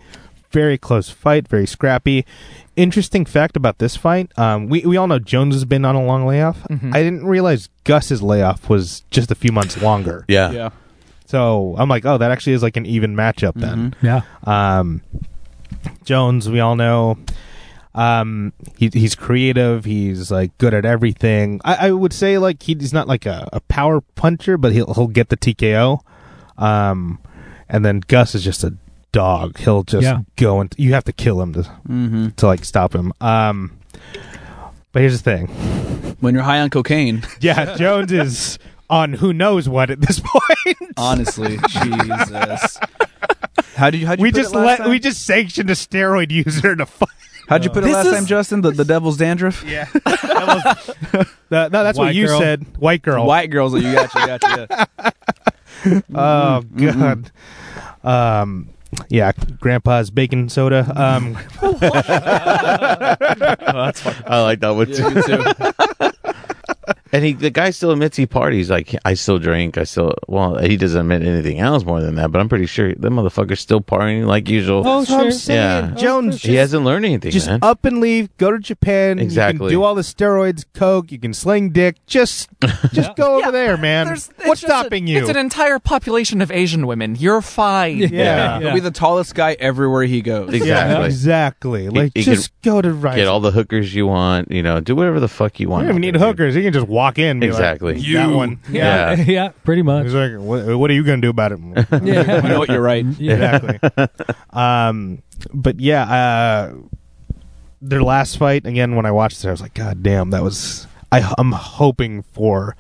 Speaker 3: very close fight, very scrappy. Interesting fact about this fight: um, we we all know Jones has been on a long layoff.
Speaker 1: Mm-hmm.
Speaker 3: I didn't realize Gus's layoff was just a few months longer.
Speaker 2: yeah,
Speaker 5: Yeah.
Speaker 3: So I'm like, oh, that actually is like an even
Speaker 5: Mm-hmm.
Speaker 3: matchup then.
Speaker 1: Yeah.
Speaker 3: Um, Jones, we all know. Um, he, he's creative. He's like good at everything. I, I would say like he, he's not like a, a power puncher, but he'll he'll get the TKO. Um, and then Gus is just a dog. He'll just
Speaker 1: Yeah.
Speaker 3: go and you have to kill him to
Speaker 5: Mm-hmm.
Speaker 3: to like stop him. Um, but here's the thing. (laughs)
Speaker 5: When you're high on cocaine, (laughs)
Speaker 3: Yeah, Jones is on who knows what at this (laughs) point.
Speaker 5: honestly, Jesus. How did you? How did you
Speaker 3: we
Speaker 5: put it
Speaker 3: just
Speaker 5: last
Speaker 3: let
Speaker 5: time?
Speaker 3: we just sanctioned a steroid user to fight.
Speaker 5: How'd you put it
Speaker 4: This
Speaker 5: last
Speaker 4: is-
Speaker 5: time, Justin? The, the devil's
Speaker 2: (laughs)
Speaker 5: dandruff?
Speaker 3: Yeah. That was- no, no, that's
Speaker 1: White
Speaker 3: what you
Speaker 1: girl.
Speaker 3: said. White girl.
Speaker 5: White girls, that you got you, got you. Yeah.
Speaker 3: Oh god.
Speaker 2: Mm-hmm.
Speaker 3: Um yeah, grandpa's baking soda.
Speaker 2: (laughs)
Speaker 3: Um
Speaker 2: I like that
Speaker 1: (laughs)
Speaker 2: one too.
Speaker 5: Yeah, you too.
Speaker 2: And he, the guy still admits he parties. Like I still drink. I still. Well, he doesn't admit anything else more than that. But I'm pretty sure that motherfucker's still partying like usual.
Speaker 1: Oh,
Speaker 3: that's what I'm
Speaker 1: sure.
Speaker 3: saying.
Speaker 2: Yeah.
Speaker 3: Jones
Speaker 2: he hasn't learned anything,
Speaker 3: just oh,
Speaker 2: man.
Speaker 3: up and leave, go to Japan. You can
Speaker 2: Exactly.
Speaker 3: do all the steroids, coke, you can sling dick.
Speaker 2: (laughs)
Speaker 3: Just just go over
Speaker 4: Yeah,
Speaker 3: there, man.
Speaker 4: There's- it's
Speaker 3: um, What's
Speaker 4: just a-
Speaker 3: stopping you?
Speaker 4: It's an entire population of Asian women. You're fine.
Speaker 3: yeah.
Speaker 5: He'll be the tallest guy everywhere he goes.
Speaker 2: Exactly.
Speaker 3: Exactly. Like
Speaker 2: you
Speaker 3: just go to right.
Speaker 2: Get all the hookers you want. You know, do whatever the fuck you
Speaker 3: you
Speaker 2: want.
Speaker 3: don't even need hookers. You can just walk in. and be like,
Speaker 2: Exactly.
Speaker 3: that one.
Speaker 1: Yeah.
Speaker 2: Yeah.
Speaker 1: (laughs) yeah, pretty much.
Speaker 3: He's like, what, what are you going to do
Speaker 2: (laughs)
Speaker 3: about it?
Speaker 5: You know what? You're right.
Speaker 3: (laughs)
Speaker 1: Yeah.
Speaker 5: (laughs)
Speaker 3: exactly. um, but yeah, uh, their last fight again. When I watched it, I was like, God damn, that was. I, I'm hoping for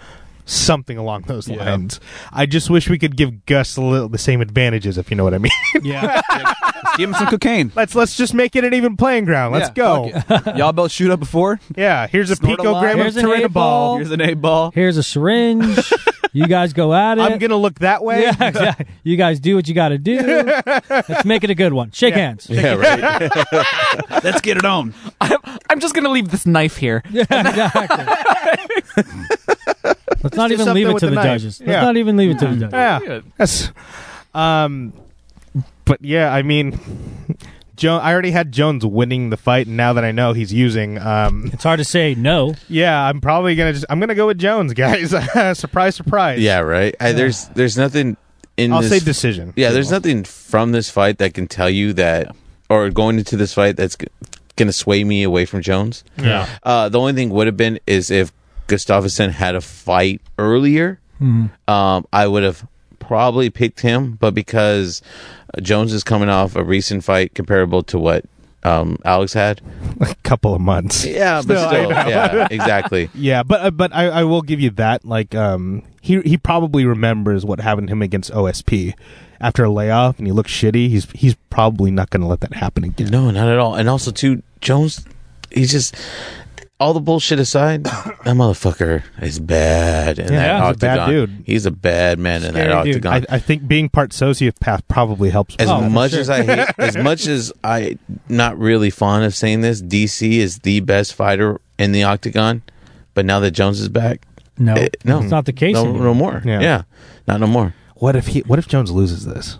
Speaker 3: something along those
Speaker 5: Yeah.
Speaker 3: lines. I just wish we could give Gus a little, the same advantages, if you know what I mean.
Speaker 1: Yeah.
Speaker 5: let's give him some cocaine.
Speaker 3: (laughs) Let's let's just make it an even playing ground. Let's
Speaker 5: Yeah,
Speaker 3: go.
Speaker 5: fuck it. Y'all both shoot up before.
Speaker 3: Yeah, here's a
Speaker 5: Snort a lot.
Speaker 3: picogram of
Speaker 1: Here's an eight
Speaker 3: Torina ball.
Speaker 1: ball.
Speaker 5: Here's an eight ball.
Speaker 1: Here's a syringe. you guys go at it.
Speaker 3: I'm gonna look that way.
Speaker 1: yeah,
Speaker 3: (laughs)
Speaker 1: exactly. You guys do what you got to do. Let's make it a good one. Shake
Speaker 3: Yeah.
Speaker 1: hands. (laughs)
Speaker 2: Yeah, right.
Speaker 3: (laughs)
Speaker 5: Let's get it on.
Speaker 4: (laughs) I'm, I'm just gonna leave this knife here.
Speaker 1: Yeah,
Speaker 3: (laughs)
Speaker 1: exactly. Let's not
Speaker 3: do
Speaker 1: even
Speaker 3: something
Speaker 1: leave it
Speaker 3: with
Speaker 1: to
Speaker 3: the
Speaker 1: the
Speaker 3: knife.
Speaker 1: judges. Let's
Speaker 3: Yeah.
Speaker 1: not even leave it to the judges.
Speaker 3: Yeah. That's, um, but yeah, I mean, Joan. I already had Jones winning the fight, and now that I know he's using, um,
Speaker 1: It's hard to say no.
Speaker 3: yeah, I'm probably gonna just. I'm gonna go with Jones, guys. (laughs) surprise, surprise.
Speaker 2: yeah, right. I, there's there's nothing in
Speaker 3: I'll
Speaker 2: this
Speaker 3: say decision.
Speaker 2: Yeah, there's nothing from this fight that can tell you that, or going into this fight that's g- going to sway me away from Jones.
Speaker 3: Yeah.
Speaker 2: Uh, the only thing would have been is if Gustafsson had a fight earlier, um, I would have probably picked him. But because Jones is coming off a recent fight comparable to what um, Alex had,
Speaker 3: (laughs) a couple of months.
Speaker 2: yeah, but
Speaker 3: Still, I
Speaker 2: still,
Speaker 3: know.
Speaker 2: yeah, exactly.
Speaker 3: Yeah, but uh, but I, I will give you that. Like, um, he he probably remembers what happened to him against OSP after a layoff, and he looked shitty. He's he's probably not going to let that happen again.
Speaker 2: (laughs) No, not at all. And also, too, Jones, he's just all the bullshit aside, that motherfucker is bad in
Speaker 3: Yeah,
Speaker 2: that
Speaker 3: he's a bad
Speaker 2: octagon.
Speaker 3: dude.
Speaker 2: He's a bad man in that
Speaker 1: Scary dude.
Speaker 2: octagon.
Speaker 3: I, I think being part sociopath probably helps.
Speaker 2: as
Speaker 1: Oh, for
Speaker 2: much
Speaker 1: sure.
Speaker 2: as I hate, as much as I not really fond of saying this, DC is the best fighter in the octagon. But now that Jones is back,
Speaker 1: No,
Speaker 2: eh, no,
Speaker 1: it's not the case.
Speaker 2: no,
Speaker 1: anymore.
Speaker 2: no more.
Speaker 3: Yeah.
Speaker 2: Yeah. not no more.
Speaker 3: What if he? What if Jones loses this?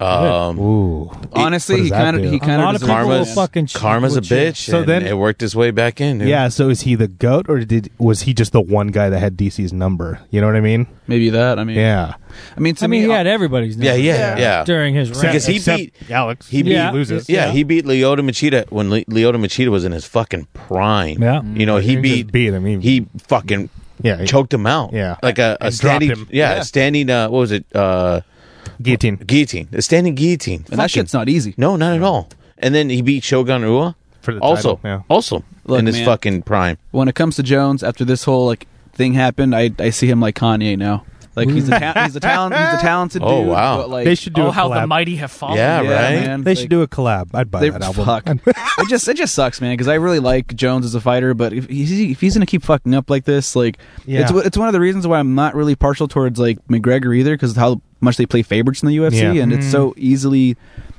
Speaker 2: Um,
Speaker 3: Ooh,
Speaker 5: Honestly,
Speaker 3: does
Speaker 5: he
Speaker 3: that
Speaker 5: kind of
Speaker 3: do?
Speaker 5: he
Speaker 3: A
Speaker 5: kind
Speaker 1: a lot
Speaker 5: of
Speaker 1: of people will
Speaker 2: karma's-
Speaker 1: fucking sh-
Speaker 2: karma's a
Speaker 1: will cheer.
Speaker 2: bitch. So and then it worked its way back in. dude.
Speaker 3: yeah. So is he the goat, or did was he just the one guy that had DC's number? You know what I mean?
Speaker 5: maybe that. I mean,
Speaker 3: Yeah.
Speaker 5: I mean, to
Speaker 1: I mean,
Speaker 5: me, oh,
Speaker 1: he had everybody's
Speaker 2: yeah,
Speaker 1: number
Speaker 2: yeah, yeah.
Speaker 1: during his reign.
Speaker 2: Because he beat-
Speaker 3: Alex.
Speaker 2: he beat-
Speaker 1: Yeah.
Speaker 3: loses.
Speaker 2: Yeah,
Speaker 1: Yeah.
Speaker 2: he beat Leota Machida when Le- Leota Machida was in his fucking prime.
Speaker 1: Yeah.
Speaker 2: you know he
Speaker 3: Just
Speaker 2: beat
Speaker 3: beat him. He,
Speaker 2: he fucking
Speaker 3: yeah. he-
Speaker 2: choked him out.
Speaker 3: Yeah.
Speaker 2: like a, a
Speaker 3: And dropped
Speaker 2: standing
Speaker 3: him.
Speaker 2: yeah,
Speaker 5: Yeah.
Speaker 2: a standing uh, what was it uh,
Speaker 3: guillotine
Speaker 2: guillotine a standing guillotine.
Speaker 5: and that
Speaker 2: Fucking-
Speaker 5: shit's not easy.
Speaker 2: no, not at all. And then he beat Shogun Rua
Speaker 3: for the
Speaker 2: also
Speaker 3: title. Yeah.
Speaker 2: also
Speaker 5: Look,
Speaker 2: in his
Speaker 5: man.
Speaker 2: fucking prime.
Speaker 5: When it comes to Jones, after this whole like thing happened, I I see him like Kanye now. Like he's a ta- he's a talent he's a
Speaker 3: (laughs)
Speaker 5: talented
Speaker 2: Oh,
Speaker 5: dude.
Speaker 2: wow.
Speaker 5: but, like,
Speaker 3: They should do
Speaker 4: oh,
Speaker 3: a
Speaker 4: how the
Speaker 3: collab.
Speaker 4: mighty have fallen.
Speaker 2: Yeah, right.
Speaker 5: man,
Speaker 3: They
Speaker 5: like-
Speaker 3: should do a collab. I'd buy
Speaker 5: They,
Speaker 3: that album. (laughs)
Speaker 5: fuck. it just it just sucks, man. Because I really like Jones as a fighter, but if he's, if he's gonna keep fucking up like this, like
Speaker 3: Yeah.
Speaker 5: it's it's one of the reasons why I'm not really partial towards like McGregor either, because how much they play favorites in the UFC,
Speaker 3: Yeah. Mm.
Speaker 5: and it's so easily,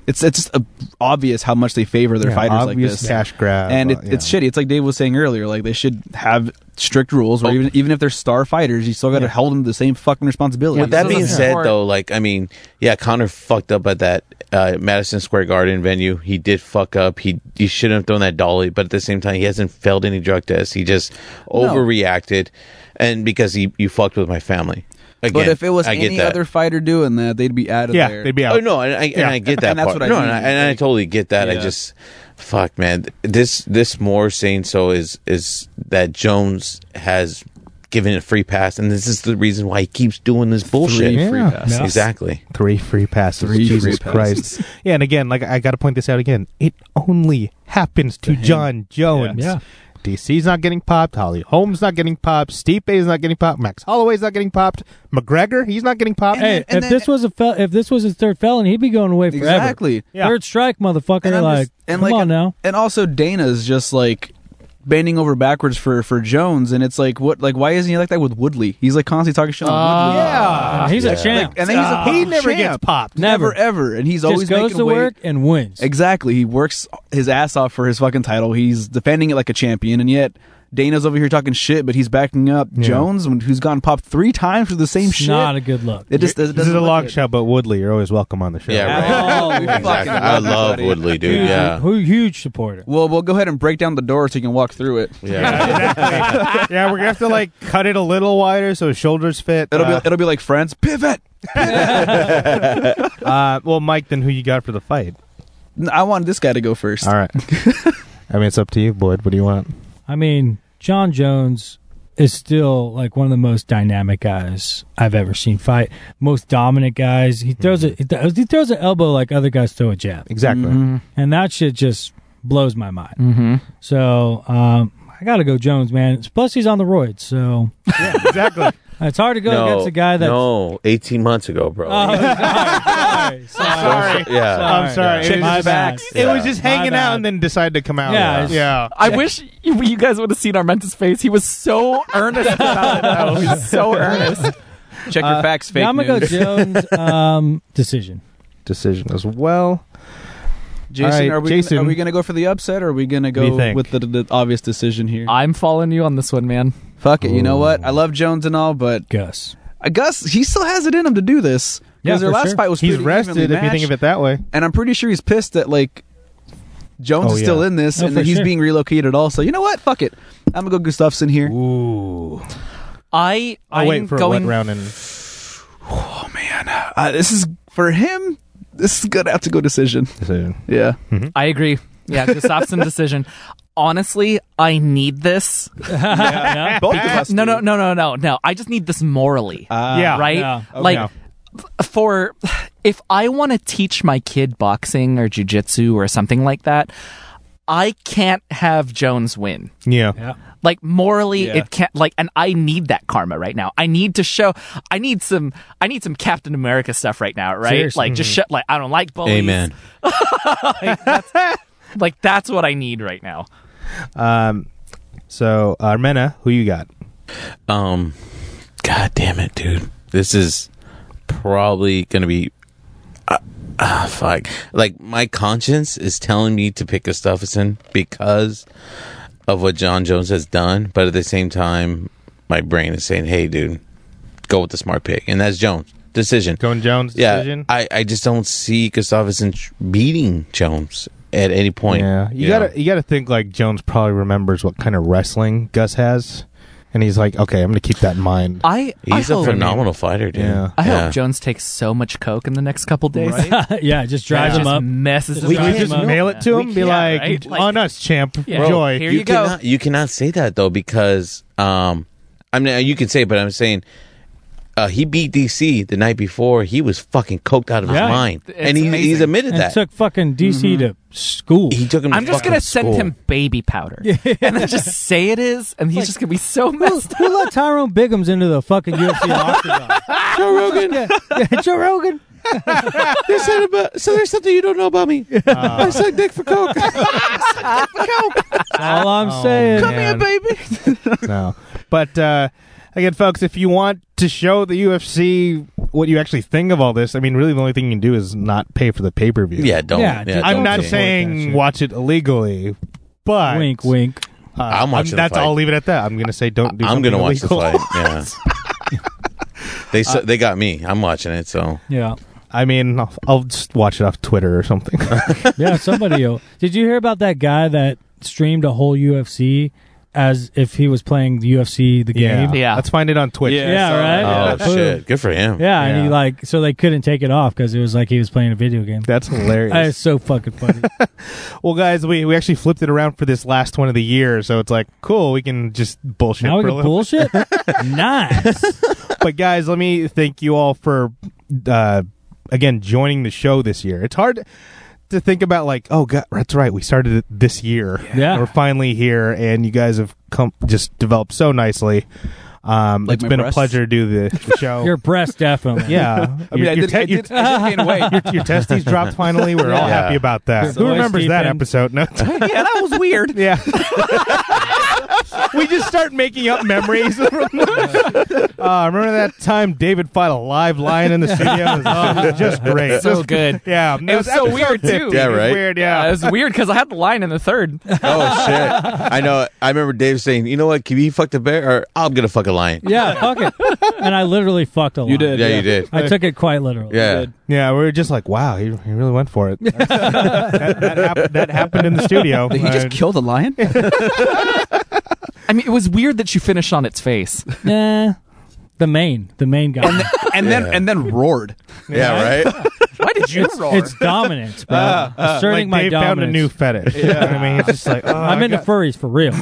Speaker 5: it's it's just uh, obvious how much they favor their
Speaker 3: Yeah,
Speaker 5: fighters like
Speaker 3: obvious
Speaker 5: this.
Speaker 3: cash grab.
Speaker 5: And
Speaker 3: uh,
Speaker 5: it, it's
Speaker 3: yeah.
Speaker 5: shitty. It's like Dave was saying earlier. Like they should have strict rules, where
Speaker 2: Oh.
Speaker 5: even even if they're star fighters, you still got to
Speaker 3: Yeah.
Speaker 5: hold them to the same fucking responsibility.
Speaker 4: Yeah,
Speaker 2: With that
Speaker 4: so
Speaker 2: being
Speaker 4: that's
Speaker 2: said,
Speaker 4: smart.
Speaker 2: though, like I mean, yeah, Connor fucked up at that uh, Madison Square Garden venue. He did fuck up. He he shouldn't have thrown that dolly, but at the same time, he hasn't failed any drug tests. He just overreacted, and because he you fucked with my family. Again,
Speaker 5: but if it was
Speaker 2: I get
Speaker 5: any
Speaker 2: that.
Speaker 5: other fighter doing that, they'd be out of
Speaker 3: yeah.
Speaker 5: there.
Speaker 3: They'd be out.
Speaker 2: Oh no, and I,
Speaker 3: Yeah.
Speaker 2: and I get that
Speaker 5: And that's
Speaker 2: part.
Speaker 5: what I
Speaker 2: no,
Speaker 5: mean.
Speaker 2: and, I, and I totally get that. I
Speaker 5: Yeah.
Speaker 2: just fuck, man. This this more saying so is is that Jones has given it free pass, and this is the reason why he keeps doing this bullshit.
Speaker 5: Three
Speaker 3: Yeah.
Speaker 5: free
Speaker 3: Yeah.
Speaker 5: passes.
Speaker 1: Yeah.
Speaker 2: Exactly.
Speaker 3: Three free passes.
Speaker 5: Three
Speaker 3: Jesus
Speaker 5: free passes.
Speaker 3: Christ. Yeah, and again, like I got to point this out again. It only happens to John Jones.
Speaker 1: Yeah.
Speaker 3: DC's not getting popped. Holly Holm's not getting popped. Stipe is not getting popped. Max Holloway's not getting popped. McGregor, he's not getting popped.
Speaker 1: Hey,
Speaker 5: and
Speaker 1: if
Speaker 5: then-
Speaker 1: this was a fel- if this was his third felony, he'd be going away forever.
Speaker 5: Exactly.
Speaker 3: Yeah.
Speaker 1: Third strike, motherfucker.
Speaker 5: I'm
Speaker 1: like,
Speaker 5: just- and
Speaker 1: come
Speaker 5: like,
Speaker 1: on now.
Speaker 5: And also Dana's just like bending over backwards for for Jones, and it's like what like why isn't he like that with Woodley? He's like constantly talking shit on Woodley.
Speaker 1: Uh, he's a champ.
Speaker 5: Ah, And then he's a
Speaker 3: Uh, he
Speaker 5: fucking
Speaker 3: never
Speaker 5: champ.
Speaker 3: gets popped.
Speaker 5: Never,
Speaker 1: Never.
Speaker 5: ever, and he's always
Speaker 1: Just goes
Speaker 5: making
Speaker 1: to
Speaker 5: weight.
Speaker 1: work and wins.
Speaker 5: Exactly, he works his ass off for his fucking title. He's defending it like a champion, and yet Dana's over here talking shit, but he's backing up Jones, who's gotten popped three times for the same
Speaker 1: It's
Speaker 5: shit.
Speaker 1: not a good look.
Speaker 5: it just doesn't.
Speaker 3: This is a
Speaker 5: look
Speaker 3: long
Speaker 5: good.
Speaker 3: shot, but Woodley, you're always welcome on the show.
Speaker 2: Yeah. Right.
Speaker 5: Oh, we fucking
Speaker 2: Exactly. I
Speaker 5: that
Speaker 2: love
Speaker 5: buddy.
Speaker 2: Woodley, dude.
Speaker 1: Huge-
Speaker 2: Yeah.
Speaker 1: who- huge supporter.
Speaker 5: Well, we'll go ahead and break down the door so you can walk through it.
Speaker 2: Yeah.
Speaker 3: Exactly. (laughs) yeah, we're gonna have to like cut it a little wider so his shoulders fit.
Speaker 5: It'll be
Speaker 3: Uh,
Speaker 5: it'll be like friends pivot.
Speaker 3: uh, well, Mike. Then who you got for the fight?
Speaker 5: N- I want this guy to go first.
Speaker 3: All right.
Speaker 5: (laughs)
Speaker 3: I mean, it's up to you, Boyd. What do you want?
Speaker 1: I mean, John Jones is still like one of the most dynamic guys I've ever seen fight. Most dominant guys. He throws a he
Speaker 5: Mm-hmm.
Speaker 1: th- he throws an elbow like other guys throw a jab,
Speaker 3: Exactly.
Speaker 1: and that shit just blows my mind.
Speaker 4: Mm-hmm.
Speaker 1: So um, I gotta go Jones, man. Plus he's on the roids, so
Speaker 3: (laughs) Yeah,
Speaker 5: (laughs)
Speaker 3: exactly.
Speaker 1: it's hard to go
Speaker 2: no,
Speaker 1: against a guy that.
Speaker 2: no, eighteen months ago, bro.
Speaker 3: (laughs)
Speaker 1: Oh, (laughs) sorry, sorry, sorry.
Speaker 2: So- yeah.
Speaker 1: Sorry.
Speaker 3: I'm sorry.
Speaker 1: Check
Speaker 3: It
Speaker 1: his
Speaker 3: was,
Speaker 1: backs.
Speaker 3: just, it was
Speaker 2: Yeah.
Speaker 3: just
Speaker 1: My
Speaker 3: hanging
Speaker 1: bad.
Speaker 3: out and then decided to come out.
Speaker 1: Yeah, it's-
Speaker 3: yeah.
Speaker 4: I wish you, you guys would have seen Armenta's face. He was so (laughs) earnest about it. Though.
Speaker 3: (laughs)
Speaker 4: He was so earnest.
Speaker 5: Check your facts, fake
Speaker 1: yeah, I'm gonna
Speaker 5: news.
Speaker 1: go
Speaker 3: (laughs)
Speaker 1: Jones um, decision.
Speaker 3: Decision as well.
Speaker 5: Jason,
Speaker 3: All right,
Speaker 5: are we
Speaker 3: Jason.
Speaker 5: Gonna, are we gonna go for the upset or are we gonna
Speaker 3: What do
Speaker 5: go
Speaker 3: you think?
Speaker 5: with the, the obvious decision here?
Speaker 4: I'm following you on this one, man.
Speaker 5: Fuck it, you know what? I love Jones and all, but
Speaker 3: (laughs)
Speaker 1: Gus.
Speaker 5: I guess he still has it in him to do this because
Speaker 1: Yeah,
Speaker 5: their
Speaker 1: for
Speaker 5: last
Speaker 1: sure.
Speaker 5: fight was
Speaker 3: He's
Speaker 5: pretty
Speaker 3: rested
Speaker 5: evenly
Speaker 3: if you think
Speaker 5: matched.
Speaker 3: of it that way.
Speaker 5: and I'm pretty sure he's pissed that like Jones
Speaker 3: Oh,
Speaker 5: is still
Speaker 3: yeah.
Speaker 5: in this
Speaker 1: No,
Speaker 5: and
Speaker 1: for
Speaker 5: that he's
Speaker 1: sure.
Speaker 5: being relocated also. You know what? Fuck it. I'm gonna go Gustafson here.
Speaker 3: Ooh.
Speaker 4: I
Speaker 3: I'll
Speaker 4: I'm
Speaker 3: wait for
Speaker 4: going
Speaker 3: a wet round and
Speaker 5: Uh, this is for him. This is gonna have to
Speaker 3: (laughs)
Speaker 5: go decision.
Speaker 3: decision.
Speaker 5: Yeah.
Speaker 4: I agree. Yeah, Gustafson decision. Honestly, I need this.
Speaker 5: Both of us
Speaker 4: Because, no,
Speaker 5: do.
Speaker 4: no, no, no, no, no. I just need this morally,
Speaker 5: Ah.
Speaker 3: Uh, yeah.
Speaker 4: right?
Speaker 1: yeah.
Speaker 4: Like
Speaker 3: Okay.
Speaker 4: for if I want to teach my kid boxing or jujitsu or something like that, I can't have Jones win.
Speaker 3: Yeah.
Speaker 1: Yeah.
Speaker 4: Like morally,
Speaker 5: Yeah.
Speaker 4: it can't. Like, and I need that karma right now. I need to show. I need some. I need some Captain America stuff right now. Right?
Speaker 1: Seriously.
Speaker 4: Like, just shut. Like, I don't like bullies.
Speaker 2: Amen.
Speaker 4: Like, that's what I need right now.
Speaker 3: Um. So Armena, who you got?
Speaker 2: Um, God damn it, dude. This is probably going to be. Uh, uh, fuck. Like, my conscience is telling me to pick Gustafsson because of what John Jones has done. But at the same time, my brain is saying, hey, dude, go with the smart pick. And that's Jones. Decision.
Speaker 3: Going Jones
Speaker 2: yeah.
Speaker 3: decision.
Speaker 2: I, I just don't see Gustafsson tr- beating Jones at any point.
Speaker 3: Yeah. You
Speaker 2: know?
Speaker 3: gotta you gotta think like Jones probably remembers what kind of wrestling Gus has, and he's like, okay, I'm gonna keep that in mind.
Speaker 4: I.
Speaker 2: He's
Speaker 4: I
Speaker 2: a
Speaker 4: hope,
Speaker 2: phenomenal fighter, dude.
Speaker 3: Yeah.
Speaker 4: I hope
Speaker 2: Yeah.
Speaker 4: Jones takes so much coke in the next couple days. (laughs)
Speaker 1: yeah, just drive
Speaker 4: Just
Speaker 1: him up.
Speaker 4: messes
Speaker 1: We
Speaker 4: him up.
Speaker 1: can't-
Speaker 3: just
Speaker 1: Well,
Speaker 3: mail it to
Speaker 4: we
Speaker 3: him. Be
Speaker 4: can't,
Speaker 3: like,
Speaker 4: right? Like-
Speaker 3: on us, champ.
Speaker 4: Yeah.
Speaker 3: Enjoy.
Speaker 4: Here you, go.
Speaker 2: Cannot, you cannot say that though because um, I mean you can say, it, but I'm saying. Uh, he beat DC the night before. He was fucking coked out of his
Speaker 1: Yeah.
Speaker 2: mind,
Speaker 4: It's
Speaker 2: and he, he's
Speaker 4: amazing.
Speaker 2: admitted
Speaker 1: And
Speaker 2: that.
Speaker 1: took fucking
Speaker 3: Mm-hmm.
Speaker 1: DC to school.
Speaker 2: he took him. To
Speaker 4: I'm just
Speaker 2: fucking
Speaker 4: gonna send
Speaker 2: school.
Speaker 4: him baby (laughs) powder, and then just say it is, and he's just gonna be (laughs) so
Speaker 1: who,
Speaker 4: messed.
Speaker 1: (laughs) who let Tyrone Biggums into the fucking UFC
Speaker 3: (laughs)
Speaker 1: octagon? Joe Rogan. Yeah, (laughs) yeah, Joe Rogan.
Speaker 2: There's something about- so there's something you don't know about me.
Speaker 3: Uh,
Speaker 2: I suck dick for coke.
Speaker 1: All I'm
Speaker 3: (laughs) Oh,
Speaker 1: saying.
Speaker 3: Come here,
Speaker 4: baby.
Speaker 3: (laughs) no. But uh, again, folks, if you want to show the UFC what you actually think of all this, I mean, really the only thing you can do is not pay for the pay per view.
Speaker 2: yeah, don't.
Speaker 1: Yeah,
Speaker 2: Yeah,
Speaker 1: dude,
Speaker 2: don't
Speaker 3: I'm not
Speaker 2: do
Speaker 1: Support that
Speaker 2: it.
Speaker 3: saying
Speaker 1: shit.
Speaker 3: watch it illegally, but
Speaker 1: Wink, wink.
Speaker 3: uh,
Speaker 2: I'm
Speaker 3: I'm-
Speaker 2: watching the
Speaker 3: that's.
Speaker 2: fight.
Speaker 3: I'll leave it at that. I'm gonna say don't do.
Speaker 2: I'm gonna
Speaker 3: something
Speaker 2: watch the
Speaker 3: illegal.
Speaker 2: fight. Yeah. they su- they got me. I'm watching it. So
Speaker 1: Yeah,
Speaker 3: (laughs) I mean, I'll, I'll just watch it off Twitter or something. (laughs)
Speaker 1: yeah. Somebody. will- Did you hear about that guy that streamed a whole UFC as if he was playing the UFC the game?
Speaker 4: Yeah.
Speaker 3: Let's find it on Twitch.
Speaker 5: Yeah.
Speaker 1: Yeah,
Speaker 5: so-
Speaker 1: right.
Speaker 2: oh
Speaker 1: Yeah.
Speaker 2: shit, good for him.
Speaker 1: Yeah, and he
Speaker 3: Yeah.
Speaker 1: like so they couldn't take it off because it was like he was playing a video game.
Speaker 3: That's hilarious.
Speaker 1: That is so fucking funny.
Speaker 3: Well, guys, we, we actually flipped it around for this last one of the year, so it's like cool. We can just bullshit.
Speaker 1: now we
Speaker 3: for a
Speaker 1: can
Speaker 3: little.
Speaker 1: bullshit. nice.
Speaker 3: but guys, let me thank you all for uh, again joining the show this year. It's hard to think about like, oh god, that's right, we started it this year.
Speaker 1: Yeah.
Speaker 3: And we're finally here, and you guys have come just developed so nicely. Um,
Speaker 5: Like
Speaker 3: it's
Speaker 5: my
Speaker 3: been a
Speaker 5: breasts?
Speaker 3: pleasure to do the, the show.
Speaker 1: Your breast definitely.
Speaker 3: Oh. yeah,
Speaker 5: (laughs) I mean,
Speaker 3: Your-
Speaker 5: I
Speaker 3: your
Speaker 5: did,
Speaker 3: te-
Speaker 5: I
Speaker 3: your-
Speaker 5: did,
Speaker 3: (laughs)
Speaker 5: I did gain weight.
Speaker 3: your, your testes dropped finally. We're
Speaker 5: (laughs)
Speaker 2: Yeah.
Speaker 3: all happy about that.
Speaker 1: So
Speaker 3: Who
Speaker 1: I
Speaker 3: remembers
Speaker 1: see
Speaker 3: that
Speaker 1: Ben-
Speaker 3: episode? No.
Speaker 4: yeah, that was weird.
Speaker 3: Yeah. we just start making up memories. (laughs) uh, remember that time David fought a live lion in the studio? It was, oh, it was just great.
Speaker 4: So good.
Speaker 3: yeah.
Speaker 4: (laughs) It was so weird too.
Speaker 2: Yeah,
Speaker 3: It was
Speaker 2: right?
Speaker 3: Weird,
Speaker 4: Uh,
Speaker 3: yeah.
Speaker 4: it was weird because I had the line in the third.
Speaker 2: Oh shit! I know. I remember Dave saying, "You know what? Can we fuck a bear, or I'm gonna fuck a lion."
Speaker 1: Yeah, fuck it. And I literally fucked a lot.
Speaker 5: You did.
Speaker 2: Yeah, you did.
Speaker 1: I took it quite literally.
Speaker 2: Yeah,
Speaker 3: yeah, we were just like, wow, he, he really went for it. (laughs) that, that hap- that happened in the studio.
Speaker 5: Did he
Speaker 3: Uh,
Speaker 5: just kill
Speaker 3: (laughs)
Speaker 5: the lion?
Speaker 4: I mean, it was weird that you finished on its face.
Speaker 1: Nah. The main, the main guy.
Speaker 5: and then
Speaker 2: Yeah.
Speaker 5: and then roared.
Speaker 2: yeah, right.
Speaker 4: Why did (laughs) you roar?
Speaker 1: it's dominance, bro. Asserting
Speaker 3: uh, like
Speaker 1: my
Speaker 3: Dave
Speaker 1: dominance.
Speaker 3: found a new fetish. You know what I mean, it's just like oh,
Speaker 1: I'm
Speaker 3: I
Speaker 1: into
Speaker 3: got-
Speaker 1: furries for real.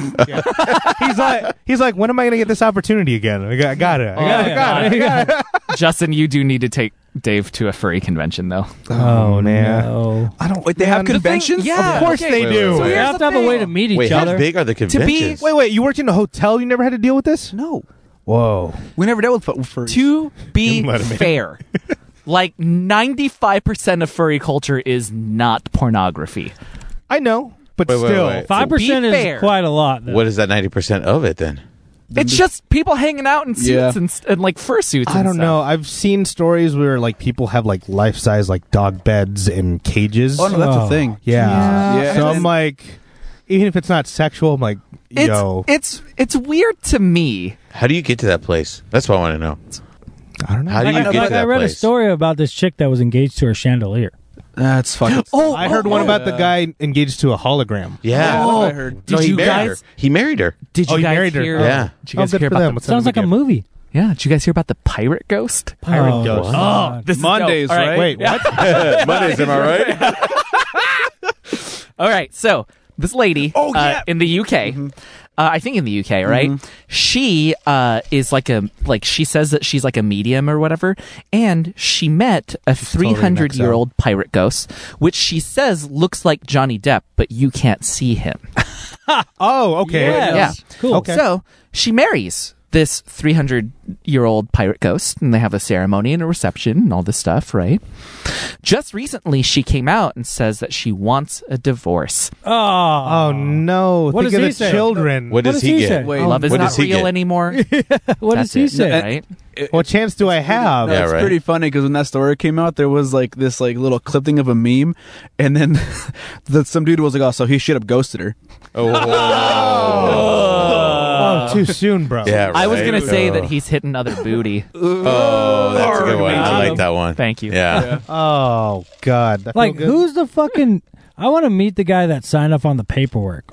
Speaker 3: he's like, he's like, when am I going to get this opportunity again? I got, I got it. I got,
Speaker 1: Yeah,
Speaker 3: I got it.
Speaker 4: Justin, you do need to take Dave to a furry convention, though.
Speaker 3: Oh, man.
Speaker 1: no.
Speaker 3: I don't.
Speaker 5: Wait, they have conventions?
Speaker 4: yeah,
Speaker 3: Of course
Speaker 4: okay.
Speaker 3: they
Speaker 2: Wait,
Speaker 3: do.
Speaker 2: wait,
Speaker 1: We
Speaker 2: Here's
Speaker 1: have to have a way to meet each
Speaker 2: Wait,
Speaker 1: other.
Speaker 2: how big are the conventions?
Speaker 3: Wait, wait. You worked in a hotel. You never had to deal with this.
Speaker 5: No,
Speaker 3: Whoa.
Speaker 5: we never dealt with for
Speaker 4: To be
Speaker 3: Let him in.
Speaker 4: fair, like 95% of furry culture is not pornography.
Speaker 3: I know, but
Speaker 2: Wait, wait,
Speaker 3: still,
Speaker 2: wait.
Speaker 1: Five percent
Speaker 4: To
Speaker 1: is
Speaker 4: be fair.
Speaker 1: quite a lot. Though.
Speaker 2: What is that ninety percent of it then?
Speaker 4: It's just people hanging out in suits
Speaker 5: Yeah.
Speaker 4: and, st- and like fursuits.
Speaker 3: I
Speaker 4: and
Speaker 3: don't
Speaker 4: stuff.
Speaker 3: know. I've seen stories where like people have like life size like dog beds in cages.
Speaker 5: Oh no, that's
Speaker 1: Oh.
Speaker 5: a thing.
Speaker 3: Yeah.
Speaker 5: Yeah.
Speaker 3: So
Speaker 5: And-
Speaker 3: I'm like, even if it's not sexual, I'm like,
Speaker 4: It's
Speaker 3: yo,
Speaker 4: it's it's weird to me.
Speaker 2: How do you get to that place? That's what I want to know.
Speaker 3: I don't know.
Speaker 2: How do you
Speaker 1: Like,
Speaker 2: get
Speaker 1: like
Speaker 2: to
Speaker 1: I
Speaker 2: that
Speaker 1: read a
Speaker 2: place?
Speaker 1: story about this chick that was engaged to her chandelier.
Speaker 5: That's fucking.
Speaker 4: Oh,
Speaker 3: I heard
Speaker 4: oh,
Speaker 3: one
Speaker 4: oh.
Speaker 3: about the guy engaged to a hologram.
Speaker 2: Yeah.
Speaker 5: Oh,
Speaker 4: Oh,
Speaker 5: I heard.
Speaker 4: Did
Speaker 2: no, he
Speaker 4: you
Speaker 2: married
Speaker 4: guys?
Speaker 2: her. He married (laughs) her.
Speaker 4: Did you
Speaker 3: Oh, he
Speaker 4: guys
Speaker 3: married her.
Speaker 4: hear?
Speaker 2: Yeah.
Speaker 4: Did you guys
Speaker 3: Oh, good
Speaker 4: hear
Speaker 3: for
Speaker 4: about
Speaker 3: them.
Speaker 4: the?
Speaker 3: It's not
Speaker 1: Sounds like a
Speaker 3: big
Speaker 1: movie.
Speaker 4: Yeah. Did you guys hear about the pirate ghost?
Speaker 3: Pirate
Speaker 1: oh,
Speaker 3: ghost.
Speaker 1: God.
Speaker 4: This is dope.
Speaker 5: Mondays,
Speaker 4: All
Speaker 5: right?
Speaker 3: Wait, what?
Speaker 2: Mondays, am I right?
Speaker 4: All right, so this lady
Speaker 5: Oh,
Speaker 4: uh,
Speaker 5: yeah.
Speaker 4: in the UK, uh, I think in the UK, right? She uh, is like a like she says that she's like a medium or whatever, and she met a three
Speaker 3: totally
Speaker 4: hundred
Speaker 3: maxed
Speaker 4: year old pirate ghost, which she says looks like Johnny Depp, but you can't see him.
Speaker 3: Oh, okay.
Speaker 4: Yeah.
Speaker 1: Cool.
Speaker 3: Okay.
Speaker 4: So she marries this 300 year old pirate ghost, and they have a ceremony and a reception and all this stuff, right? Just recently, she came out and says that she wants a divorce.
Speaker 1: Oh,
Speaker 3: Oh no!
Speaker 1: What
Speaker 3: Think
Speaker 1: does
Speaker 3: of
Speaker 1: he
Speaker 3: the
Speaker 1: say?
Speaker 3: children.
Speaker 2: What
Speaker 1: What
Speaker 2: does, he, get?
Speaker 1: say?
Speaker 5: Wait.
Speaker 4: Love is
Speaker 2: What
Speaker 4: not
Speaker 2: does he
Speaker 4: real
Speaker 2: get?
Speaker 4: anymore.
Speaker 1: (laughs) What does
Speaker 4: That's
Speaker 1: he
Speaker 4: it.
Speaker 1: say?
Speaker 5: No,
Speaker 4: Right?
Speaker 3: What chance do I have?
Speaker 5: No,
Speaker 2: Yeah,
Speaker 5: it's
Speaker 2: right.
Speaker 5: pretty funny because when that story came out, there was like this like little clipping of a meme, and then (laughs) the, some dude was like, "Oh, so he should have ghosted her."
Speaker 2: (laughs) Oh,
Speaker 3: oh, too soon, bro.
Speaker 2: yeah. Right.
Speaker 4: I was going to say
Speaker 2: Oh.
Speaker 4: that he's hitting other booty.
Speaker 2: Oh, that's a good one. I
Speaker 1: Um,
Speaker 2: like that one.
Speaker 4: Thank you.
Speaker 2: Yeah.
Speaker 3: Oh God. I feel
Speaker 1: Like
Speaker 3: good.
Speaker 1: who's the fucking? I want to meet the guy that signed up on the paperwork.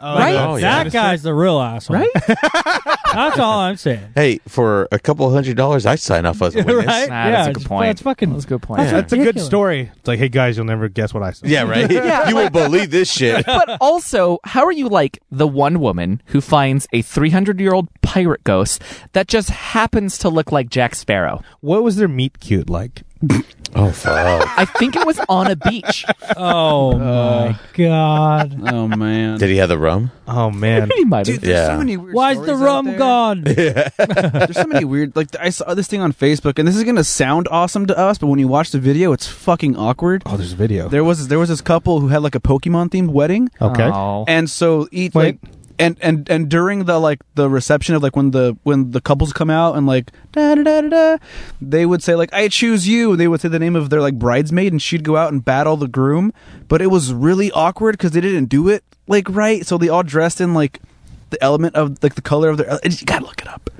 Speaker 3: Oh,
Speaker 4: Right?
Speaker 3: God.
Speaker 2: Oh,
Speaker 1: (laughs)
Speaker 2: yeah.
Speaker 1: that guy's the real asshole. Right? (laughs) That's all I'm
Speaker 2: (laughs)
Speaker 1: saying.
Speaker 2: Hey, for a couple hundred dollars, I sign off
Speaker 1: (laughs)
Speaker 2: as a witness.
Speaker 1: right?
Speaker 4: Nah, that's a good
Speaker 1: it's-
Speaker 4: point.
Speaker 1: That's fucking.
Speaker 4: That's a good point.
Speaker 1: That's
Speaker 2: Yeah.
Speaker 3: That's a good
Speaker 1: ridiculous.
Speaker 3: story. It's like, hey guys, you'll never guess what I said.
Speaker 2: Yeah, right. You will believe this shit.
Speaker 4: (laughs) but also, how are you like the one woman who finds a 300 year old pirate ghost that just happens to look like Jack Sparrow?
Speaker 3: What was their meet cute like?
Speaker 2: Oh fuck!
Speaker 4: I think it was on a beach. (laughs)
Speaker 1: Oh my god.
Speaker 5: Oh man,
Speaker 2: Did he have the rum?
Speaker 3: Oh
Speaker 4: (laughs)
Speaker 3: man.
Speaker 4: He might have.
Speaker 5: Dude, there's
Speaker 2: Yeah.
Speaker 5: so many weird
Speaker 1: Why's the
Speaker 5: stories out
Speaker 1: rum
Speaker 5: there.
Speaker 1: gone?
Speaker 5: There's so many weird. Like I saw this thing on Facebook, and this is gonna sound awesome to us, but when you watch the video, it's fucking awkward.
Speaker 3: oh, there's a video.
Speaker 5: There was there was this couple who had like a Pokemon themed wedding,
Speaker 3: Okay.
Speaker 4: Oh.
Speaker 5: and so each
Speaker 3: Wait.
Speaker 5: like and and and during the like the reception of like when the when the couples come out and like da da da da da, they would say like I choose you. and They would say the name of their like bridesmaid, and she'd go out and battle the groom. But it was really awkward because they didn't do it like right. So they all dressed in like the element of like the color of their. You gotta look it up.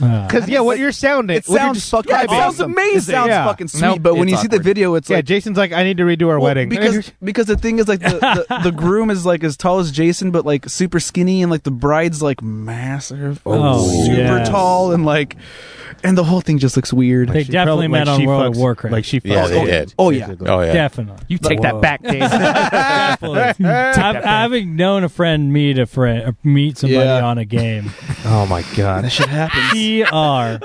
Speaker 3: Because yeah, what you're sounding.
Speaker 5: It sounds fucking.
Speaker 3: Yeah,
Speaker 5: it sounds
Speaker 4: awesome.
Speaker 5: amazing. It sounds
Speaker 3: Yeah.
Speaker 5: fucking sweet.
Speaker 4: Nope,
Speaker 5: but when
Speaker 4: it's
Speaker 5: you see the
Speaker 4: awkward.
Speaker 5: video, it's
Speaker 3: yeah,
Speaker 5: like
Speaker 3: Jason's like, I need to redo our
Speaker 5: well,
Speaker 3: wedding (laughs)
Speaker 5: because because the thing is like the,
Speaker 2: (laughs)
Speaker 5: the, the groom is like as tall as Jason but like super skinny and like the bride's like massive
Speaker 1: Oh,
Speaker 5: super
Speaker 1: yes.
Speaker 5: tall and like and the whole thing just looks weird
Speaker 1: They
Speaker 3: She
Speaker 1: definitely
Speaker 3: probably-
Speaker 1: met on
Speaker 3: she
Speaker 1: World of
Speaker 3: fucks-
Speaker 1: Warcraft.
Speaker 3: Like she fucks.
Speaker 2: Yeah, they did.
Speaker 5: oh yeah
Speaker 3: Basically.
Speaker 2: Oh
Speaker 1: (laughs)
Speaker 2: yeah.
Speaker 4: (laughs)
Speaker 1: Definitely.
Speaker 4: You take that back, Dave.
Speaker 1: (laughs) Definitely. I've, I've known a friend meet a friend, uh, meet somebody
Speaker 5: Yeah.
Speaker 1: on a game.
Speaker 3: Oh my god.
Speaker 5: that shit
Speaker 3: (laughs)
Speaker 5: happens
Speaker 1: TR. TR.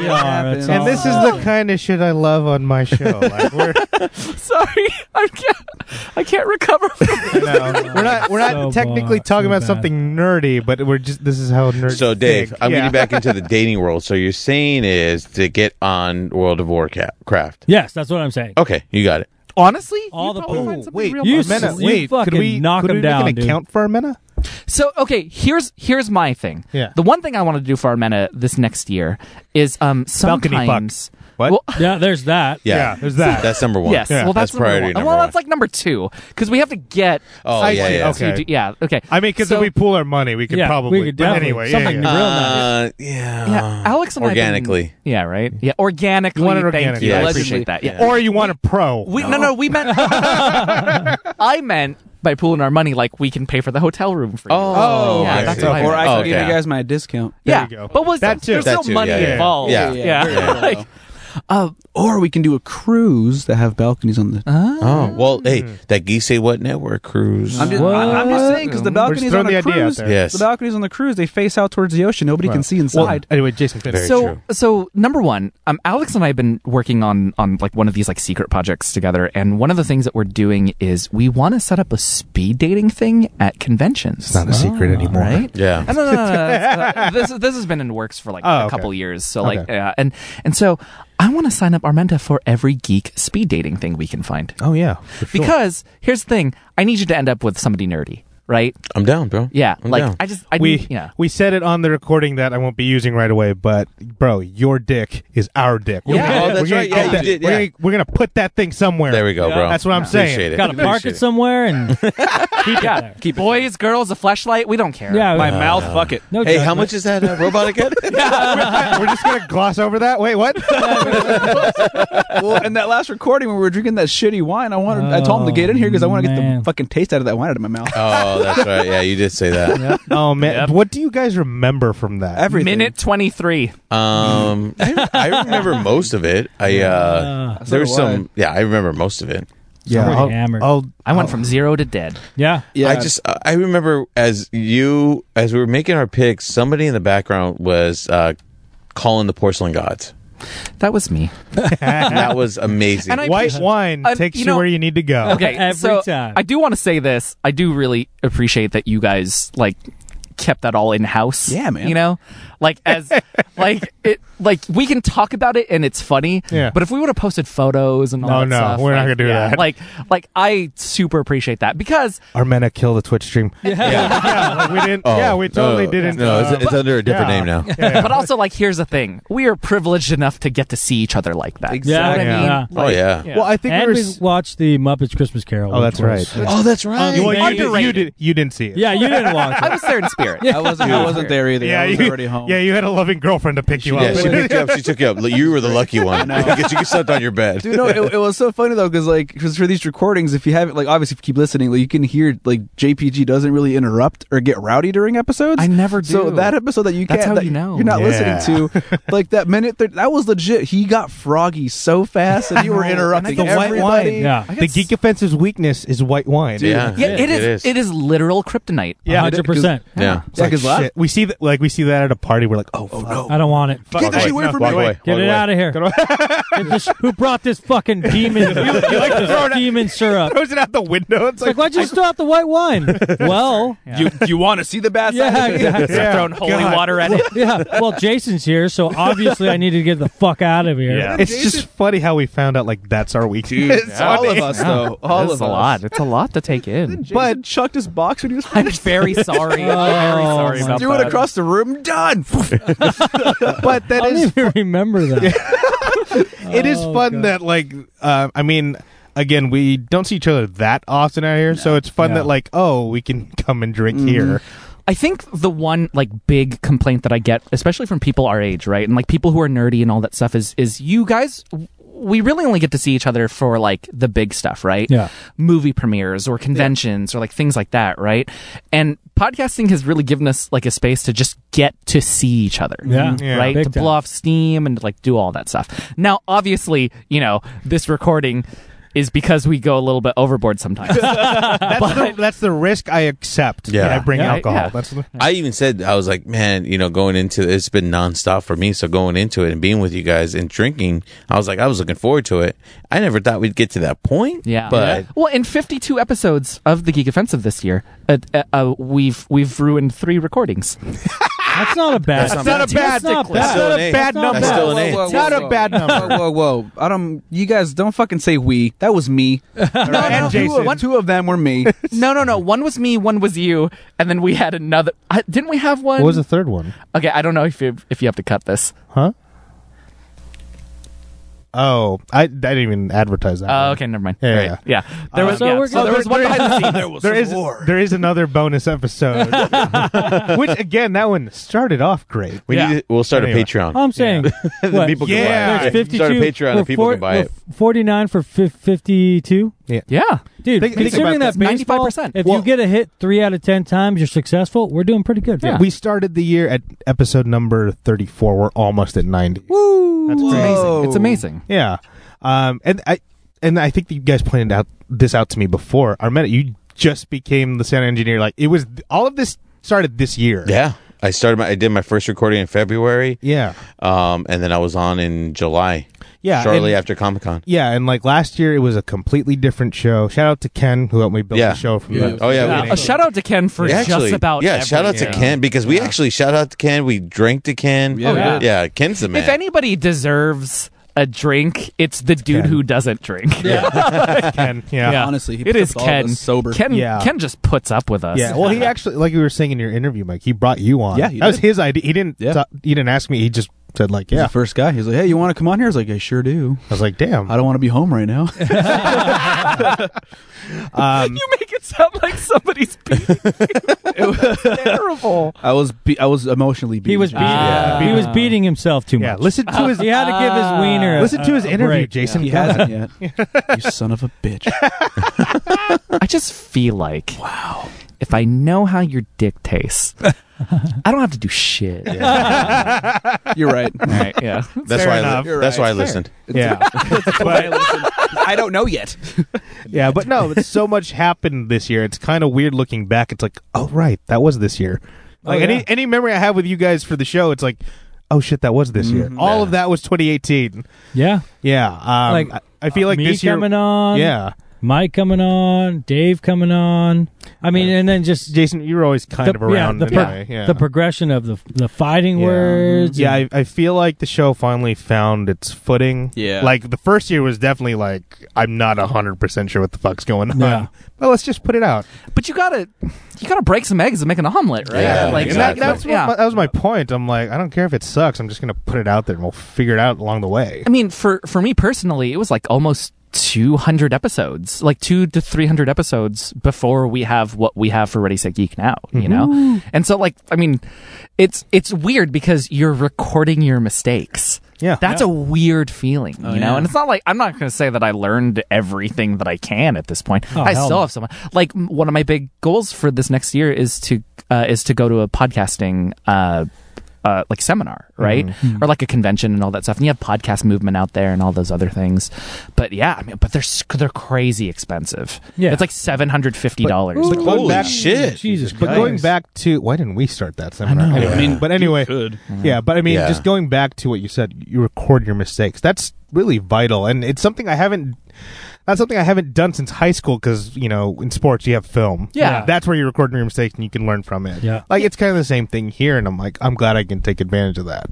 Speaker 1: That's
Speaker 5: happens.
Speaker 1: all.
Speaker 3: And this is the kind of shit I love on my show. Like we're, (laughs)
Speaker 4: Sorry, I can't. I can't recover. From
Speaker 3: you know, we're not we're not
Speaker 1: So
Speaker 3: technically
Speaker 1: bad.
Speaker 3: talking
Speaker 1: So
Speaker 3: about
Speaker 1: bad.
Speaker 3: something nerdy, but we're just this is how nerds.
Speaker 2: So Dave,
Speaker 3: think.
Speaker 2: I'm
Speaker 3: yeah.
Speaker 2: getting back into
Speaker 3: (laughs)
Speaker 2: the dating world. So you're saying is to get on World of Warcraft.
Speaker 1: Yes, that's what I'm saying.
Speaker 2: Okay, you got it.
Speaker 4: Honestly, you'd
Speaker 1: All the
Speaker 4: probably
Speaker 1: poop.
Speaker 4: find something
Speaker 3: Wait,
Speaker 4: real
Speaker 1: you
Speaker 4: awesome.
Speaker 1: Mena,
Speaker 3: Mena,
Speaker 1: s- you
Speaker 3: wait, could
Speaker 1: fucking
Speaker 3: we
Speaker 1: knock
Speaker 3: could
Speaker 1: him
Speaker 3: we
Speaker 1: down,
Speaker 3: Make an
Speaker 1: dude.
Speaker 3: account for our Mena?
Speaker 4: So okay, here's here's my thing.
Speaker 3: Yeah.
Speaker 4: The one thing I want to do for Armena this next year is um
Speaker 3: Balcony fuck.
Speaker 4: sometimes.
Speaker 3: What?
Speaker 4: Well,
Speaker 1: Yeah, there's that.
Speaker 2: Yeah,
Speaker 3: there's that.
Speaker 2: that's number (laughs) one.
Speaker 4: yes. Well, that's, number
Speaker 2: priority
Speaker 4: one.
Speaker 2: number
Speaker 4: well,
Speaker 2: one.
Speaker 4: that's like number two because we have to get.
Speaker 2: oh
Speaker 3: I
Speaker 2: yeah,
Speaker 3: see.
Speaker 2: yeah.
Speaker 3: Okay.
Speaker 4: to do- yeah. Okay.
Speaker 3: I mean, because
Speaker 4: So-
Speaker 3: if we pool our money, we could
Speaker 1: Yeah,
Speaker 3: probably.
Speaker 1: we could
Speaker 3: but
Speaker 1: definitely-
Speaker 3: anyway,
Speaker 1: something
Speaker 3: yeah, yeah.
Speaker 1: Real
Speaker 2: Uh, yeah.
Speaker 4: yeah, Alex and I have been-
Speaker 2: organically. Mm-hmm.
Speaker 4: yeah, right. Yeah, organically.
Speaker 3: You want it
Speaker 4: Thank
Speaker 3: organically.
Speaker 4: you.
Speaker 2: Yeah,
Speaker 4: I
Speaker 2: I
Speaker 4: appreciate
Speaker 5: appreciate
Speaker 4: that. Yeah.
Speaker 3: Or you want a pro?
Speaker 4: We no. no we meant (laughs) I meant by pooling our money like we can pay for the hotel room for you.
Speaker 2: (laughs) Oh,
Speaker 4: yeah,
Speaker 2: I
Speaker 4: that's
Speaker 2: see.
Speaker 4: what I
Speaker 5: or I
Speaker 4: meant.
Speaker 5: can
Speaker 2: Oh,
Speaker 5: give
Speaker 2: okay.
Speaker 5: you guys my discount
Speaker 3: there
Speaker 4: yeah,
Speaker 3: you go.
Speaker 4: but was
Speaker 3: That too.
Speaker 4: there's
Speaker 2: That
Speaker 4: still
Speaker 2: too,
Speaker 4: money
Speaker 2: yeah, yeah.
Speaker 4: involved.
Speaker 2: Yeah.
Speaker 4: (laughs) yeah.
Speaker 5: very well.
Speaker 4: Like,
Speaker 5: Uh, or we can do a cruise that have balconies on the.
Speaker 2: Oh well,
Speaker 3: Mm-hmm.
Speaker 2: hey, that Geese What Network cruise.
Speaker 5: I'm just, I, am just
Speaker 1: What?
Speaker 5: saying because the
Speaker 3: We're just
Speaker 5: balconies
Speaker 3: throwing
Speaker 5: on a
Speaker 3: the idea out
Speaker 5: cruise,
Speaker 3: there.
Speaker 2: Yes.
Speaker 5: the balconies on the cruise, they face out towards the ocean. Nobody can see
Speaker 3: Well, (laughs)
Speaker 5: inside.
Speaker 3: anyway, Jason finish.
Speaker 2: Very
Speaker 4: so
Speaker 2: true.
Speaker 4: so number one um alex and i have been working on on like one of these like secret projects together and one of the things that we're doing is we want to set up a speed dating thing at conventions
Speaker 3: It's not a secret anymore.
Speaker 4: right
Speaker 2: Yeah.
Speaker 4: Uh, (laughs) no, no, no, no, no. It's, uh, this this has been in works for like
Speaker 3: Oh,
Speaker 4: a
Speaker 3: okay.
Speaker 4: couple years. So like, yeah, and and so I want to sign up Armenta for every geek speed dating thing we can find.
Speaker 3: Oh yeah, for sure.
Speaker 4: Because here's the thing: I need you to end up with somebody nerdy, right?
Speaker 2: I'm down, bro.
Speaker 4: Yeah,
Speaker 3: Oh,
Speaker 2: I'm
Speaker 4: like
Speaker 2: down.
Speaker 4: I just I
Speaker 3: we
Speaker 4: need,
Speaker 3: (laughs)
Speaker 4: yeah.
Speaker 3: we said it on the recording that I won't be using right away, but bro, your dick is our dick. We're
Speaker 4: Yeah.
Speaker 3: gonna-
Speaker 2: Oh, that's
Speaker 3: we're gonna
Speaker 2: right.
Speaker 3: get
Speaker 2: Yeah, you
Speaker 3: that-
Speaker 2: did,
Speaker 3: We're,
Speaker 2: yeah.
Speaker 3: gonna, we're gonna put that thing somewhere.
Speaker 2: there we go, bro.
Speaker 3: That's what I'm
Speaker 2: Appreciate
Speaker 3: saying.
Speaker 2: it.
Speaker 1: Got to park
Speaker 2: Appreciate
Speaker 1: it somewhere and keep it there.
Speaker 4: Keep Boys, girls, a flashlight, we don't care.
Speaker 1: Yeah,
Speaker 5: My
Speaker 1: uh,
Speaker 5: mouth, fuck it.
Speaker 1: No
Speaker 2: Hey, how
Speaker 1: judgment.
Speaker 2: much is that uh, robot
Speaker 3: (laughs)
Speaker 2: again?
Speaker 3: we're just gonna gloss over that. Wait, what?
Speaker 5: well, and that last recording when we were drinking that shitty wine, I wanted, I told him to
Speaker 1: Oh,
Speaker 5: get in here because I want to get the
Speaker 1: man.
Speaker 5: fucking taste out of that wine out of my mouth.
Speaker 2: oh, that's right. Yeah, you did say that.
Speaker 3: oh man, what do you guys remember from that?
Speaker 5: Everything.
Speaker 4: Minute twenty three.
Speaker 2: Um, (laughs) I, I remember most of it. I uh,
Speaker 5: So
Speaker 2: there's
Speaker 5: do I.
Speaker 2: some. Yeah, I remember most of it.
Speaker 3: yeah,
Speaker 1: Pretty
Speaker 3: I'll-
Speaker 1: hammered.
Speaker 3: I'll-
Speaker 4: I went from zero to dead.
Speaker 1: Yeah.
Speaker 5: Yeah,
Speaker 2: I just uh, I remember as you as we were making our picks, somebody in the background was uh, calling the porcelain gods.
Speaker 4: That was me.
Speaker 2: And that was amazing.
Speaker 4: And I-
Speaker 3: white wine
Speaker 4: Uh,
Speaker 3: takes
Speaker 4: you
Speaker 3: you,
Speaker 4: know-
Speaker 3: where you need to go. (laughs)
Speaker 4: Okay,
Speaker 1: Every
Speaker 4: so
Speaker 1: time.
Speaker 4: I do want to say this. I do really appreciate that you guys like kept that all in house.
Speaker 5: Yeah, man.
Speaker 4: You know, like as like it like we can talk about it and it's funny.
Speaker 3: Yeah.
Speaker 4: But if we would have posted photos and all
Speaker 3: No,
Speaker 4: that
Speaker 3: no,
Speaker 4: stuff,
Speaker 3: we're not
Speaker 4: like,
Speaker 3: gonna do
Speaker 4: yeah,
Speaker 3: that.
Speaker 4: Like like I super appreciate that because
Speaker 3: Armena kill the Twitch stream. (laughs) Yeah, like, we didn't.
Speaker 2: Oh,
Speaker 3: yeah, we totally
Speaker 2: no,
Speaker 3: didn't.
Speaker 2: No,
Speaker 3: uh,
Speaker 2: it's, it's under a different
Speaker 3: yeah.
Speaker 2: name now.
Speaker 4: but also like here's the thing we are privileged enough to get to see each other like that
Speaker 2: Exactly.
Speaker 1: Yeah.
Speaker 4: You know what I mean?
Speaker 1: yeah.
Speaker 2: Oh yeah.
Speaker 3: Well, I think
Speaker 1: and
Speaker 3: we were.
Speaker 1: we
Speaker 3: s-
Speaker 1: watched the Muppets Christmas Carol.
Speaker 3: oh,
Speaker 1: which
Speaker 3: that's right.
Speaker 1: was-
Speaker 2: Oh, that's
Speaker 1: Well,
Speaker 2: right.
Speaker 3: you, did, you
Speaker 4: underrated.
Speaker 3: did. You didn't see it.
Speaker 1: Yeah, you didn't watch
Speaker 4: I (laughs)
Speaker 1: it.
Speaker 4: was there
Speaker 3: (laughs)
Speaker 4: in spirit
Speaker 5: I wasn't. I wasn't there either. I was
Speaker 3: you,
Speaker 5: already home.
Speaker 3: Yeah, you had a loving girlfriend to pick you
Speaker 2: yeah,
Speaker 3: up.
Speaker 2: she picked
Speaker 3: (laughs)
Speaker 2: you up. She took you up. You were the lucky one because you slept on your bed.
Speaker 5: Dude, no, it, it was so funny though, because like, 'cause for these recordings, if you haven't, like, obviously, if you keep listening, like, you can hear like JPG doesn't really interrupt or get rowdy during episodes.
Speaker 4: I never do.
Speaker 5: So that episode that you can't,
Speaker 4: That's how
Speaker 5: that
Speaker 4: you know.
Speaker 5: you're not
Speaker 3: Yeah.
Speaker 5: listening
Speaker 3: (laughs)
Speaker 5: to, like that minute, thir- that was legit. He got froggy so fast, and you were
Speaker 4: I know.
Speaker 5: interrupting
Speaker 4: And I
Speaker 3: the white
Speaker 5: everybody.
Speaker 3: wine.
Speaker 1: Yeah.
Speaker 3: The geek offensive's weakness is white wine.
Speaker 2: yeah,
Speaker 4: yeah, it is it is literal kryptonite (laughs)
Speaker 3: Yeah.
Speaker 1: 100%.
Speaker 2: Yeah.
Speaker 3: It's like,
Speaker 5: la-
Speaker 3: shit. we see that like we see that at a party. We're like, oh, fuck.
Speaker 1: I don't want it.
Speaker 3: Fuck,
Speaker 5: Get that
Speaker 3: wait,
Speaker 5: shit away
Speaker 3: no,
Speaker 5: from
Speaker 3: fuck,
Speaker 5: me.
Speaker 3: wait.
Speaker 1: Get it out of here. Get this- who brought this fucking demon? (laughs) this demon syrup?
Speaker 3: (laughs) Throws it out the window. It's
Speaker 1: It's like,
Speaker 3: like,
Speaker 1: why'd you throw out the white wine? well,
Speaker 5: You you want to see the bad side?
Speaker 1: (laughs)
Speaker 5: (laughs)
Speaker 1: yeah, exactly.
Speaker 3: Yeah.
Speaker 4: thrown holy
Speaker 3: God.
Speaker 4: water at it
Speaker 1: yeah. Well, Jason's here, so obviously I need to get the fuck out of here.
Speaker 3: It's just funny how we found out like that's our weakness. It's
Speaker 5: all
Speaker 3: funny.
Speaker 5: of us though. All
Speaker 4: That's
Speaker 5: of
Speaker 4: a
Speaker 5: us.
Speaker 4: lot it's a lot to take in
Speaker 5: But chucked his box when he (laughs) was
Speaker 4: i'm very sorry i'm very sorry
Speaker 1: Oh,
Speaker 4: about
Speaker 5: threw it
Speaker 4: that
Speaker 5: across the room. (laughs) Done.
Speaker 3: but that
Speaker 1: I don't
Speaker 3: is
Speaker 1: even remember that.
Speaker 3: it is
Speaker 1: Oh,
Speaker 3: fun
Speaker 1: God.
Speaker 3: that like uh, I mean. Again, we don't see each other that often out here, so it's fun
Speaker 1: No.
Speaker 3: that like, oh, we can come and drink
Speaker 4: Mm-hmm. (laughs)
Speaker 3: here.
Speaker 4: i think the one like big complaint that i get especially from people our age right and like people who are nerdy and all that stuff is is you guys we really only get to see each other for like the big stuff right
Speaker 1: Yeah.
Speaker 4: movie premieres or conventions or like things like that, right? And podcasting has really given us like a space to just get to see each other.
Speaker 1: Yeah. Yeah.
Speaker 4: Right?
Speaker 1: Big
Speaker 4: to
Speaker 1: time.
Speaker 4: blow off steam and like do all that stuff. Now, obviously, you know, this recording is because we go a little bit overboard sometimes.
Speaker 3: That's, the, that's the risk I accept
Speaker 2: Yeah.
Speaker 3: when I bring
Speaker 4: Yeah.
Speaker 3: alcohol.
Speaker 4: Yeah.
Speaker 3: That's the,
Speaker 2: I even said I was like, man, you know, going into it's been nonstop for me. So going into it and being with you guys and drinking, I was like, I was looking forward to it. I never thought we'd get to that point.
Speaker 4: Yeah.
Speaker 2: but
Speaker 4: well, in 52 episodes of the Geek Offensive this year, uh, uh, uh, we've we've ruined three recordings.
Speaker 1: That's not a bad.
Speaker 2: That's
Speaker 3: not a bad-
Speaker 1: That's not bad.
Speaker 3: that's
Speaker 2: still
Speaker 3: not
Speaker 2: an
Speaker 3: a
Speaker 2: eight.
Speaker 3: bad
Speaker 1: That's
Speaker 3: number.
Speaker 2: That's still an eight.
Speaker 5: Whoa, whoa,
Speaker 3: Not
Speaker 5: whoa.
Speaker 3: a bad number.
Speaker 5: Whoa, whoa, whoa! I don't. You guys don't fucking say we. That was (laughs) me. All right?
Speaker 3: no, no.
Speaker 5: Two, of, two of them were (laughs) me.
Speaker 4: no, no, no. One was me, one was you, and then we had another. I, didn't we have one?
Speaker 3: What was the third one?
Speaker 4: Okay, I don't know if you if you have to cut this.
Speaker 3: Huh? Oh, I, I didn't even advertise that.
Speaker 4: Oh,
Speaker 3: one.
Speaker 4: okay, never mind.
Speaker 3: Yeah,
Speaker 4: Right.
Speaker 3: yeah.
Speaker 4: yeah. There was
Speaker 1: so
Speaker 4: yeah.
Speaker 1: we're
Speaker 4: so there
Speaker 1: good.
Speaker 4: was one behind the scenes.
Speaker 3: There is there is another bonus
Speaker 4: (laughs)
Speaker 3: episode, which again that one started off great.
Speaker 2: we
Speaker 4: Yeah. Um,
Speaker 2: need to, we'll start
Speaker 3: Anyway.
Speaker 2: a Patreon.
Speaker 1: I'm saying
Speaker 2: Then
Speaker 1: what,
Speaker 2: people
Speaker 3: Yeah.
Speaker 2: can buy it.
Speaker 1: there's
Speaker 2: Start a
Speaker 1: 52
Speaker 2: Patreon
Speaker 1: we're
Speaker 2: and people
Speaker 1: four-
Speaker 2: can buy
Speaker 1: we're
Speaker 2: it.
Speaker 1: 49 for 52.
Speaker 4: Yeah.
Speaker 1: Dude,
Speaker 3: Think- think
Speaker 1: considering
Speaker 3: about
Speaker 1: that
Speaker 4: this.
Speaker 1: baseball,
Speaker 4: 95%.
Speaker 1: if
Speaker 3: Well-
Speaker 1: you get a hit three out of ten times, you're successful. We're doing pretty good.
Speaker 4: Yeah.
Speaker 3: We started the year at episode number 34. We're almost at 90. Woo! That's
Speaker 4: It's
Speaker 3: pretty
Speaker 5: Oh.
Speaker 4: amazing. It's amazing.
Speaker 3: Yeah. Um, and I and I think that you guys pointed out this out to me before. Armetta, you just became the sound engineer. Like it was all of this started this year.
Speaker 2: Yeah. I started my I did my first recording in February.
Speaker 3: Yeah.
Speaker 2: Um and then I was on in July.
Speaker 3: Yeah,
Speaker 2: Shortly
Speaker 3: and-
Speaker 2: after Comic Con.
Speaker 3: Yeah, and like last year, it was a completely different show. Shout out to Ken who helped me build
Speaker 2: Yeah.
Speaker 3: the show from
Speaker 5: Yeah.
Speaker 3: the
Speaker 2: Oh, yeah,
Speaker 4: Yeah.
Speaker 2: we-
Speaker 4: Uh, A shout out to Ken for
Speaker 2: actually,
Speaker 4: just about
Speaker 2: yeah. Shout out to
Speaker 3: everything.
Speaker 2: Ken because we actually shout out to Ken. We drank to Ken.
Speaker 5: Yeah,
Speaker 4: Oh,
Speaker 5: we
Speaker 4: yeah.
Speaker 5: did.
Speaker 2: yeah. Ken's the man.
Speaker 4: If anybody deserves a drink, it's the dude
Speaker 3: Ken.
Speaker 4: who doesn't drink.
Speaker 3: Ken. Yeah. yeah.
Speaker 5: Honestly, he
Speaker 4: it
Speaker 5: puts
Speaker 4: is
Speaker 5: us all
Speaker 4: Ken.
Speaker 5: of us sober.
Speaker 4: Ken,
Speaker 3: Yeah.
Speaker 4: Ken just puts up with us.
Speaker 3: well, he actually, like you were saying in your interview, Mike, he brought you on.
Speaker 5: Yeah,
Speaker 3: that
Speaker 5: he
Speaker 3: was
Speaker 5: did.
Speaker 3: his idea. He didn't.
Speaker 5: Yeah.
Speaker 3: ta- he didn't ask me. He just said like,
Speaker 5: He's
Speaker 3: yeah.
Speaker 5: the first guy. He's like, "Hey, you want to come on here?" I was like, "I sure do.
Speaker 3: I was like, damn.
Speaker 5: I don't want to be home right now."
Speaker 3: Um,
Speaker 4: you make it sound like
Speaker 5: (laughs)
Speaker 4: somebody's beating. it was terrible.
Speaker 5: (laughs) I was be- I was emotionally beat.
Speaker 1: He was beating,
Speaker 4: Yeah.
Speaker 1: he was beating himself too much.
Speaker 3: yeah. Listen
Speaker 5: (laughs)
Speaker 3: to his.
Speaker 1: he had to give his wiener. a-
Speaker 3: Listen to his
Speaker 1: a
Speaker 3: interview,
Speaker 1: break.
Speaker 3: Jason.
Speaker 5: He
Speaker 3: God.
Speaker 5: hasn't yet. you son of a bitch.
Speaker 4: I just feel like wow. If I know how your dick
Speaker 5: (laughs)
Speaker 4: tastes, I don't have to do shit.
Speaker 5: (laughs) You're right.
Speaker 4: All right, yeah.
Speaker 2: that's
Speaker 3: Fair
Speaker 2: why. I,
Speaker 3: enough.
Speaker 2: li-
Speaker 5: You're
Speaker 2: that's
Speaker 5: right.
Speaker 2: why I
Speaker 5: Fair.
Speaker 2: listened.
Speaker 5: (laughs)
Speaker 3: Yeah.
Speaker 5: I don't know yet.
Speaker 3: Yeah, but no, it's so much (laughs) happened this year. It's kind of weird looking back. It's like, oh right, that was this year. Like
Speaker 1: yeah.
Speaker 3: any any memory I have with you guys for the show, it's like, oh shit, that was this year. All of that was 2018.
Speaker 1: Yeah.
Speaker 3: Yeah, um,
Speaker 1: Like,
Speaker 3: I, I feel like
Speaker 1: me
Speaker 3: this year.
Speaker 1: coming on.
Speaker 3: yeah,
Speaker 1: Mike coming on. Dave coming on. I mean, and then just
Speaker 3: Jason, you were always kind
Speaker 1: the,
Speaker 3: of around.
Speaker 1: yeah, the, pro-
Speaker 3: anyway. yeah.
Speaker 1: the progression of the the fighting
Speaker 3: Yeah.
Speaker 1: words.
Speaker 3: yeah,
Speaker 1: and-
Speaker 3: I, I feel like the show finally found its footing.
Speaker 5: Yeah.
Speaker 3: like the first year was definitely like I'm not hundred percent sure what the fuck's going on.
Speaker 1: Yeah.
Speaker 3: But let's just put it out.
Speaker 4: But you gotta, you gotta break some eggs and make an omelet, right?
Speaker 2: Yeah,
Speaker 4: like
Speaker 3: And that,
Speaker 2: exactly.
Speaker 3: that's what
Speaker 4: yeah.
Speaker 3: my, that was my point. I'm like, I don't care if it sucks. I'm just gonna put it out there, and we'll figure it out along the way.
Speaker 4: I mean, for for me personally, it was like almost 200 episodes, like two to 300 episodes before we have what we have for Ready Set Geek now.
Speaker 1: Mm-hmm.
Speaker 4: You know, and so like, I mean, it's it's weird because you're recording your mistakes.
Speaker 3: Yeah.
Speaker 4: that's a weird feeling, you know.
Speaker 5: yeah.
Speaker 4: And it's not like I'm not going to say that I learned everything that I can at this point.
Speaker 1: Oh,
Speaker 4: I
Speaker 1: hell
Speaker 4: still
Speaker 1: no.
Speaker 4: have someone. Like m- one of my big goals for this next year is to uh, is to go to a podcasting. Uh, uh, like seminar, right, or like a convention and all that stuff. And you have podcast movement out there and all those other things, but yeah, I mean, but they're s- they're crazy expensive.
Speaker 1: Yeah.
Speaker 4: it's like seven hundred fifty dollars.
Speaker 3: But going
Speaker 2: Holy
Speaker 3: back,
Speaker 2: shit!
Speaker 1: Jesus
Speaker 3: but
Speaker 1: Christ.
Speaker 3: going back to why didn't we start that seminar?
Speaker 1: know.
Speaker 3: Anyway.
Speaker 2: I mean,
Speaker 3: but anyway,
Speaker 5: Good.
Speaker 3: yeah. But I mean,
Speaker 2: Yeah.
Speaker 3: just going back to what you said, you record your mistakes. That's really vital, and it's something I haven't. That's something I haven't done since high school because you know in sports you have film.
Speaker 4: Yeah.
Speaker 3: that's where you record your mistakes and you can learn from it.
Speaker 1: Yeah.
Speaker 3: like it's kind of the same thing here, and I'm like, I'm glad I can take advantage of that.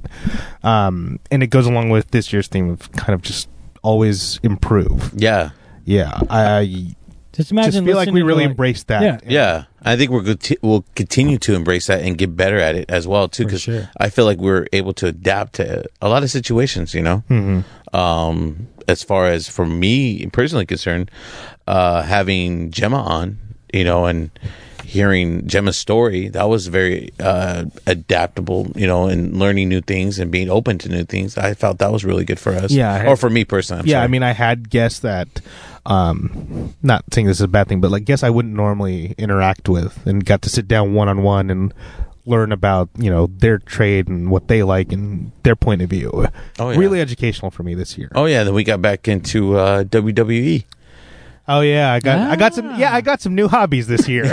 Speaker 3: Um, and it goes along with this year's theme of kind of just always improve.
Speaker 2: Yeah,
Speaker 3: Yeah, I
Speaker 1: Just imagine.
Speaker 3: just feel like
Speaker 1: listening
Speaker 3: we
Speaker 1: to,
Speaker 3: really embraced that. (laughs)
Speaker 1: Yeah.
Speaker 2: yeah. I think we're good t- we'll continue to embrace that and get better at it as well too.
Speaker 1: For
Speaker 2: Because
Speaker 1: sure.
Speaker 2: I feel like we're able to adapt to a lot of situations. You know,
Speaker 3: Mm-hmm.
Speaker 2: um, as far as for me personally concerned, uh, having Gemma on, you know, and hearing Gemma's story, that was very uh, adaptable, you know, and learning new things and being open to new things. I felt that was really good for us.
Speaker 3: Yeah, I-
Speaker 2: or for me personally. I'm
Speaker 3: yeah,
Speaker 2: sorry.
Speaker 3: I mean, I had guessed that. Um, not saying this is a bad thing, but like, guess I wouldn't normally interact with, and got to sit down one on one and learn about you know their trade and what they like and their point of view.
Speaker 2: Oh, yeah.
Speaker 3: Really educational for me this year.
Speaker 2: Oh yeah, then we got back into uh,
Speaker 3: (laughs)
Speaker 2: WWE.
Speaker 3: Oh, yeah, I got I got some yeah I got some new hobbies this year.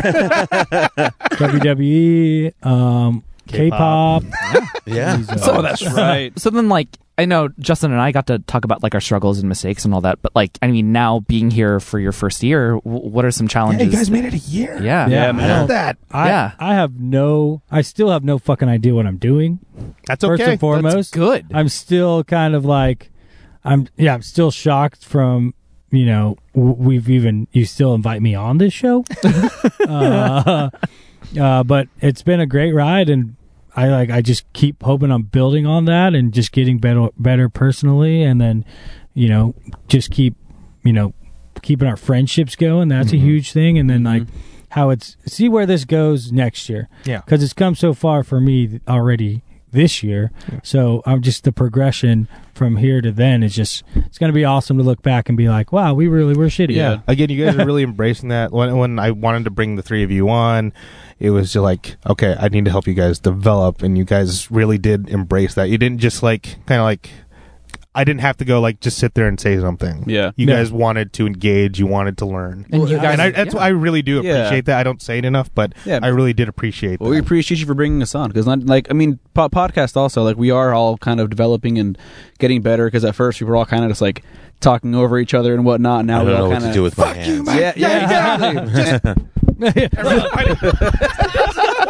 Speaker 1: WWE, um, K-pop.
Speaker 3: K-pop.
Speaker 2: Yeah,
Speaker 1: Some of that
Speaker 4: (laughs)
Speaker 5: That's right.
Speaker 4: so then like i know justin and i got to talk about like our struggles and mistakes and all that but like i mean now being here for your first year w- what are some
Speaker 3: yeah, (laughs)
Speaker 4: challenges
Speaker 3: you guys made it a year.
Speaker 4: yeah
Speaker 1: Yeah,
Speaker 3: How about
Speaker 1: man.
Speaker 3: that.
Speaker 1: I,
Speaker 4: Yeah.
Speaker 1: I have no. I still have no fucking idea what I'm doing.
Speaker 3: That's
Speaker 1: first
Speaker 3: okay.
Speaker 1: and foremost,
Speaker 4: good
Speaker 1: I'm still kind of like, I'm yeah, I'm still shocked from you know w- we've even you still invite me on this show, uh, uh, but it's been a great ride and. I like I just keep hoping I'm building on that and just getting better better personally and then you know just keep you know keeping our friendships going that's
Speaker 3: Mm-hmm.
Speaker 1: a huge thing and then like how it's see where this goes next year
Speaker 3: Yeah.
Speaker 1: because it's come so far for me already this year.
Speaker 3: Yeah.
Speaker 1: So I'm just the progression from here to then is just it's going to be awesome to look back and be like, wow, we really were shitty.
Speaker 3: Yeah. Again, you guys are really embracing that. When when I wanted to bring the three of you on, it was just like, okay, I need to help you guys develop, and you guys really did embrace that. You didn't just like kind of like. I didn't have to go like just sit there and say something.
Speaker 5: Yeah.
Speaker 3: you
Speaker 1: Yeah.
Speaker 3: guys wanted to engage. You wanted to learn,
Speaker 4: And you guys,
Speaker 3: and I, that's
Speaker 4: yeah.
Speaker 3: I really do
Speaker 5: Yeah.
Speaker 3: appreciate that. I don't say it enough, but
Speaker 5: Yeah.
Speaker 3: I really did appreciate
Speaker 5: Well, we
Speaker 3: that.
Speaker 5: appreciate you for bringing us on because, not like, I mean, po- podcast also, like, we are all kind of developing and getting better because at first we were all kind of just like talking over each other and whatnot. Now
Speaker 2: I
Speaker 5: we
Speaker 2: don't know
Speaker 5: all
Speaker 2: what
Speaker 5: kind
Speaker 2: to
Speaker 5: of
Speaker 2: do (laughs) with my hands.
Speaker 5: yeah, yeah, exactly. Just
Speaker 3: (laughs)
Speaker 1: (laughs)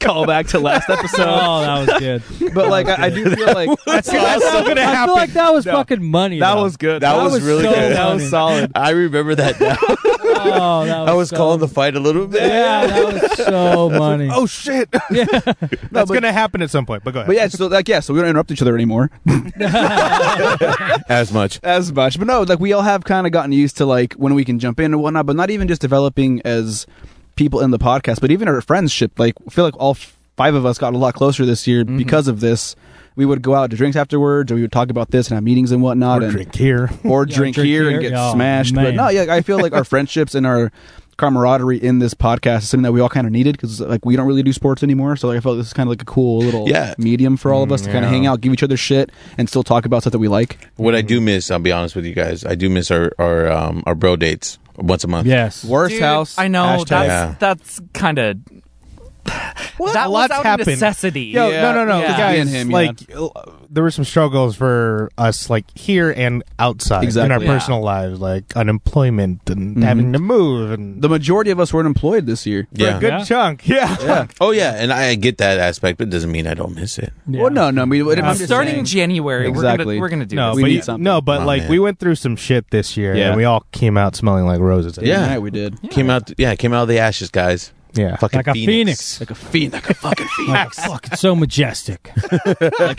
Speaker 4: call back to last episode.
Speaker 1: Oh, that was good.
Speaker 5: but like I, I do feel like
Speaker 1: That's
Speaker 3: awesome. gonna
Speaker 1: I
Speaker 3: happen.
Speaker 1: feel like that was fucking money.
Speaker 5: that
Speaker 1: though.
Speaker 5: was good.
Speaker 2: That, was,
Speaker 1: was
Speaker 2: really
Speaker 1: so
Speaker 2: good.
Speaker 5: (laughs)
Speaker 1: That was
Speaker 5: solid.
Speaker 2: I
Speaker 1: (laughs)
Speaker 2: remember that. Now.
Speaker 1: Oh, that was
Speaker 2: I was
Speaker 1: so,
Speaker 2: calling the fight a little bit.
Speaker 1: Yeah, that was so money.
Speaker 3: oh shit,
Speaker 1: Yeah.
Speaker 3: that's gonna happen at some point. But go ahead.
Speaker 5: But yeah, so like yeah, so we don't interrupt each other anymore
Speaker 2: As much.
Speaker 5: as much. But no, like we all have kind of gotten used to like when we can jump in and whatnot. But not even just developing as people in the podcast, but even our friendship. Like I feel like all f- five of us got a lot closer this year because of this. We would go out to drinks afterwards, or we would talk about this and have meetings and whatnot,
Speaker 3: Or
Speaker 5: and
Speaker 3: drink here.
Speaker 5: (laughs) or
Speaker 1: Yeah,
Speaker 5: drink,
Speaker 1: drink
Speaker 5: here,
Speaker 1: here.
Speaker 5: and get
Speaker 1: Yeah,
Speaker 5: smashed. But
Speaker 1: man.
Speaker 5: no, yeah, I feel like our friendships and our camaraderie in this podcast is something that we all kind of needed because like we don't really do sports anymore. So like I felt this is kind of like a cool little
Speaker 2: Yeah.
Speaker 5: medium for all of us to kind of
Speaker 3: yeah.
Speaker 5: hang out, give each other shit, and still talk about stuff that we like.
Speaker 2: What I do miss, I'll be honest with you guys, I do miss our our um, our bro dates once a month.
Speaker 1: yes.
Speaker 5: Worst
Speaker 4: Dude,
Speaker 5: house.
Speaker 4: I know
Speaker 3: Hashtag.
Speaker 4: that's
Speaker 2: Yeah.
Speaker 4: that's kind of that was
Speaker 3: Lots
Speaker 4: out of
Speaker 3: happened.
Speaker 4: necessity.
Speaker 3: Yo,
Speaker 5: Yeah.
Speaker 3: no, no, no,
Speaker 4: Yeah.
Speaker 3: guys.
Speaker 5: Me and him, yeah.
Speaker 3: like, uh, there were some struggles for us, like here and outside in our
Speaker 5: Exactly.
Speaker 4: Yeah.
Speaker 3: personal lives, like unemployment and having to move and
Speaker 5: the majority of us weren't employed this year.
Speaker 3: for
Speaker 2: Yeah.
Speaker 3: a good
Speaker 1: Yeah.
Speaker 3: chunk. (laughs) Yeah,
Speaker 5: Yeah.
Speaker 2: Oh yeah, and I get that aspect, but it doesn't mean I don't miss it.
Speaker 1: Yeah.
Speaker 5: Well, no, no. I mean,
Speaker 1: I'm
Speaker 5: I'm just
Speaker 4: starting
Speaker 5: saying-
Speaker 4: January,
Speaker 5: Exactly.
Speaker 4: we're gonna we're gonna do
Speaker 3: no,
Speaker 4: this.
Speaker 5: we
Speaker 3: but
Speaker 5: need
Speaker 3: you-
Speaker 5: something.
Speaker 3: no, but
Speaker 2: Oh,
Speaker 3: like
Speaker 2: man.
Speaker 3: we went through some shit this year,
Speaker 5: Yeah.
Speaker 3: and we all came out smelling like roses.
Speaker 2: Yeah.
Speaker 5: Yeah, we did.
Speaker 2: Came out, yeah, came out of the ashes, guys.
Speaker 3: yeah.
Speaker 2: Fucking
Speaker 1: Like a phoenix.
Speaker 5: Like a fiend, like a fucking fiend,
Speaker 1: Like, Oh, fuck, it's so majestic.
Speaker 5: like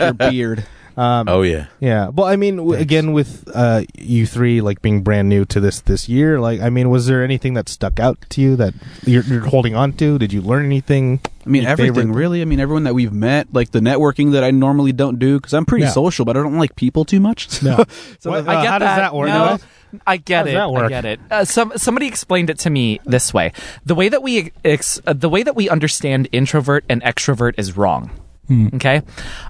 Speaker 3: (laughs)
Speaker 5: your beard.
Speaker 3: Um,
Speaker 2: Oh (laughs) yeah,
Speaker 3: Yeah. Well, I mean, w- again, with uh, you three like being brand new to this this year, like, I mean, was there anything that stuck out to you that you're, you're holding on to? Did you learn anything?
Speaker 5: I mean,
Speaker 3: Your
Speaker 5: everything
Speaker 3: favorite-
Speaker 5: really. I mean, everyone that we've met, like the networking that I normally don't do because I'm pretty
Speaker 1: Yeah.
Speaker 5: social, but I don't like people
Speaker 3: (laughs)
Speaker 5: too much.
Speaker 1: No.
Speaker 5: so
Speaker 3: What-
Speaker 5: that-
Speaker 3: uh,
Speaker 4: I get
Speaker 3: how
Speaker 4: that.
Speaker 3: does that work?
Speaker 4: No, I get
Speaker 3: How does
Speaker 4: it.
Speaker 3: that
Speaker 4: I
Speaker 3: work?
Speaker 4: get it. Uh, some somebody explained it to me this way: the way that we ex- uh, the way that we understand introvert and extrovert is wrong.
Speaker 3: Hmm.
Speaker 4: Okay?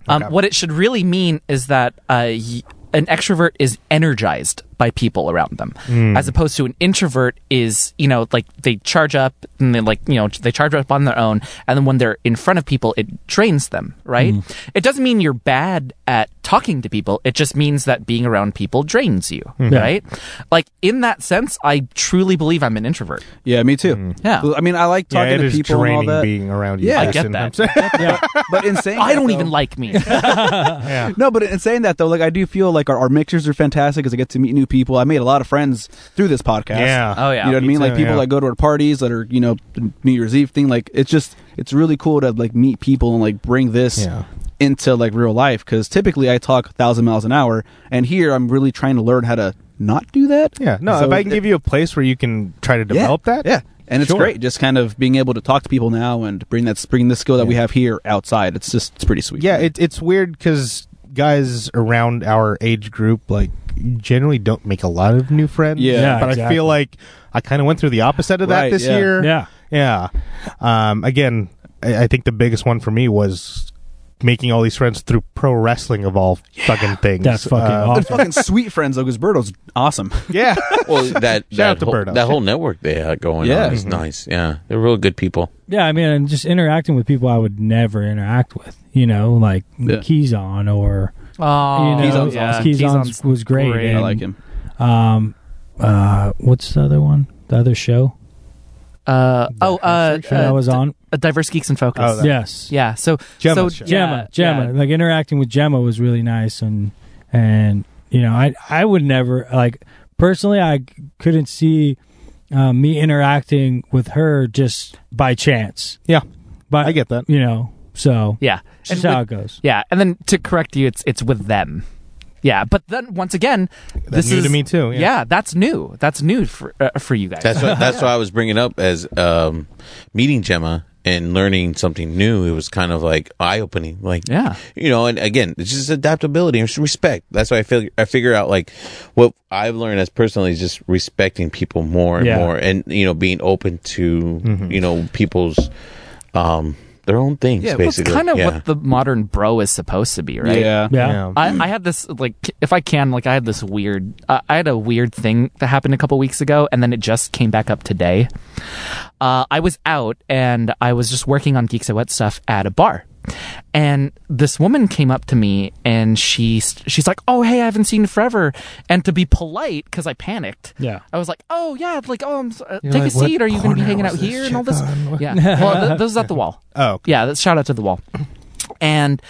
Speaker 4: Um,
Speaker 3: Okay.
Speaker 4: what it should really mean is that uh, y- an extrovert is energized by people around them,
Speaker 3: Hmm.
Speaker 4: as opposed to an introvert is you know like they charge up and they like you know they charge up on their own, and then when they're in front of people, it drains them. Right?
Speaker 3: Hmm.
Speaker 4: It doesn't mean you're bad at talking to people. It just means that being around people drains you.
Speaker 1: Mm-hmm.
Speaker 4: Right? Like in that sense, I truly believe I'm an introvert.
Speaker 5: yeah, me too.
Speaker 4: Yeah.
Speaker 5: I mean, I like talking
Speaker 3: Mm. yeah, it
Speaker 5: to
Speaker 3: is
Speaker 5: people and all
Speaker 3: draining
Speaker 5: that.
Speaker 3: being around you.
Speaker 5: Yeah, I
Speaker 3: guys,
Speaker 4: get
Speaker 3: and
Speaker 4: that.
Speaker 3: I'm
Speaker 5: (laughs)
Speaker 3: saying-
Speaker 5: But in saying
Speaker 4: (laughs) I
Speaker 5: that,
Speaker 4: don't
Speaker 5: though-
Speaker 4: even like me.
Speaker 3: yeah.
Speaker 5: No, but in saying that though, like I do feel like our, our mixers are fantastic because I get to meet new people. I made a lot of friends through this podcast.
Speaker 3: Yeah.
Speaker 4: Oh, yeah.
Speaker 5: You know what I
Speaker 4: Me
Speaker 5: mean?
Speaker 3: too,
Speaker 5: like people
Speaker 3: yeah.
Speaker 5: that go to our parties that are you know the New Year's Eve thing. Like it's just it's really cool to like meet people and like bring this
Speaker 3: Yeah.
Speaker 5: into like real life because typically I talk thousand miles an hour and here I'm really trying to learn how to not do that.
Speaker 3: (laughs) Yeah, no.
Speaker 5: So
Speaker 3: if I can
Speaker 5: it-
Speaker 3: give you a place where you can try to
Speaker 5: yeah,
Speaker 3: develop that,
Speaker 5: yeah. And it's
Speaker 3: Sure.
Speaker 5: great, just kind of being able to talk to people now and bring that bring this skill that we have here outside. It's just it's pretty sweet.
Speaker 3: yeah. It, it's weird because guys around our age group like generally don't make a lot of new friends.
Speaker 5: Yeah. Yeah,
Speaker 3: but I
Speaker 1: exactly.
Speaker 3: feel like I kind of went through the opposite of that
Speaker 5: Right,
Speaker 3: this
Speaker 5: yeah.
Speaker 3: year.
Speaker 1: yeah.
Speaker 3: yeah. Um, again, I, I think the biggest one for me was making all these friends through pro wrestling of all fucking things.
Speaker 1: That's fucking
Speaker 3: Uh,
Speaker 5: (laughs)
Speaker 1: awesome.
Speaker 3: (laughs)
Speaker 5: fucking sweet friends though, because Berto's awesome. (laughs)
Speaker 3: Yeah,
Speaker 2: well that
Speaker 3: out
Speaker 2: that
Speaker 3: to
Speaker 2: whole,
Speaker 3: Birdo.
Speaker 2: that whole network they had going
Speaker 5: Yeah.
Speaker 2: on is nice. Yeah, Mm-hmm. they're real good people.
Speaker 1: Yeah, I mean, and just interacting with people I would never interact with. You know, like
Speaker 5: Yeah.
Speaker 1: Keys on or
Speaker 4: Oh,
Speaker 1: you know,
Speaker 5: Keyson's awesome.
Speaker 1: Keys On's was great.
Speaker 4: great.
Speaker 1: and,
Speaker 5: I like him.
Speaker 1: Um, uh, what's the other one? The other show
Speaker 4: Uh, oh, uh,
Speaker 1: that I
Speaker 4: uh,
Speaker 1: was on?
Speaker 4: uh, diverse geeks and focus.
Speaker 3: Oh, that-
Speaker 1: Yes,
Speaker 4: Yeah. So
Speaker 3: Gemma's show.
Speaker 4: so
Speaker 1: Gemma,
Speaker 4: yeah,
Speaker 1: Gemma.
Speaker 4: yeah.
Speaker 1: Like interacting with Gemma was really nice, and and you know, I I would never like personally, I c- couldn't see uh, me interacting with her just by chance.
Speaker 3: yeah.
Speaker 1: But
Speaker 3: I get that.
Speaker 1: you know, so
Speaker 4: Yeah.
Speaker 1: it's
Speaker 4: And
Speaker 1: just how
Speaker 4: with-
Speaker 1: it goes.
Speaker 4: yeah, and then to correct you, it's it's with them. Yeah, but then once again, this
Speaker 3: new
Speaker 4: is
Speaker 3: to me too,
Speaker 4: Yeah,
Speaker 3: yeah.
Speaker 4: that's new. That's new for uh, for you guys.
Speaker 2: That's what, that's what I was bringing up as um, meeting Gemma and learning something new, it was kind of like eye opening. Like,
Speaker 4: Yeah.
Speaker 2: you know, and again, it's just adaptability and respect. That's why I feel I figure out like what I've learned as personally is just respecting people more and
Speaker 1: Yeah.
Speaker 2: more, and you know, being open to
Speaker 4: Mm-hmm.
Speaker 2: you know people's um their own things.
Speaker 4: Yeah, well, it's
Speaker 2: basically,
Speaker 4: kind of
Speaker 2: yeah.
Speaker 4: what the modern bro is supposed to be, right?
Speaker 5: Yeah.
Speaker 1: Yeah.
Speaker 4: I, I had this like if I can like I had this weird uh, I had a weird thing that happened a couple weeks ago and then it just came back up today. Uh, I was out and I was just working on Geeks Say What stuff at a bar. And this woman came up to me and she she's like, "Oh, hey, I haven't seen you forever." And to be polite because I panicked,
Speaker 1: Yeah.
Speaker 4: I was like, "Oh yeah, like oh, I'm so, uh,
Speaker 3: You're
Speaker 4: take
Speaker 3: like,
Speaker 4: a
Speaker 3: "What
Speaker 4: seat. Are you going
Speaker 3: corner
Speaker 4: to be hanging
Speaker 3: was
Speaker 4: out
Speaker 3: this
Speaker 4: here
Speaker 3: chick
Speaker 4: and all this?"
Speaker 3: on? (laughs)
Speaker 4: Yeah, well, th- this is at the wall.
Speaker 3: Oh, okay.
Speaker 4: Yeah, that, shout out to the wall. And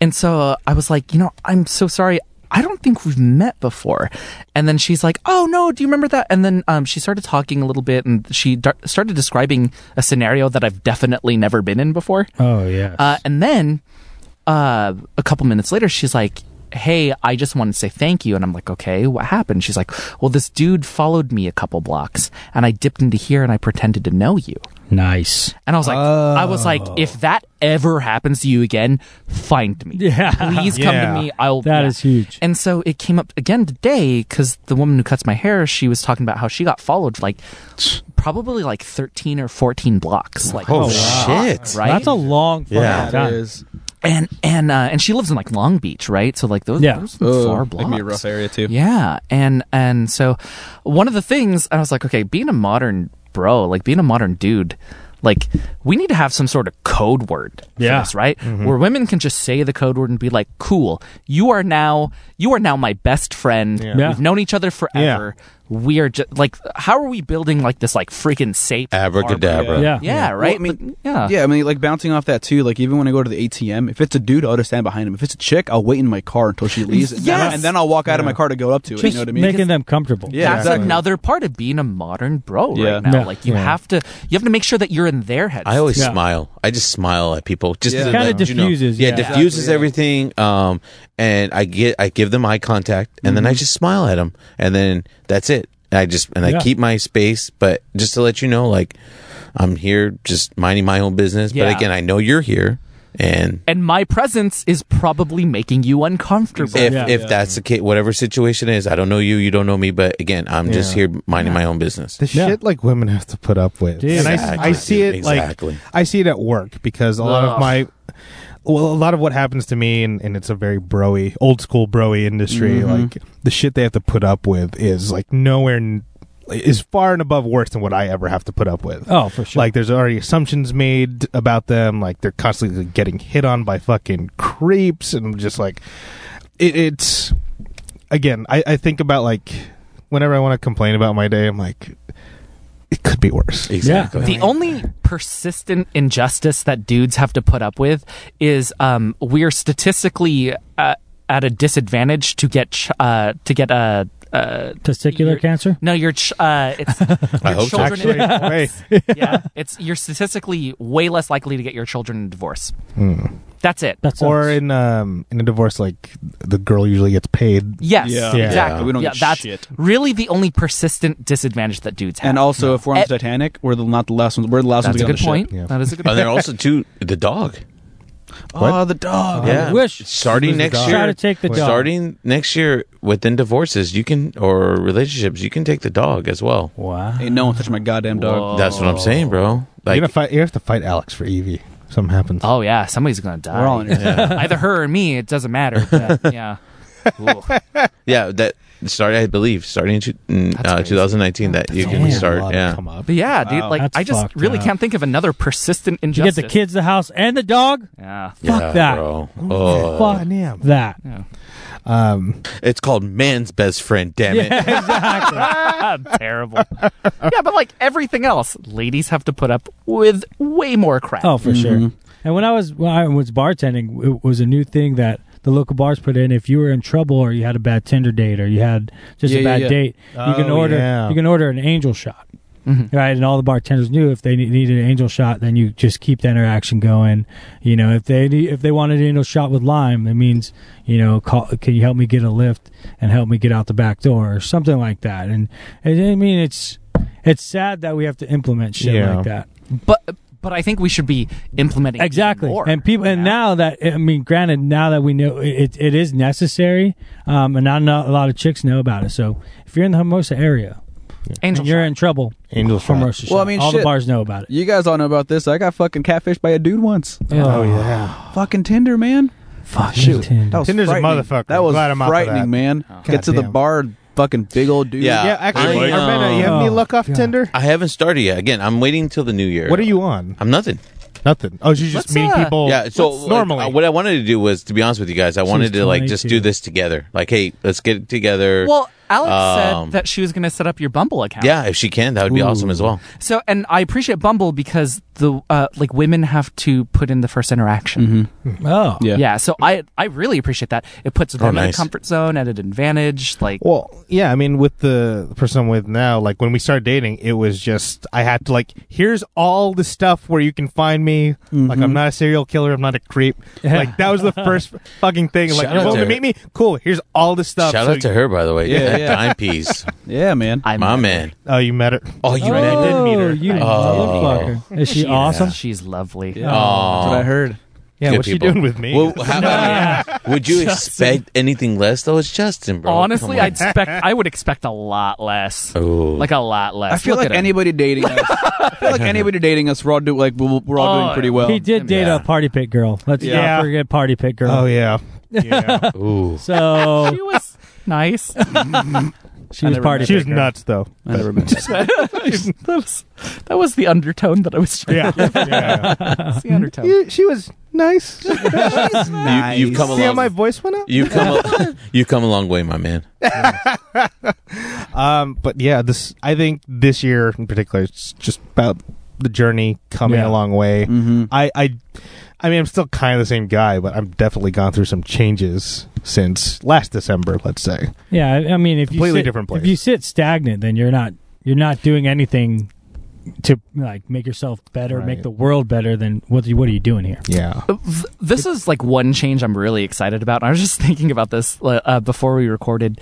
Speaker 4: and so uh, I was like, you know, I'm so sorry. I don't think we've met before. And then she's like, oh no, do you remember that? And then um, she started talking a little bit and she dar- started describing a scenario that I've definitely never been in before.
Speaker 1: Oh yeah.
Speaker 4: Uh, and then uh, a couple minutes later, she's like, Hey, I just want to say thank you. And I'm like, okay, what happened? She's like, well, this dude followed me a couple blocks and I dipped into here and I pretended to know you.
Speaker 1: nice.
Speaker 4: And I was like, I was like,
Speaker 1: Oh.
Speaker 4: if that ever happens to you again, find me.
Speaker 1: (laughs) Yeah.
Speaker 4: Please come
Speaker 3: Yeah.
Speaker 4: to me. I'll.
Speaker 1: That
Speaker 4: That is
Speaker 1: is huge.
Speaker 4: And so it came up again today because the woman who cuts my hair, she was talking about how she got followed like probably like 13 or 14 blocks. Like,
Speaker 2: oh, shit.
Speaker 4: right?
Speaker 1: That's a long fucking
Speaker 2: Yeah.
Speaker 1: time.
Speaker 4: and and uh, and she lives in like Long Beach, right? So like those,
Speaker 1: Yeah.
Speaker 4: those are
Speaker 5: Oh,
Speaker 4: far
Speaker 5: that
Speaker 4: blocks.
Speaker 5: can be a rough area too.
Speaker 4: Yeah, and and so one of the things I was like, okay, being a modern bro, like being a modern dude, like we need to have some sort of code word for
Speaker 1: Yeah. Mm-hmm.
Speaker 4: this, right? Where women can just say the code word and be like, "Cool, you are now you are now my best friend.
Speaker 1: Yeah.
Speaker 4: We've known each other forever. We are just like, how are we building like this like freaking safe
Speaker 2: Abracadabra.
Speaker 1: Yeah.
Speaker 4: Yeah, right.
Speaker 5: Well, I mean,
Speaker 4: But- yeah,
Speaker 5: Yeah, I mean, like bouncing off that too. Like even when I go to the ATM, if it's a dude, I'll just stand behind him. If it's a chick, I'll wait in my car until she leaves, and,
Speaker 4: Yes!
Speaker 5: then, and then I'll walk out of my car to go up to it. You
Speaker 1: Just
Speaker 5: know what I mean?
Speaker 1: making them comfortable.
Speaker 5: Yeah,
Speaker 4: that's
Speaker 5: exactly.
Speaker 4: another part of being a modern bro
Speaker 5: Yeah.
Speaker 4: right now.
Speaker 1: Yeah.
Speaker 4: Like you
Speaker 1: Yeah.
Speaker 4: have to, you have to make sure that you're in their head.
Speaker 2: I always
Speaker 1: Yeah.
Speaker 2: smile. I just smile at people. Just
Speaker 5: Yeah.
Speaker 2: to,
Speaker 1: Kinda
Speaker 2: like, you know-
Speaker 1: diffuses,
Speaker 2: yeah,
Speaker 1: yeah.
Speaker 2: diffuses
Speaker 5: Exactly, yeah.
Speaker 2: everything. Um, and I get, I give them eye contact, and
Speaker 1: Mm-hmm.
Speaker 2: then I just smile at them, and then that's it. And I just and
Speaker 1: Yeah.
Speaker 2: I keep my space, but just to let you know, like I'm here, just minding my own business.
Speaker 4: Yeah.
Speaker 2: But again, I know you're here, and
Speaker 4: and my presence is probably making you uncomfortable.
Speaker 2: if
Speaker 1: Yeah.
Speaker 2: if that's the case, whatever situation is, I don't know you, you don't know me, but again, I'm just
Speaker 3: Yeah.
Speaker 2: here minding my own business.
Speaker 3: the
Speaker 1: Yeah.
Speaker 3: shit like women have to put up with.
Speaker 1: Dude.
Speaker 3: And I,
Speaker 2: Exactly,
Speaker 3: I see
Speaker 2: dude.
Speaker 3: it like
Speaker 2: Exactly.
Speaker 3: I see it at work because a lot of
Speaker 4: Ugh.
Speaker 3: my well, a lot of what happens to me, and, and it's a very broy, old school broy industry.
Speaker 2: Mm-hmm.
Speaker 3: Like the shit they have to put up with is like nowhere n- is far and above worse than what I ever have to put up with.
Speaker 1: Oh, for sure.
Speaker 3: Like there's already assumptions made about them. Like they're constantly getting hit on by fucking creeps, and just like it, it's again. I, I think about like whenever I want to complain about my day, I'm like, it could be worse.
Speaker 2: Exactly.
Speaker 4: the only persistent injustice that dudes have to put up with is um, we're statistically uh, at a disadvantage to get ch- uh, to get a. Uh,
Speaker 1: testicular
Speaker 4: your-
Speaker 1: cancer.
Speaker 4: No, your ch- uh, it's your
Speaker 2: (laughs) hope so.
Speaker 4: children.
Speaker 3: Actually,
Speaker 4: in-
Speaker 3: wait.
Speaker 4: yeah, it's you're statistically way less likely to get your children in divorce.
Speaker 5: Hmm.
Speaker 4: That's it.
Speaker 1: That's
Speaker 3: or in um in a divorce, like the girl usually gets paid.
Speaker 4: Yes,
Speaker 5: Yeah.
Speaker 3: Yeah.
Speaker 4: exactly.
Speaker 5: We don't
Speaker 4: yeah,
Speaker 5: get
Speaker 4: that's
Speaker 5: shit.
Speaker 4: really the only persistent disadvantage that dudes have.
Speaker 5: And also, if we're on
Speaker 4: Eh.
Speaker 5: the Titanic, we're the, not the last ones. We're the last
Speaker 4: that's
Speaker 5: ones
Speaker 4: a
Speaker 5: to get on
Speaker 4: good
Speaker 5: the
Speaker 4: point.
Speaker 5: ship.
Speaker 3: Yeah.
Speaker 4: That is a
Speaker 5: (laughs)
Speaker 4: good.
Speaker 2: And there are also too the dog.
Speaker 5: Oh, the dog.
Speaker 1: Yeah. wish-
Speaker 2: starting
Speaker 3: Who's the
Speaker 2: next
Speaker 3: dog?
Speaker 2: year.
Speaker 1: Try to take the dog.
Speaker 2: Starting next year within divorces, you can or relationships, you can take the dog as well.
Speaker 1: wow.
Speaker 5: Ain't no one touch my goddamn dog.
Speaker 2: That's what I'm saying, bro.
Speaker 3: You're
Speaker 2: Like
Speaker 3: gonna fight. You have to fight Alex for Evie. Something happens.
Speaker 4: Oh yeah, somebody's gonna die.
Speaker 5: We're all in here.
Speaker 4: (laughs) Either her or me. It doesn't
Speaker 5: (laughs)
Speaker 4: matter. but, yeah. Ooh.
Speaker 2: yeah, that started I believe starting in two- in
Speaker 4: That's
Speaker 2: uh,
Speaker 4: crazy.
Speaker 2: 2019 that you
Speaker 1: damn.
Speaker 2: can start. Yeah,
Speaker 3: Oh, Come up.
Speaker 4: But yeah, dude. Like
Speaker 1: That's
Speaker 4: I just
Speaker 1: fucked
Speaker 4: really
Speaker 1: up.
Speaker 4: can't think of another persistent
Speaker 1: You
Speaker 4: injustice.
Speaker 1: get the kids, the house, and the dog. (laughs)
Speaker 4: Yeah.
Speaker 1: Fuck
Speaker 2: Yeah,
Speaker 1: that.
Speaker 2: bro. Oh.
Speaker 1: Fuck
Speaker 3: damn.
Speaker 1: that.
Speaker 3: Um,
Speaker 2: It's called man's best friend. Damn it.
Speaker 1: Yeah, exactly.
Speaker 4: (laughs) Terrible. yeah, but like everything else, ladies have to put up with way more crap.
Speaker 1: Oh, for sure. And when I was when I was bartending, it was a new thing that the local bars put in. If you were in trouble or you had a bad Tinder date or you had just
Speaker 5: Yeah,
Speaker 1: a
Speaker 5: yeah,
Speaker 1: bad
Speaker 5: yeah.
Speaker 1: date, you can
Speaker 3: Oh,
Speaker 1: order
Speaker 3: yeah.
Speaker 1: you can order an angel shot. Right, and all the bartenders knew if they ne- needed an angel shot, then you just keep the interaction going. You know, if they ne- if they wanted an angel shot with lime, that means you know, call, can you help me get a lift and help me get out the back door or something like that. And, and I mean, it's it's sad that we have to implement shit
Speaker 3: Yeah.
Speaker 1: like that.
Speaker 4: But But I think we should be implementing even
Speaker 1: exactly
Speaker 4: more,
Speaker 1: and people and
Speaker 4: you
Speaker 1: now
Speaker 4: know?
Speaker 1: that i mean granted now that we know it, it is necessary um and not, not a lot of chicks know about it so if you're in the hermosa area
Speaker 4: Angel
Speaker 1: you're
Speaker 4: shot.
Speaker 1: in trouble
Speaker 3: Angel shot.
Speaker 1: hermosa
Speaker 5: Well, I
Speaker 1: shot.
Speaker 5: mean,
Speaker 1: all
Speaker 5: shit.
Speaker 1: the bars know about it
Speaker 5: You guys all know about this. I got fucking catfished by a dude once.
Speaker 1: oh,
Speaker 3: yeah.
Speaker 5: Fucking Tinder, man.
Speaker 1: fuck
Speaker 5: Shoot.
Speaker 1: Nintendo.
Speaker 5: That was
Speaker 3: Tinder's a
Speaker 5: frightening.
Speaker 3: motherfucker.
Speaker 5: That was
Speaker 3: Glad I'm off of
Speaker 5: frightening,
Speaker 3: that.
Speaker 5: man. Get to the
Speaker 3: damn.
Speaker 5: bar, fucking big old dude.
Speaker 2: Oh, Yeah.
Speaker 3: Yeah,
Speaker 2: I,
Speaker 3: actually, Armando,
Speaker 2: um,
Speaker 3: you have any
Speaker 1: Oh,
Speaker 3: luck off
Speaker 1: God.
Speaker 3: Tinder?
Speaker 2: I haven't started yet. Again, I'm waiting till the new year.
Speaker 3: What are you on?
Speaker 2: I'm nothing.
Speaker 3: Nothing. Oh, she's just
Speaker 4: Let's,
Speaker 3: meeting
Speaker 4: uh,
Speaker 3: people.
Speaker 2: yeah. So like,
Speaker 3: normally,
Speaker 2: uh, what I wanted to do was, to be honest with you guys, I wanted to like just
Speaker 1: 22.
Speaker 2: do this together. Like, hey, let's get together.
Speaker 4: Well, Alex
Speaker 2: Um,
Speaker 4: said that she was going to set up your Bumble account.
Speaker 2: yeah, if she can, that would be awesome as well.
Speaker 4: So, and I appreciate Bumble because the uh, like women have to put in the first interaction.
Speaker 1: oh
Speaker 5: Yeah.
Speaker 4: Yeah, so I I really appreciate that. It puts them in a
Speaker 2: nice.
Speaker 4: comfort zone at an advantage. Like,
Speaker 3: Well, yeah, I mean, with the the person I'm with now, like when we started dating, it was just I had to like, here's all the stuff where you can find me. Like I'm not a serial killer, I'm not a creep. Like that (laughs) was the first fucking thing. Like
Speaker 2: Shout
Speaker 3: you
Speaker 2: out
Speaker 3: want
Speaker 2: to
Speaker 3: to
Speaker 2: her.
Speaker 3: meet me? Cool. Here's all the stuff.
Speaker 2: Shout
Speaker 3: So
Speaker 2: out to
Speaker 3: you-
Speaker 2: her, by the way.
Speaker 5: Yeah,
Speaker 2: (laughs) Yeah,
Speaker 5: yeah.
Speaker 2: dime piece.
Speaker 5: Yeah, man.
Speaker 4: I'm (laughs)
Speaker 2: My man.
Speaker 3: Oh,
Speaker 2: (laughs)
Speaker 3: you met her.
Speaker 2: Oh, you
Speaker 1: oh,
Speaker 2: met
Speaker 3: I did meet her.
Speaker 1: you
Speaker 3: I-
Speaker 2: Oh.
Speaker 1: motherfucker is she
Speaker 4: She's-
Speaker 1: awesome
Speaker 4: She's lovely.
Speaker 5: Yeah.
Speaker 2: Aw.
Speaker 5: That's what I heard.
Speaker 3: Yeah,
Speaker 2: Good
Speaker 3: what's
Speaker 2: people.
Speaker 3: she doing with me?
Speaker 2: Well, how, Would you expect anything less though? It's Justin, bro.
Speaker 4: Honestly,
Speaker 2: Come
Speaker 4: I'd expect I would expect a lot less.
Speaker 2: on. Ooh.
Speaker 4: Like a lot less.
Speaker 5: I feel
Speaker 4: Look
Speaker 5: like
Speaker 4: at him.
Speaker 5: anybody dating us. I
Speaker 2: (laughs)
Speaker 5: feel like anybody dating us, we're all do like we're, we're all
Speaker 4: Oh,
Speaker 5: doing pretty well.
Speaker 1: he did date
Speaker 2: Yeah.
Speaker 1: a party pit girl let's
Speaker 3: Yeah.
Speaker 1: not forget party pit girl
Speaker 3: oh (laughs) yeah. Yeah.
Speaker 2: Ooh.
Speaker 1: so
Speaker 4: (laughs) she was nice. (laughs)
Speaker 1: she was
Speaker 5: never
Speaker 1: party
Speaker 3: she
Speaker 1: pit
Speaker 3: was
Speaker 1: girl.
Speaker 3: nuts though. (laughs)
Speaker 5: I never met.
Speaker 4: that, was, that was the undertone that I was trying
Speaker 3: Yeah. yeah, (laughs) yeah.
Speaker 4: to see undertone.
Speaker 3: You- she was nice.
Speaker 2: You, you've come
Speaker 3: See how
Speaker 2: along.
Speaker 3: my voice went up?
Speaker 2: you've come. (laughs) A, you've come a long way, my man.
Speaker 3: Um, but yeah, this I think this year in particular, it's just about the journey coming
Speaker 1: Yeah.
Speaker 3: a long way.
Speaker 5: hmm
Speaker 3: I, I, I mean, I'm still kind of the same guy, but I've definitely gone through some changes since last December. Let's say
Speaker 1: Yeah, I I mean, if you
Speaker 3: Completely
Speaker 1: sit,
Speaker 3: different place.
Speaker 1: If you sit stagnant, then you're not you're not doing anything to like make yourself better,
Speaker 3: Right.
Speaker 1: make the world better. Then what what are you doing here?
Speaker 3: yeah,
Speaker 4: Th- this is like one change I'm really excited about. I was just (laughs) thinking about this uh, uh, before we recorded.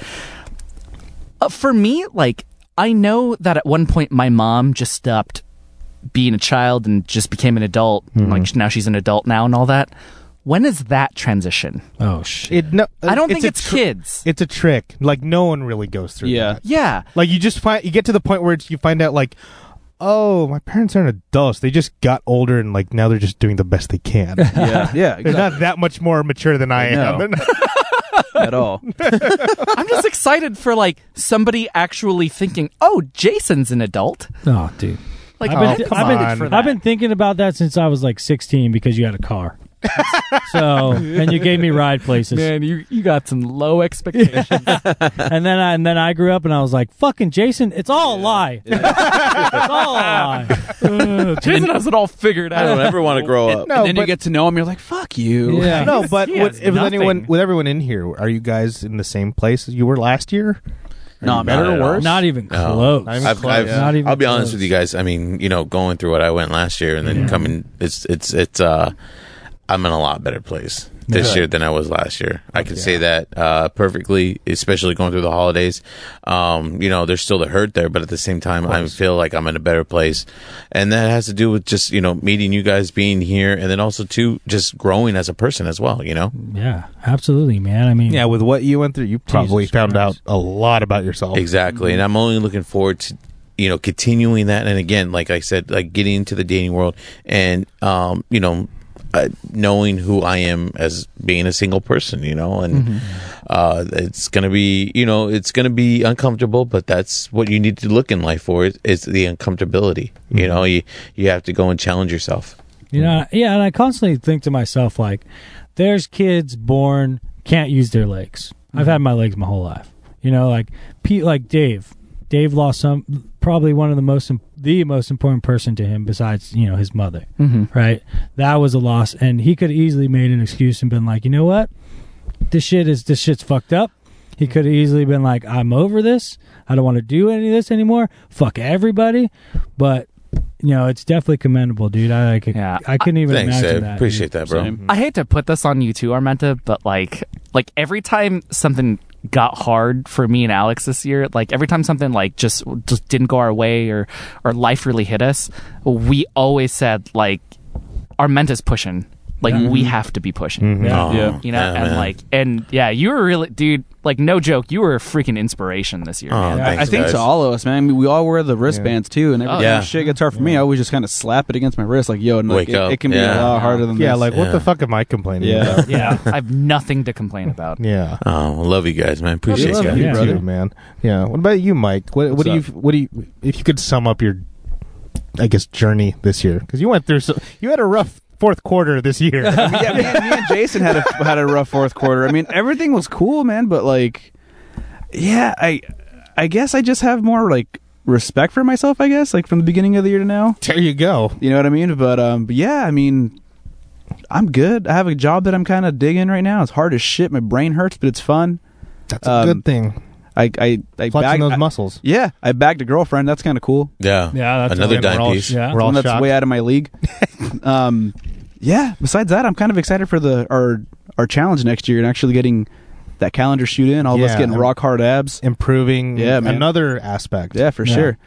Speaker 4: Uh, for me, like I know that at one point my mom just stopped being a child and just became an adult. and Like now she's an adult now and all that. When is that transition?
Speaker 1: Oh shit!
Speaker 3: it no,
Speaker 4: I don't think
Speaker 3: a
Speaker 4: it's
Speaker 3: tr-
Speaker 4: kids.
Speaker 3: It's a trick. Like no one really goes through.
Speaker 5: Yeah.
Speaker 3: that.
Speaker 4: yeah,
Speaker 3: like you just find you get to the point where it's, you find out like. Oh, my parents aren't adults. They just got older, and like now they're just doing the best they
Speaker 4: (laughs)
Speaker 3: can. They're
Speaker 5: (laughs)
Speaker 3: (laughs)
Speaker 5: Yeah, yeah, exactly.
Speaker 3: not that much more mature than I
Speaker 5: No.
Speaker 3: am. (laughs)
Speaker 5: at all.
Speaker 4: I'm (laughs) just excited for like somebody actually thinking, "Oh, Jason's an adult."
Speaker 1: Oh, dude.
Speaker 4: Like
Speaker 1: I've been,
Speaker 4: I'm
Speaker 1: I've,
Speaker 4: excited
Speaker 1: been,
Speaker 4: for
Speaker 3: on.
Speaker 4: that.
Speaker 1: I've been thinking about that since I was like 16 because you had a car. (laughs) so and you gave me ride places,
Speaker 4: man, you you got some low expectations.
Speaker 1: and then I, and then I grew up and I was like, "Fucking Jason, it's all a lie. (laughs) it's all a lie."
Speaker 4: (laughs)
Speaker 3: (laughs)
Speaker 4: Jason has it all figured
Speaker 2: I
Speaker 4: out. (laughs)
Speaker 2: don't ever want to grow up.
Speaker 3: No,
Speaker 5: and then you
Speaker 3: but-
Speaker 5: get to know him. You're like, fuck you.
Speaker 1: Yeah.
Speaker 3: No, but
Speaker 4: he
Speaker 3: with,
Speaker 4: has
Speaker 3: if with anyone
Speaker 4: nothing.
Speaker 3: with everyone in here, are you guys in the same place as you were last year?
Speaker 5: Nah,
Speaker 2: Not
Speaker 5: man.
Speaker 2: at all.
Speaker 1: Not even
Speaker 2: No.
Speaker 1: close.
Speaker 3: Not even
Speaker 2: I've,
Speaker 3: close.
Speaker 2: I've,
Speaker 1: Not even
Speaker 2: I'll be honest
Speaker 1: close.
Speaker 2: with you guys. I mean, you know, going through what I went last year and then coming, it's it's it's. uh I'm in a lot better place this
Speaker 3: Good.
Speaker 2: year than I was last year. I can say that uh, perfectly, especially going through the holidays. Um, you know, there's still the hurt there, but at the same time, I feel like I'm in a better place, and that has to do with just you know meeting you guys, being here, and then also too just growing as a person as well. You know,
Speaker 1: yeah, absolutely, man. I mean,
Speaker 3: Yeah, with what you went through, you probably found
Speaker 1: Christ.
Speaker 3: out a lot about yourself.
Speaker 2: Exactly. And I'm only looking forward to you know continuing that and again like I said like getting into the dating world and um you know uh, knowing who I am as being a single person, you know, and uh, it's gonna be, you know, it's gonna be uncomfortable, but that's what you need to look in life for is, is the uncomfortability. You know, you you have to go and challenge yourself.
Speaker 1: You know, yeah, and I constantly think to myself, like, there's kids born can't use their legs. I've had my legs my whole life. You know, like Pete, like Dave. Dave lost some, probably one of the most, im- the most important person to him besides you know his mother. Right, that was a loss, and he could have easily made an excuse and been like, you know what, this shit is this shit's fucked up. He could have easily been like, I'm over this. I don't want to do any of this anymore. Fuck everybody. But you know, it's definitely commendable, dude. I, I could,
Speaker 4: Yeah.
Speaker 1: I couldn't even
Speaker 2: Thanks,
Speaker 1: imagine
Speaker 2: Dave.
Speaker 1: that.
Speaker 2: Appreciate that, bro.
Speaker 5: Same.
Speaker 4: I hate to put this on you too, Armenta, but like, like every time something got hard for me and Alex this year. Like every time something like just just didn't go our way or or life really hit us, we always said like our menta's pushing. Like we have to be pushing
Speaker 3: Mm-hmm.
Speaker 1: Yeah. (laughs)
Speaker 2: Oh,
Speaker 5: Yeah.
Speaker 4: you know,
Speaker 2: yeah,
Speaker 4: and
Speaker 2: man.
Speaker 4: like, and yeah, you were really, dude, like, no joke, you were a freaking inspiration this year.
Speaker 2: Oh,
Speaker 4: man.
Speaker 5: I
Speaker 2: thanks,
Speaker 5: think
Speaker 2: guys.
Speaker 5: to all of us, man. I mean, we all wear the wristbands too, and every
Speaker 4: Oh,
Speaker 5: time
Speaker 2: yeah.
Speaker 5: shit gets hard for me, I always just kind of slap it against my wrist, like yo, and like,
Speaker 2: Wake
Speaker 5: it,
Speaker 2: up.
Speaker 5: it can be
Speaker 2: Yeah.
Speaker 5: a lot harder than
Speaker 3: Yeah,
Speaker 5: this.
Speaker 3: like what
Speaker 2: Yeah.
Speaker 3: the fuck am I complaining (laughs)
Speaker 5: Yeah.
Speaker 3: about?
Speaker 4: Yeah, I have nothing to complain
Speaker 3: (laughs)
Speaker 4: about.
Speaker 3: Yeah.
Speaker 2: Oh, well, love you guys, man. Appreciate you
Speaker 5: love
Speaker 2: guys.
Speaker 5: you,
Speaker 3: Me
Speaker 5: brother.
Speaker 3: too, man. Yeah. What about you, Mike? What, what
Speaker 2: What's
Speaker 3: do you
Speaker 2: up?
Speaker 3: what do you if you could sum up your I guess journey this year cuz you went through so, you had a rough fourth quarter this (laughs) year.
Speaker 5: yeah, me and, me and Jason had a had a rough fourth quarter. I mean, everything was cool, man, but like, yeah, I I guess I just have more like respect for myself. I guess like from the beginning of the year to now,
Speaker 3: there you go.
Speaker 5: you know what I mean. But um, but yeah, I mean, I'm good. I have a job that I'm kind of digging right now. It's hard as shit. My brain hurts, but it's fun.
Speaker 3: That's a
Speaker 5: Um,
Speaker 3: good thing.
Speaker 5: I I I
Speaker 3: Flexing
Speaker 5: bagged-
Speaker 3: those
Speaker 5: I-
Speaker 3: muscles.
Speaker 5: yeah, I bagged a girlfriend. That's kind of cool.
Speaker 2: Yeah.
Speaker 1: Yeah, that's
Speaker 2: Another
Speaker 1: all-
Speaker 2: dime
Speaker 1: we're all-
Speaker 2: piece.
Speaker 1: Yeah.
Speaker 3: We're all
Speaker 5: One that's
Speaker 3: shocked.
Speaker 5: way out of my league. um, yeah. Besides that, I'm kind of excited for the our our challenge next year and actually getting that calendar shoot in. All of us
Speaker 3: Yeah.
Speaker 5: getting rock hard abs.
Speaker 3: Improving
Speaker 5: Yeah, man.
Speaker 3: another aspect.
Speaker 5: Yeah, for
Speaker 1: Yeah.
Speaker 5: sure.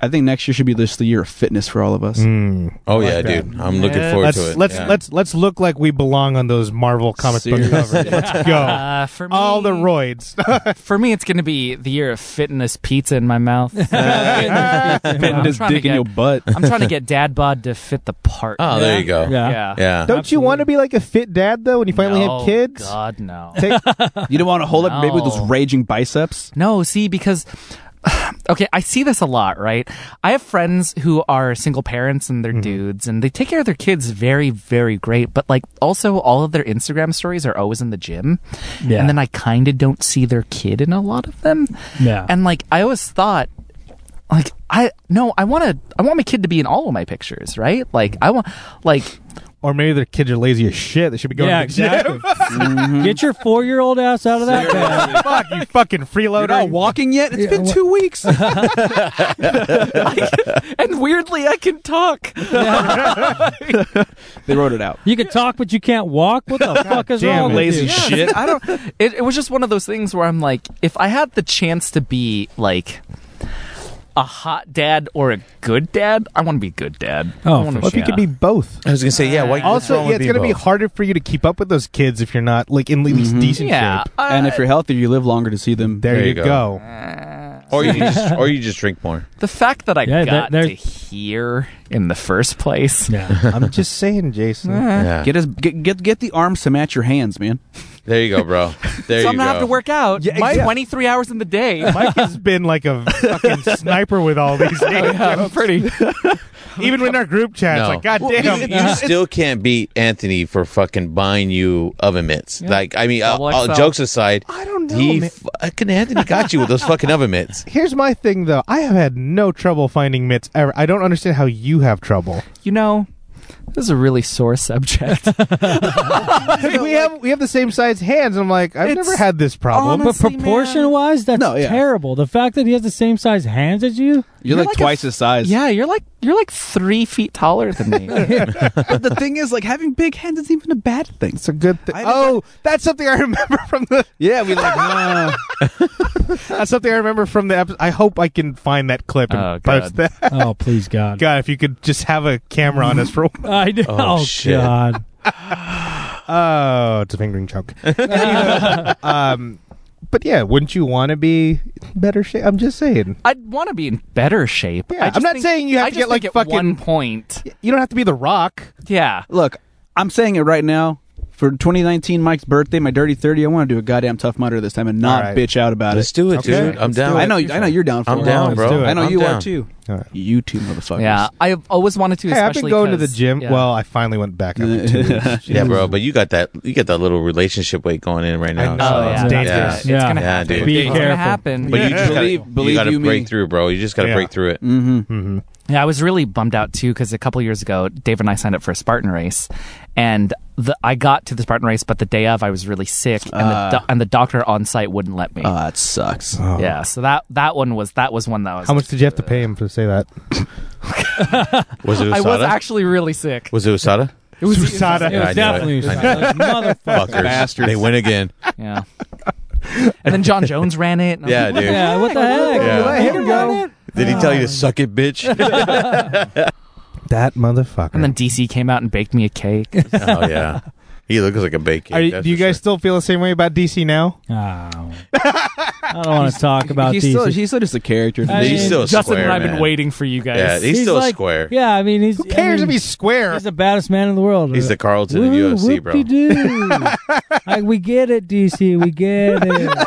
Speaker 5: I think next year should be just the year of fitness for all of us.
Speaker 3: Mm.
Speaker 2: Oh
Speaker 3: I
Speaker 2: yeah,
Speaker 3: like that.
Speaker 2: dude. I'm looking
Speaker 4: Yeah.
Speaker 2: forward
Speaker 3: Let's
Speaker 2: to it.
Speaker 3: let's
Speaker 2: Yeah.
Speaker 3: let's let's look like we belong on those Marvel comic book
Speaker 5: (laughs) Seriously.
Speaker 3: covers. Let's (laughs) go.
Speaker 4: Uh, for me,
Speaker 3: All the roids.
Speaker 4: for me, it's going to be the year of fitness pizza in
Speaker 3: (laughs)
Speaker 4: my mouth. Uh,
Speaker 5: Fitting
Speaker 4: I'm
Speaker 5: this
Speaker 4: trying to
Speaker 5: dick in
Speaker 4: get-
Speaker 5: your butt.
Speaker 4: (laughs) I'm trying to get dad bod to fit the part.
Speaker 2: Oh, there you go. Yeah.
Speaker 1: Yeah.
Speaker 3: (laughs)
Speaker 4: yeah.
Speaker 3: Don't you
Speaker 1: Absolutely.
Speaker 3: want to be like a fit dad though when you finally
Speaker 4: No,
Speaker 3: have kids?
Speaker 4: God, no.
Speaker 3: (laughs) Take,
Speaker 5: You don't want to hold up baby with those
Speaker 4: No.
Speaker 5: raging biceps.
Speaker 4: No, see, because (sighs) okay, I see this a lot, right? I have friends who are single parents and they're dudes and they take care of their kids very, very great, but like also all of their Instagram stories are always in the gym.
Speaker 1: Yeah.
Speaker 4: And then I kinda don't see their kid in a lot of them.
Speaker 1: Yeah.
Speaker 4: And like I always thought like I no, I want to I want my kid to be in all of my pictures, right? Like I want like
Speaker 3: or maybe their kids are lazy as shit. They should be going
Speaker 1: Yeah,
Speaker 3: to the gym.
Speaker 1: exactly. Get your four year old ass out of that bed.
Speaker 3: (laughs) Fuck you, fucking freeloader.
Speaker 5: walking yet? It's been two weeks.
Speaker 4: (laughs) and weirdly I can talk.
Speaker 5: they wrote it out.
Speaker 1: You can talk, but you can't walk. What the fuck is
Speaker 3: damn
Speaker 1: wrong
Speaker 3: it.
Speaker 1: with
Speaker 5: Lazy
Speaker 1: you?
Speaker 5: shit.
Speaker 4: I don't. It, it was just one of those things where I'm like, if I had the chance to be like a hot dad or a good dad, I want to be a good dad.
Speaker 1: Oh,
Speaker 4: I wanna
Speaker 1: for
Speaker 3: Well, if you could be both.
Speaker 2: I was gonna say yeah. Why
Speaker 3: Also, yeah, it's gonna be harder for you Mm-hmm. to keep up with those kids if you're not like in at least decent
Speaker 4: yeah.
Speaker 3: shape.
Speaker 4: uh,
Speaker 5: And if you're healthy, you live longer to see them.
Speaker 3: There,
Speaker 2: There
Speaker 3: you
Speaker 2: you
Speaker 3: go.
Speaker 2: or you
Speaker 3: (laughs)
Speaker 2: just or you just drink more.
Speaker 4: the fact that I
Speaker 1: Yeah,
Speaker 4: got
Speaker 1: there-
Speaker 4: to hear in the first
Speaker 3: (laughs)
Speaker 4: place,
Speaker 1: Yeah.
Speaker 3: I'm just saying, Jason.
Speaker 2: Yeah.
Speaker 5: Get, his, get get get the arms to match your hands, man.
Speaker 2: there you go, bro. There
Speaker 4: so
Speaker 2: you
Speaker 4: I'm
Speaker 2: go.
Speaker 4: gonna have to work out
Speaker 3: Yeah,
Speaker 4: my
Speaker 3: yeah.
Speaker 4: 23 hours in
Speaker 3: (laughs)
Speaker 4: the day.
Speaker 3: (laughs) Mike has been like a (laughs) fucking sniper with all (laughs) these names.
Speaker 4: (laughs) I'm pretty.
Speaker 3: Even in our group chat, it's
Speaker 2: No.
Speaker 3: like, God
Speaker 5: Well,
Speaker 3: damn.
Speaker 5: it's-
Speaker 2: You still can't beat Anthony for fucking buying you oven mitts. Like, I mean, uh,
Speaker 4: Double
Speaker 2: all
Speaker 4: XL.
Speaker 2: jokes aside,
Speaker 3: I don't know,
Speaker 2: He
Speaker 3: man.
Speaker 2: fucking Anthony got you with those fucking oven mitts.
Speaker 3: Here's my thing, though. I have had no trouble finding mitts ever. I don't understand how you have trouble.
Speaker 4: You know, this is a really sore
Speaker 2: (laughs)
Speaker 4: subject.
Speaker 3: we have we have the same size hands. And I'm like, I've
Speaker 4: It's
Speaker 3: never had this problem.
Speaker 1: But
Speaker 4: Honestly,
Speaker 1: proportion
Speaker 4: man.
Speaker 1: wise, that's
Speaker 5: No, yeah.
Speaker 1: terrible. The fact that he has the same size hands as you.
Speaker 5: You're, like,
Speaker 4: like a
Speaker 5: twice his size.
Speaker 4: yeah, you're like you're like three feet taller than
Speaker 3: (laughs)
Speaker 4: me.
Speaker 5: but the thing is, like having big hands isn't even a bad thing.
Speaker 3: (laughs) It's a good thing.
Speaker 5: I never-
Speaker 3: Oh, that's something I remember from
Speaker 4: (laughs)
Speaker 3: the.
Speaker 5: Yeah, we (laughs) like. uh,
Speaker 3: That's something I remember from the episode. I hope I can find that clip and
Speaker 4: Oh,
Speaker 3: post
Speaker 4: God.
Speaker 3: that. (laughs)
Speaker 1: Oh, please God.
Speaker 3: God, if you could just have a camera on us for.
Speaker 1: I know.
Speaker 2: Oh,
Speaker 1: Oh,
Speaker 2: shit.
Speaker 1: God.
Speaker 3: (laughs) Oh, it's a fingering
Speaker 4: (laughs)
Speaker 3: choke. um, but yeah, wouldn't you want to be in better shape? I'm just saying.
Speaker 4: I'd want to be in better shape.
Speaker 3: Yeah,
Speaker 4: I just
Speaker 3: I'm not
Speaker 4: think-
Speaker 3: saying you have
Speaker 4: I
Speaker 3: to
Speaker 4: just
Speaker 3: get, like,
Speaker 4: think at
Speaker 3: fucking-
Speaker 4: one point.
Speaker 3: You don't have to be the Rock.
Speaker 4: Yeah,
Speaker 5: look, I'm saying it right now. For 2019, Mike's birthday, my dirty 30, I want to do a goddamn tough mutter this time and not
Speaker 3: All right.
Speaker 5: bitch out about
Speaker 2: Let's
Speaker 5: it.
Speaker 2: do it,
Speaker 3: Okay.
Speaker 2: dude. I'm
Speaker 3: Let's
Speaker 2: down.
Speaker 5: I know, I know you're down for
Speaker 2: I'm
Speaker 5: it.
Speaker 2: down,
Speaker 3: Let's
Speaker 2: bro.
Speaker 3: do it.
Speaker 5: I know
Speaker 2: I'm
Speaker 5: you
Speaker 2: down.
Speaker 5: are too.
Speaker 3: All right.
Speaker 5: You two motherfuckers.
Speaker 4: yeah. I've always wanted to.
Speaker 3: Hey, I've
Speaker 4: especially
Speaker 3: been going to the
Speaker 4: 'cause-
Speaker 3: gym.
Speaker 4: yeah.
Speaker 3: Well, I finally went back
Speaker 2: (laughs)
Speaker 3: after two weeks.
Speaker 2: Yeah, bro. But you got that. You got that little relationship weight going in right now.
Speaker 3: I know.
Speaker 4: oh,
Speaker 3: it's
Speaker 4: yeah,
Speaker 3: dangerous.
Speaker 4: It's
Speaker 1: Yeah.
Speaker 4: gonna
Speaker 2: Yeah,
Speaker 4: happen.
Speaker 2: dude.
Speaker 1: Be
Speaker 4: it's gonna
Speaker 1: careful.
Speaker 4: happen.
Speaker 2: But you just gotta,
Speaker 5: Believe- believe
Speaker 2: you gotta
Speaker 5: you
Speaker 2: break
Speaker 5: me.
Speaker 2: through, bro. You just gotta
Speaker 3: Yeah.
Speaker 2: break through it.
Speaker 4: Yeah, I was really bummed out too because a couple years ago, Dave and I signed up for a Spartan race, and the I got to the Spartan race, but the day of, I was really sick, and
Speaker 3: Ah.
Speaker 4: the do- and the doctor on site wouldn't let me.
Speaker 5: Ah, it sucks.
Speaker 4: yeah, so that that one was that was one that was.
Speaker 3: How much did you have to pay him to say (laughs) that?
Speaker 2: Was it Usada?
Speaker 4: I was actually really sick.
Speaker 2: Was it Usada?
Speaker 3: It was
Speaker 1: It was
Speaker 2: I knew it.
Speaker 1: definitely
Speaker 2: I
Speaker 1: motherfucker.
Speaker 2: Fuckers. They win again.
Speaker 4: Yeah. And then John Jones ran it. and
Speaker 3: (laughs)
Speaker 4: I was
Speaker 2: Yeah,
Speaker 4: like,
Speaker 2: dude.
Speaker 1: Yeah, what the heck?
Speaker 2: Yeah.
Speaker 1: Here we go.
Speaker 2: Did he tell you to suck it, bitch?
Speaker 3: That motherfucker.
Speaker 4: And then DC came out and baked me a cake.
Speaker 2: oh yeah, he looks like a bacon.
Speaker 3: Are you, do you guys still feel the same way about DC now?
Speaker 1: Oh. I don't want to talk about
Speaker 5: he's
Speaker 1: these.
Speaker 5: still he's still just a character.
Speaker 1: I mean,
Speaker 2: He's still a
Speaker 4: Justin
Speaker 2: square,
Speaker 4: and I've
Speaker 2: man.
Speaker 4: been waiting for you guys.
Speaker 2: Yeah, he's,
Speaker 1: He's
Speaker 2: still a
Speaker 1: like-
Speaker 2: square.
Speaker 1: yeah, I mean, he's
Speaker 3: Who cares
Speaker 1: I mean,
Speaker 3: if he's square?
Speaker 1: He's the baddest man in the world.
Speaker 2: He's the Carlton of UFC, bro.
Speaker 1: bro. (laughs) like, we get it, DC. We get it.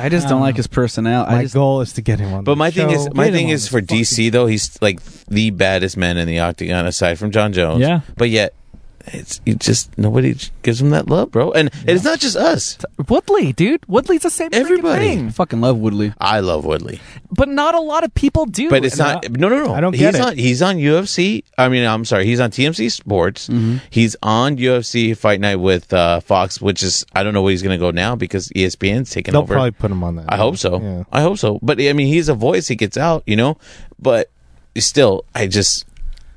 Speaker 5: I just don't like his personality.
Speaker 3: My
Speaker 5: I just
Speaker 3: goal is to get him on.
Speaker 2: But
Speaker 3: the
Speaker 2: my thing
Speaker 3: show.
Speaker 2: is, my
Speaker 1: get him
Speaker 2: thing
Speaker 1: on
Speaker 2: is
Speaker 1: the
Speaker 2: for DC though, he's like the baddest man in the octagon aside from John Jones.
Speaker 1: Yeah.
Speaker 2: but yet. It's you just nobody j- gives him that love, bro, and, and it's not just us.
Speaker 4: Woodley, dude. Woodley's the same freaking
Speaker 2: Everybody.
Speaker 4: thing.
Speaker 5: fucking love Woodley.
Speaker 2: I love Woodley,
Speaker 4: But not a lot of people do.
Speaker 2: but it's
Speaker 4: And,
Speaker 2: not.
Speaker 4: uh,
Speaker 2: No, no, no.
Speaker 3: I don't
Speaker 2: he's
Speaker 3: get it.
Speaker 2: on. He's on UFC. I mean, I'm sorry. He's on TMC Sports.
Speaker 3: Mm-hmm.
Speaker 2: He's on UFC Fight Night with uh, Fox, which is I don't know what he's going to go now because E ESPN's taking
Speaker 3: they'll
Speaker 2: over.
Speaker 3: probably put him on that.
Speaker 2: I hope so.
Speaker 3: Yeah.
Speaker 2: I hope so. But I mean, he's a voice. He gets out, you know. But still, I just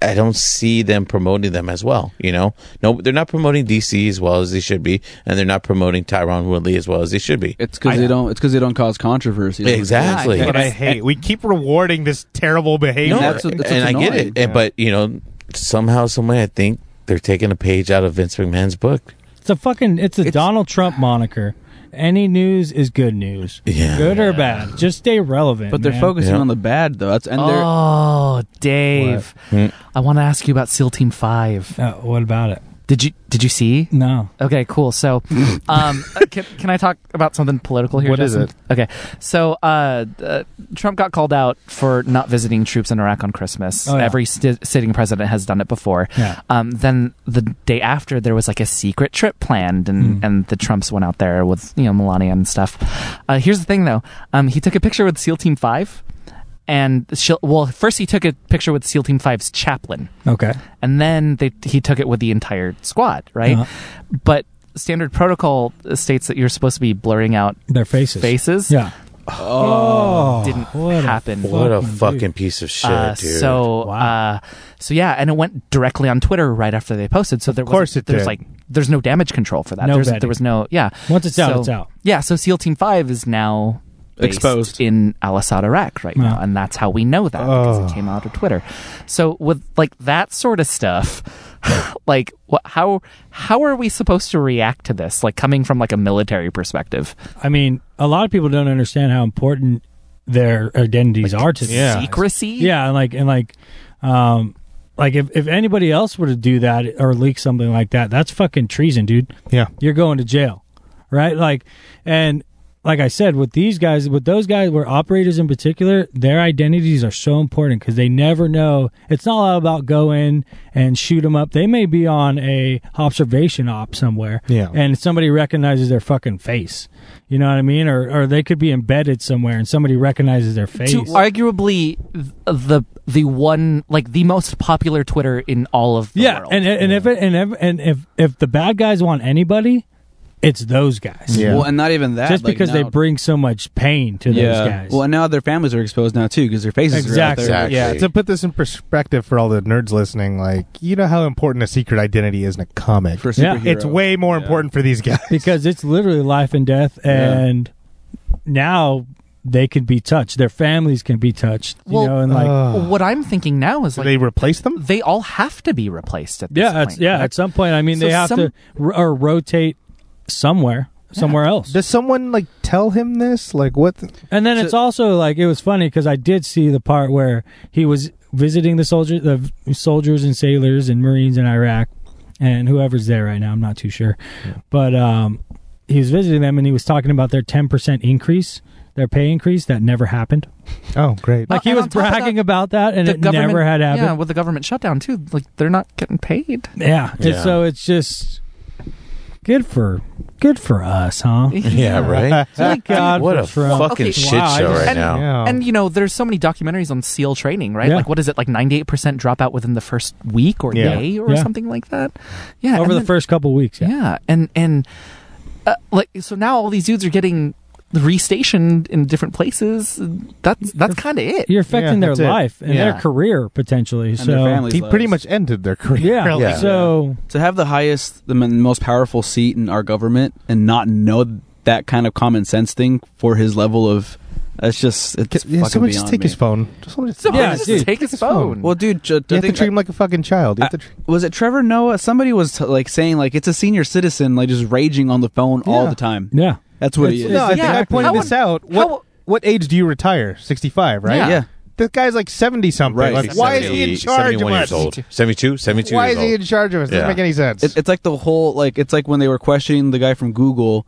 Speaker 2: I don't see them promoting them as well. You know, no, they're not promoting DC as well as they should be, and they're not promoting Tyron Woodley as well as they should be.
Speaker 5: It's because they don't. It's because they don't cause controversy.
Speaker 2: Exactly.
Speaker 4: Yeah,
Speaker 3: But I hate. We keep rewarding this terrible behavior.
Speaker 2: No,
Speaker 5: that's what- that's
Speaker 2: and I
Speaker 5: what's
Speaker 2: get it.
Speaker 5: annoying.
Speaker 2: And, but you know, somehow, some way, I think they're taking a page out of Vince McMahon's book.
Speaker 1: It's a fucking. It's a Donald Trump moniker. Any news is good news,
Speaker 2: Yeah.
Speaker 1: good or bad. Just stay relevant.
Speaker 5: But they're
Speaker 1: man.
Speaker 5: focusing
Speaker 2: Yeah.
Speaker 5: on the bad though. That's and they're
Speaker 4: Oh, Dave.
Speaker 2: Hmm?
Speaker 4: I want to ask you about SEAL Team Five.
Speaker 1: Uh, what about it?
Speaker 4: Did you Did you see?
Speaker 1: No.
Speaker 4: Okay,
Speaker 2: (laughs)
Speaker 4: cool. So, um, can, can I talk about something political here?
Speaker 3: What is
Speaker 4: Justin? Okay, so uh, uh, Trump got called out for not visiting troops in Iraq on Christmas.
Speaker 1: Oh, yeah.
Speaker 4: Every sti- sitting president has done it before.
Speaker 1: Yeah.
Speaker 4: Um, then the day after, there was like a secret trip planned,
Speaker 1: Hmm.
Speaker 4: and, and the Trumps went out there with you know Melania and stuff. Uh, here's the thing, though. Um, he took a picture with SEAL Team Five, and she'll, well, first he took a picture with SEAL Team 5's chaplain
Speaker 1: Okay.
Speaker 4: and then they, he took it with the entire squad, right?
Speaker 1: Uh-huh.
Speaker 4: But standard protocol states that you're supposed to be blurring out
Speaker 1: Their faces.
Speaker 4: faces.
Speaker 1: Yeah. Oh,
Speaker 4: didn't
Speaker 1: what a
Speaker 4: happen.
Speaker 2: What a
Speaker 1: Fucking
Speaker 2: fucking
Speaker 1: dude.
Speaker 2: piece of shit,
Speaker 4: Uh,
Speaker 2: dude.
Speaker 4: so,
Speaker 1: Wow.
Speaker 4: uh, so yeah, and it went directly on Twitter right after they posted. So there,
Speaker 3: course
Speaker 4: wasn't-
Speaker 3: it
Speaker 4: there's
Speaker 3: did.
Speaker 4: like there's no damage control for that.
Speaker 1: No
Speaker 4: There's-
Speaker 1: vetting.
Speaker 4: there was no yeah.
Speaker 1: Once it's out,
Speaker 4: So-
Speaker 1: it's out.
Speaker 4: Yeah, so SEAL Team Five is now based
Speaker 5: Exposed.
Speaker 4: in Al Assad, Iraq, right now,
Speaker 1: Yeah.
Speaker 4: and that's how we know that because
Speaker 3: Oh.
Speaker 4: it came out of Twitter. So with like that sort of stuff, (laughs) like what, how how are we supposed to react to this? Like coming from like a military perspective,
Speaker 1: I mean, a lot of people don't understand how important their identities are to them.
Speaker 4: secrecy.
Speaker 1: Yeah, and like and like, um, like if if anybody else were to do that or leak something like that, that's fucking treason, dude.
Speaker 3: Yeah.
Speaker 1: You're going to jail, right? Like, and like I said, with these guys, with those guys, were operators in particular, their identities are so important because they never know. It's not all about go in and shoot them up. They may be on a observation op somewhere,
Speaker 3: Yeah.
Speaker 1: and somebody recognizes their fucking face. You know what I mean? Or or they could be embedded somewhere and somebody recognizes their face.
Speaker 4: to arguably th- the the one like the most popular Twitter in all of the
Speaker 1: yeah,
Speaker 4: world.
Speaker 1: and and if it, and if and if if the bad guys want anybody, it's those guys.
Speaker 3: Yeah.
Speaker 5: well, and not even that.
Speaker 1: Just
Speaker 5: like,
Speaker 1: because they
Speaker 5: now-
Speaker 1: bring so much pain to
Speaker 5: yeah.
Speaker 1: those guys.
Speaker 5: Well, and now their families are exposed now too because their faces
Speaker 1: Exactly.
Speaker 5: are out there.
Speaker 2: Exactly.
Speaker 3: Yeah, to put this in perspective for all the nerds listening, like you know how important a secret identity is in a comic.
Speaker 5: For
Speaker 1: Yeah.
Speaker 5: superhero.
Speaker 3: it's way more
Speaker 5: Yeah.
Speaker 3: important for these guys.
Speaker 1: because it's literally life and death,
Speaker 5: Yeah.
Speaker 1: and now they can be touched. Their families can be touched. You
Speaker 4: Well, uh,
Speaker 1: know, and like
Speaker 3: Ugh.
Speaker 4: what I'm thinking now is
Speaker 3: Do
Speaker 4: like
Speaker 3: they replace them?
Speaker 4: they all have to be replaced at this
Speaker 1: yeah,
Speaker 4: point.
Speaker 1: it's, yeah. At some point, I mean,
Speaker 4: So
Speaker 1: they have
Speaker 4: some-
Speaker 1: to r- or rotate somewhere. Somewhere else,
Speaker 3: Does someone like tell him this? Like what? the-
Speaker 1: and then it's also like it was funny because I did see the part where he was visiting the soldiers, the v- soldiers and sailors and Marines in Iraq, and whoever's there right now. I'm not too sure, but um, he was visiting them and he was talking about their 10 percent increase, their pay increase that never happened.
Speaker 3: Oh, great.
Speaker 1: Like he
Speaker 4: and
Speaker 1: was
Speaker 4: on top of that,
Speaker 1: bragging about that, and
Speaker 4: the
Speaker 1: it never had
Speaker 4: Yeah,
Speaker 1: happened.
Speaker 4: with the government shutdown too, like they're not
Speaker 1: (laughs)
Speaker 4: getting paid. (laughs)
Speaker 1: Yeah, And
Speaker 2: Yeah.
Speaker 1: so it's just good for good for us, huh?
Speaker 2: yeah,
Speaker 4: (laughs)
Speaker 2: right.
Speaker 1: Thank God
Speaker 2: what
Speaker 1: for
Speaker 2: a
Speaker 1: Trump.
Speaker 2: fucking
Speaker 4: Okay,
Speaker 2: shit
Speaker 1: wow, I
Speaker 2: show
Speaker 1: just-
Speaker 2: right
Speaker 4: and,
Speaker 2: now.
Speaker 3: Yeah.
Speaker 4: and you know, there's so many documentaries on SEAL training, right?
Speaker 1: Yeah.
Speaker 4: Like, what is it? Like 98% dropout within the first week or
Speaker 3: Yeah.
Speaker 4: day or
Speaker 1: Yeah.
Speaker 4: something like that. Yeah,
Speaker 1: Over
Speaker 4: and
Speaker 1: the
Speaker 4: then-
Speaker 1: first couple weeks, yeah.
Speaker 4: yeah, and and uh, like so now all these dudes are getting restationed in different places. That's that's kind of it.
Speaker 1: you're affecting
Speaker 3: Yeah,
Speaker 1: their
Speaker 3: that's it.
Speaker 1: life and
Speaker 4: Yeah.
Speaker 1: their career potentially.
Speaker 5: And
Speaker 1: so
Speaker 5: their families.
Speaker 3: he pretty
Speaker 5: lives.
Speaker 3: much ended their career.
Speaker 1: yeah,
Speaker 2: Yeah.
Speaker 1: so
Speaker 5: to have the highest, the m- most powerful seat in our government and not know that kind of common sense thing for his level of. That's just it's
Speaker 3: yeah,
Speaker 5: fucking
Speaker 3: someone just
Speaker 5: beyond
Speaker 3: take
Speaker 5: me.
Speaker 3: his phone. Just, someone just,
Speaker 4: Someone
Speaker 1: Yeah,
Speaker 4: just
Speaker 1: dude.
Speaker 4: take his
Speaker 3: His phone.
Speaker 4: phone.
Speaker 5: Well, dude, ju-
Speaker 3: you
Speaker 5: I
Speaker 3: have to
Speaker 5: think-
Speaker 3: treat him like a fucking child. You have to treat-
Speaker 5: was it Trevor Noah? Somebody was t- like saying like it's a senior citizen like just raging on the phone all
Speaker 3: Yeah.
Speaker 5: the time.
Speaker 1: Yeah.
Speaker 5: That's what he
Speaker 3: It's-
Speaker 5: is.
Speaker 3: No, I think I
Speaker 4: Exactly.
Speaker 3: pointed
Speaker 4: How
Speaker 3: this out. What
Speaker 4: how-
Speaker 3: what age do you retire? Sixty five, right?
Speaker 5: yeah.
Speaker 4: Yeah.
Speaker 3: The guy's like seventy something.
Speaker 5: Right.
Speaker 3: Like, why is he
Speaker 2: 70,
Speaker 3: in charge of
Speaker 2: 71 years
Speaker 3: us?
Speaker 2: old. 72? 72
Speaker 3: Why
Speaker 2: years
Speaker 3: is he in
Speaker 2: old.
Speaker 3: charge of us? Doesn't
Speaker 2: Yeah.
Speaker 3: make any sense.
Speaker 5: It, it's like the whole like it's like when they were questioning the guy from Google.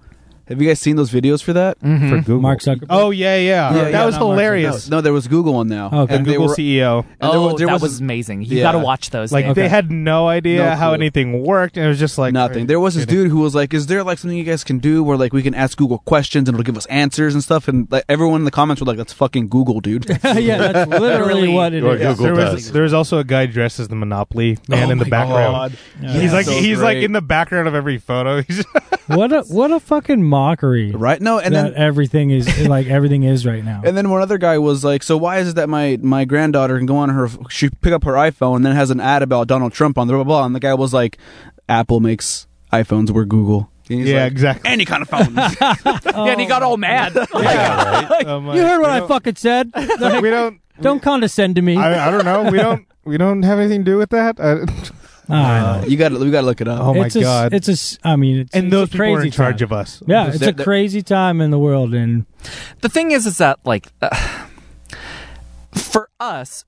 Speaker 5: Have you guys seen those videos for that?
Speaker 3: for Google.
Speaker 1: Mark Zuckerberg.
Speaker 3: Mm-hmm. Oh yeah, yeah.
Speaker 5: Yeah,
Speaker 3: that
Speaker 5: yeah,
Speaker 3: was
Speaker 1: not Mark
Speaker 3: hilarious.
Speaker 5: No, there was Google one now.
Speaker 1: Okay.
Speaker 5: And
Speaker 3: The
Speaker 5: they
Speaker 3: Google
Speaker 5: were-
Speaker 3: CEO.
Speaker 5: and there
Speaker 4: oh,
Speaker 5: was- there
Speaker 4: that was,
Speaker 5: was-
Speaker 4: amazing. You
Speaker 5: Yeah.
Speaker 4: got to watch those.
Speaker 3: Like
Speaker 4: Dave.
Speaker 3: they had no idea
Speaker 5: No
Speaker 3: how
Speaker 5: clue.
Speaker 3: anything worked, and it was just like
Speaker 5: nothing. There was this dude who was like, "Is there like something you guys can do where like we can ask Google questions and it'll give us answers and stuff?" And like everyone in the comments were like, "That's fucking
Speaker 3: (laughs)
Speaker 5: Google, dude."
Speaker 1: Oh, (laughs) yeah, that's literally what it
Speaker 2: Or
Speaker 1: is.
Speaker 2: Google
Speaker 3: There was,
Speaker 2: does.
Speaker 3: there was also a guy dressed as the Monopoly man
Speaker 5: Oh
Speaker 3: in the background.
Speaker 1: Yeah.
Speaker 3: Oh He's like
Speaker 5: So
Speaker 3: he's like
Speaker 5: great.
Speaker 3: in the background of every photo. (laughs) He's
Speaker 1: what a what a fucking mockery.
Speaker 5: right? No, and
Speaker 1: that
Speaker 5: then
Speaker 1: everything
Speaker 3: (laughs)
Speaker 1: is like everything is right now. (laughs)
Speaker 5: And then one other guy was like, "So why is it that my my granddaughter can go on her she pick up her iPhone and then it has an ad about Donald Trump on the blah blah?" blah. And the guy was like, "Apple makes iPhones where Google." And he's
Speaker 3: yeah,
Speaker 5: like,
Speaker 3: exactly.
Speaker 5: Any kind
Speaker 3: (laughs)
Speaker 5: of
Speaker 4: (laughs)
Speaker 5: phone.
Speaker 4: yeah, and he got all mad.
Speaker 3: I'm like,
Speaker 1: you heard what
Speaker 3: we
Speaker 1: I
Speaker 3: don't-
Speaker 1: fucking (laughs) said.
Speaker 3: we don't.
Speaker 1: Don't condescend to me.
Speaker 3: I, I don't know. We don't. We don't have anything to do with that. Uh,
Speaker 1: Ah,
Speaker 5: you got to we got to look it up.
Speaker 3: Oh my
Speaker 1: it's a,
Speaker 3: God.
Speaker 1: It's a. s- I mean, it's
Speaker 3: and
Speaker 1: it's
Speaker 3: those
Speaker 1: a
Speaker 3: people
Speaker 1: crazy
Speaker 3: are in charge
Speaker 1: time.
Speaker 3: of us.
Speaker 1: Yeah, it's a
Speaker 5: They're-
Speaker 1: crazy time in the world, and
Speaker 4: the thing is is that like uh, for us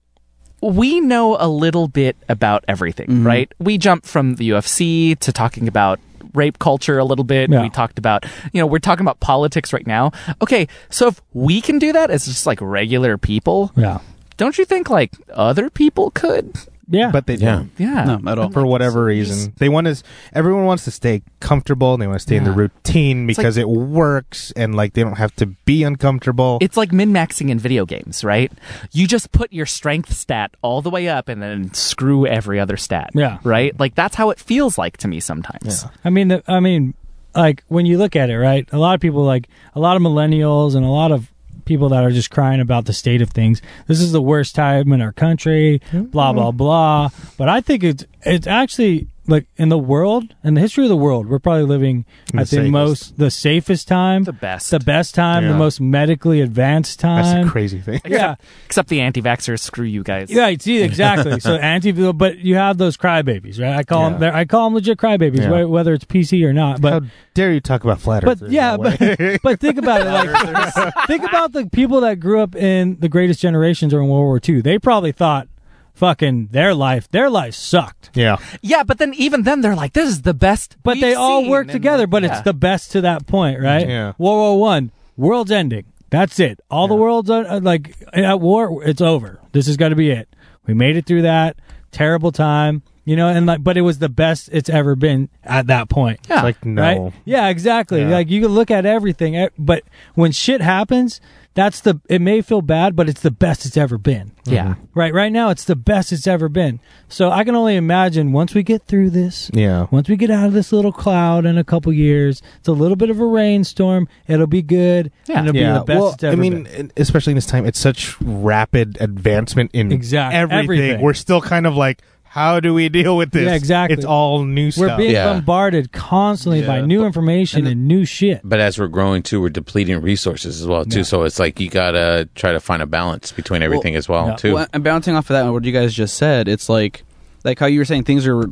Speaker 4: we know a little bit about everything
Speaker 1: Mm-hmm.
Speaker 4: right we jump from the ufc to talking about rape culture a little bit
Speaker 1: Yeah.
Speaker 4: we talked about you know we're talking about politics right now okay so if we can do that as just like regular people
Speaker 1: yeah,
Speaker 4: don't you think like other people could
Speaker 1: yeah.
Speaker 3: but they
Speaker 2: Yeah.
Speaker 4: yeah
Speaker 5: No, not at all.
Speaker 3: for whatever reason they want to. Everyone wants to stay comfortable. and They want to stay in the
Speaker 4: Yeah.
Speaker 3: routine
Speaker 4: like-
Speaker 3: because it works, and like they don't have to be uncomfortable.
Speaker 4: It's like min maxing in video games, right? You just put your strength stat all the way up and then screw every other stat.
Speaker 1: Yeah.
Speaker 4: Right? Like that's how it feels like to me sometimes.
Speaker 1: I mean, the, I mean, like when you look at it, right? A lot of people, like a lot of millennials and a lot of people that are just crying about the state of things. This is the worst time in our country,
Speaker 4: Mm-hmm.
Speaker 1: blah blah blah. But I think it's it's actually like in the world, in the history of the world, we're probably living,
Speaker 3: The
Speaker 1: I think,
Speaker 3: safest.
Speaker 1: most the safest time,
Speaker 4: The best.
Speaker 1: the best time,
Speaker 3: Yeah.
Speaker 1: the most medically advanced time.
Speaker 3: That's a crazy thing.
Speaker 1: yeah.
Speaker 4: Except the anti-vaxxers, screw you guys.
Speaker 1: Yeah, you see exactly.
Speaker 3: (laughs)
Speaker 1: so anti, but you have those crybabies, right? I call them. They're, I call them legit crybabies,
Speaker 3: Yeah.
Speaker 1: wh- whether it's PC or not. But
Speaker 3: How dare you talk about flat
Speaker 1: but
Speaker 3: earthers
Speaker 1: yeah,
Speaker 3: that way.
Speaker 1: but, (laughs) but think about it. Like, (laughs) think about the people that grew up in the greatest generations during World War II. They probably thought, fucking, their life, their life sucked.
Speaker 3: yeah.
Speaker 4: Yeah, but then even then they're like, this is the best.
Speaker 1: But
Speaker 4: we've
Speaker 1: they all
Speaker 4: seen.
Speaker 1: work
Speaker 4: And,
Speaker 1: together. But
Speaker 4: yeah.
Speaker 1: it's the best to that point, right?
Speaker 3: Yeah.
Speaker 1: World War One, world's ending. That's it. All the world's uh, like at war. It's over. This is going to be it. We made it through that terrible time, you know. And like, but it was the best it's ever been at that point.
Speaker 4: Yeah.
Speaker 3: Like no.
Speaker 1: Right? Yeah, exactly.
Speaker 3: Yeah.
Speaker 1: Like you can look at everything, eh, but when shit happens, that's the. It may feel bad, but it's the best it's ever been.
Speaker 4: Yeah.
Speaker 1: Right. Right now, it's the best it's ever been. So I can only imagine once we get through this.
Speaker 3: Yeah.
Speaker 1: Once we get out of this little cloud in a couple years, it's a little bit of a rainstorm. It'll be good.
Speaker 4: Yeah.
Speaker 1: And it'll be the best
Speaker 3: well,
Speaker 1: it's ever
Speaker 3: I mean,
Speaker 1: been.
Speaker 3: and especially in this time, it's such rapid advancement in
Speaker 1: Exact-
Speaker 3: everything.
Speaker 1: everything.
Speaker 3: We're still kind of like, how do we deal with this?
Speaker 1: Yeah, exactly.
Speaker 3: It's all new stuff.
Speaker 1: We're being
Speaker 2: Yeah.
Speaker 1: bombarded constantly by
Speaker 5: Yeah.
Speaker 1: new information and, new shit.
Speaker 2: But as we're growing too, we're depleting resources as well too. So it's like you gotta try to find a balance between everything as well
Speaker 1: yeah.
Speaker 2: too.
Speaker 5: Well, and bouncing off of that, what you guys just said, it's like, like how you were saying things are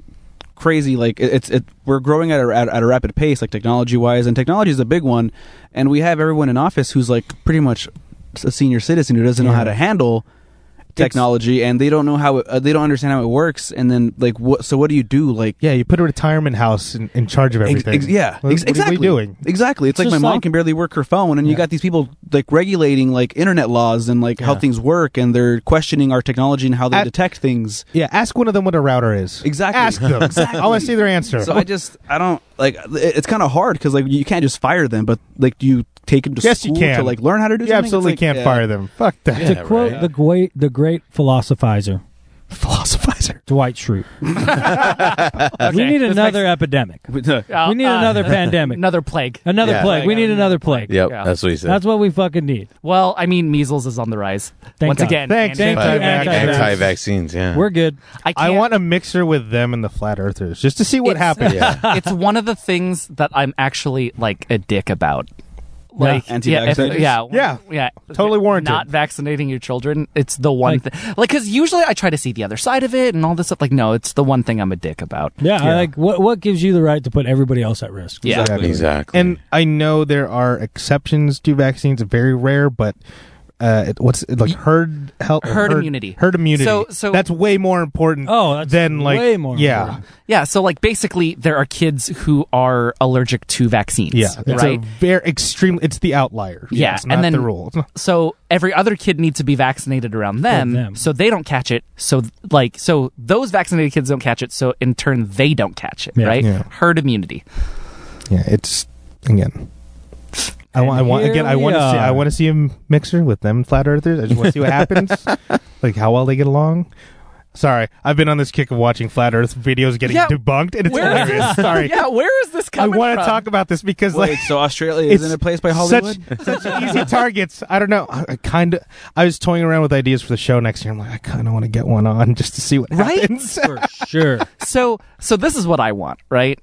Speaker 5: crazy. Like it- it's it, we're growing at a, at, at a rapid pace, like technology wise, and technology is a big one. And we have everyone in office who's like pretty much a senior citizen who doesn't know how to handle technology, and they don't know how it, uh, they don't understand how it works. And then like what? So what do you do? Like
Speaker 3: yeah, you put a retirement house in, in charge of
Speaker 5: Ex-
Speaker 3: everything.
Speaker 5: ex- yeah,
Speaker 3: What-
Speaker 5: ex-
Speaker 3: what
Speaker 5: exactly.
Speaker 3: are we doing?
Speaker 5: Exactly. It's,
Speaker 1: It's
Speaker 5: like my
Speaker 1: just
Speaker 5: mom
Speaker 1: like-
Speaker 5: can barely work her phone, and you got these people like regulating like internet laws and like how things work, and they're questioning our technology and how they
Speaker 3: At-
Speaker 5: detect things.
Speaker 3: Yeah, ask one of them what a router is.
Speaker 5: Exactly.
Speaker 3: Ask them.
Speaker 5: (laughs)
Speaker 3: I want to see their answer.
Speaker 5: So I just I don't like it- it's kind of hard because like you can't just fire them, but like do you take them to
Speaker 3: yes, you
Speaker 5: school
Speaker 3: can.
Speaker 5: to like learn how to do.
Speaker 3: You
Speaker 5: something? It's
Speaker 3: absolutely
Speaker 5: like,
Speaker 3: can't
Speaker 5: yeah.
Speaker 3: fire them. Fuck that.
Speaker 1: to quote the great, the great philosophizer,
Speaker 5: Philosophizer.
Speaker 1: Dwight Schrute. we
Speaker 4: Okay,
Speaker 1: need
Speaker 4: this
Speaker 1: another epidemic.
Speaker 5: (laughs)
Speaker 4: Uh,
Speaker 1: Mhm. we need
Speaker 4: uh, (laughs)
Speaker 1: another pandemic.
Speaker 4: Another plague.
Speaker 1: Another
Speaker 2: Yeah.
Speaker 1: plague. We need another plague.
Speaker 2: Yep,
Speaker 4: Yeah.
Speaker 2: that's what he said.
Speaker 1: That's what we fucking need.
Speaker 4: Well, I mean, measles is on the rise.
Speaker 1: Thank
Speaker 4: Once
Speaker 1: God.
Speaker 4: again,
Speaker 3: Thanks,
Speaker 4: and-
Speaker 1: thank you,
Speaker 3: anti-vax.
Speaker 1: anti-vax.
Speaker 2: Anti-vaccines, yeah.
Speaker 1: We're good.
Speaker 4: I,
Speaker 3: I
Speaker 4: can't-
Speaker 3: want a mixer with them and the flat earthers just to see what
Speaker 4: It's-
Speaker 1: (laughs)
Speaker 3: happens.
Speaker 2: yeah.
Speaker 4: (laughs) it's one of the things that I'm actually like a dick about. Like yeah, if-
Speaker 5: Anti-vaccinators?
Speaker 4: yeah,
Speaker 3: Yeah.
Speaker 4: yeah,
Speaker 3: Totally warranted.
Speaker 4: Not vaccinating your children. It's the one
Speaker 1: Like-
Speaker 4: thing. Like, because usually I try to see the other side of it and all this stuff. Like, no, it's the one thing I'm a dick about.
Speaker 1: Yeah, I like what what gives you the right to put everybody else at risk?
Speaker 4: Yeah.
Speaker 5: Exactly.
Speaker 2: Exactly.
Speaker 3: And I know there are exceptions to vaccines, very rare, but uh, it, what's it, like herd health,
Speaker 4: Herd immunity.
Speaker 3: Herd immunity.
Speaker 4: So- so-
Speaker 3: that's way more important.
Speaker 1: Oh, that's
Speaker 3: than like
Speaker 1: way more
Speaker 3: Yeah,
Speaker 1: important.
Speaker 4: Yeah, so like basically there are kids who are allergic to vaccines.
Speaker 3: yeah. It's
Speaker 4: right.
Speaker 3: a very extreme. It's the outlier.
Speaker 4: Yeah,
Speaker 3: it's
Speaker 4: and
Speaker 3: not
Speaker 4: then-
Speaker 3: the rule. It's not-
Speaker 4: so every other kid needs to be vaccinated around them,
Speaker 1: them.
Speaker 4: so they don't catch it so th- like so those vaccinated kids don't catch it so in turn they don't catch it
Speaker 1: Yeah.
Speaker 4: right
Speaker 3: Yeah.
Speaker 4: herd immunity
Speaker 3: Yeah, it's again. I want. I
Speaker 1: And
Speaker 3: want
Speaker 1: here
Speaker 3: again. I
Speaker 1: we
Speaker 3: want to see.
Speaker 1: are.
Speaker 3: I want to see a mixer with them flat earthers. I just want to see what
Speaker 4: (laughs)
Speaker 3: happens, like how well they get along. Sorry, I've been on this kick of watching flat Earth videos getting
Speaker 4: Yeah,
Speaker 3: debunked, and it's
Speaker 4: where is
Speaker 3: hilarious.
Speaker 4: this
Speaker 3: Sorry,
Speaker 4: (laughs) yeah where is this
Speaker 3: I
Speaker 4: coming
Speaker 3: want to
Speaker 4: from?
Speaker 3: talk about this because
Speaker 5: Wait,
Speaker 3: like
Speaker 5: so (laughs) Australia
Speaker 3: it's
Speaker 5: is in a place by
Speaker 3: such- (laughs)
Speaker 5: Hollywood?
Speaker 3: Such, easy targets. I don't know. I, I kind of. I was toying around with ideas for the show next year. I'm like, I kind of want to get one on just to see what
Speaker 1: (laughs)
Speaker 4: Right?
Speaker 3: happens.
Speaker 1: For sure.
Speaker 4: so so this is what i want right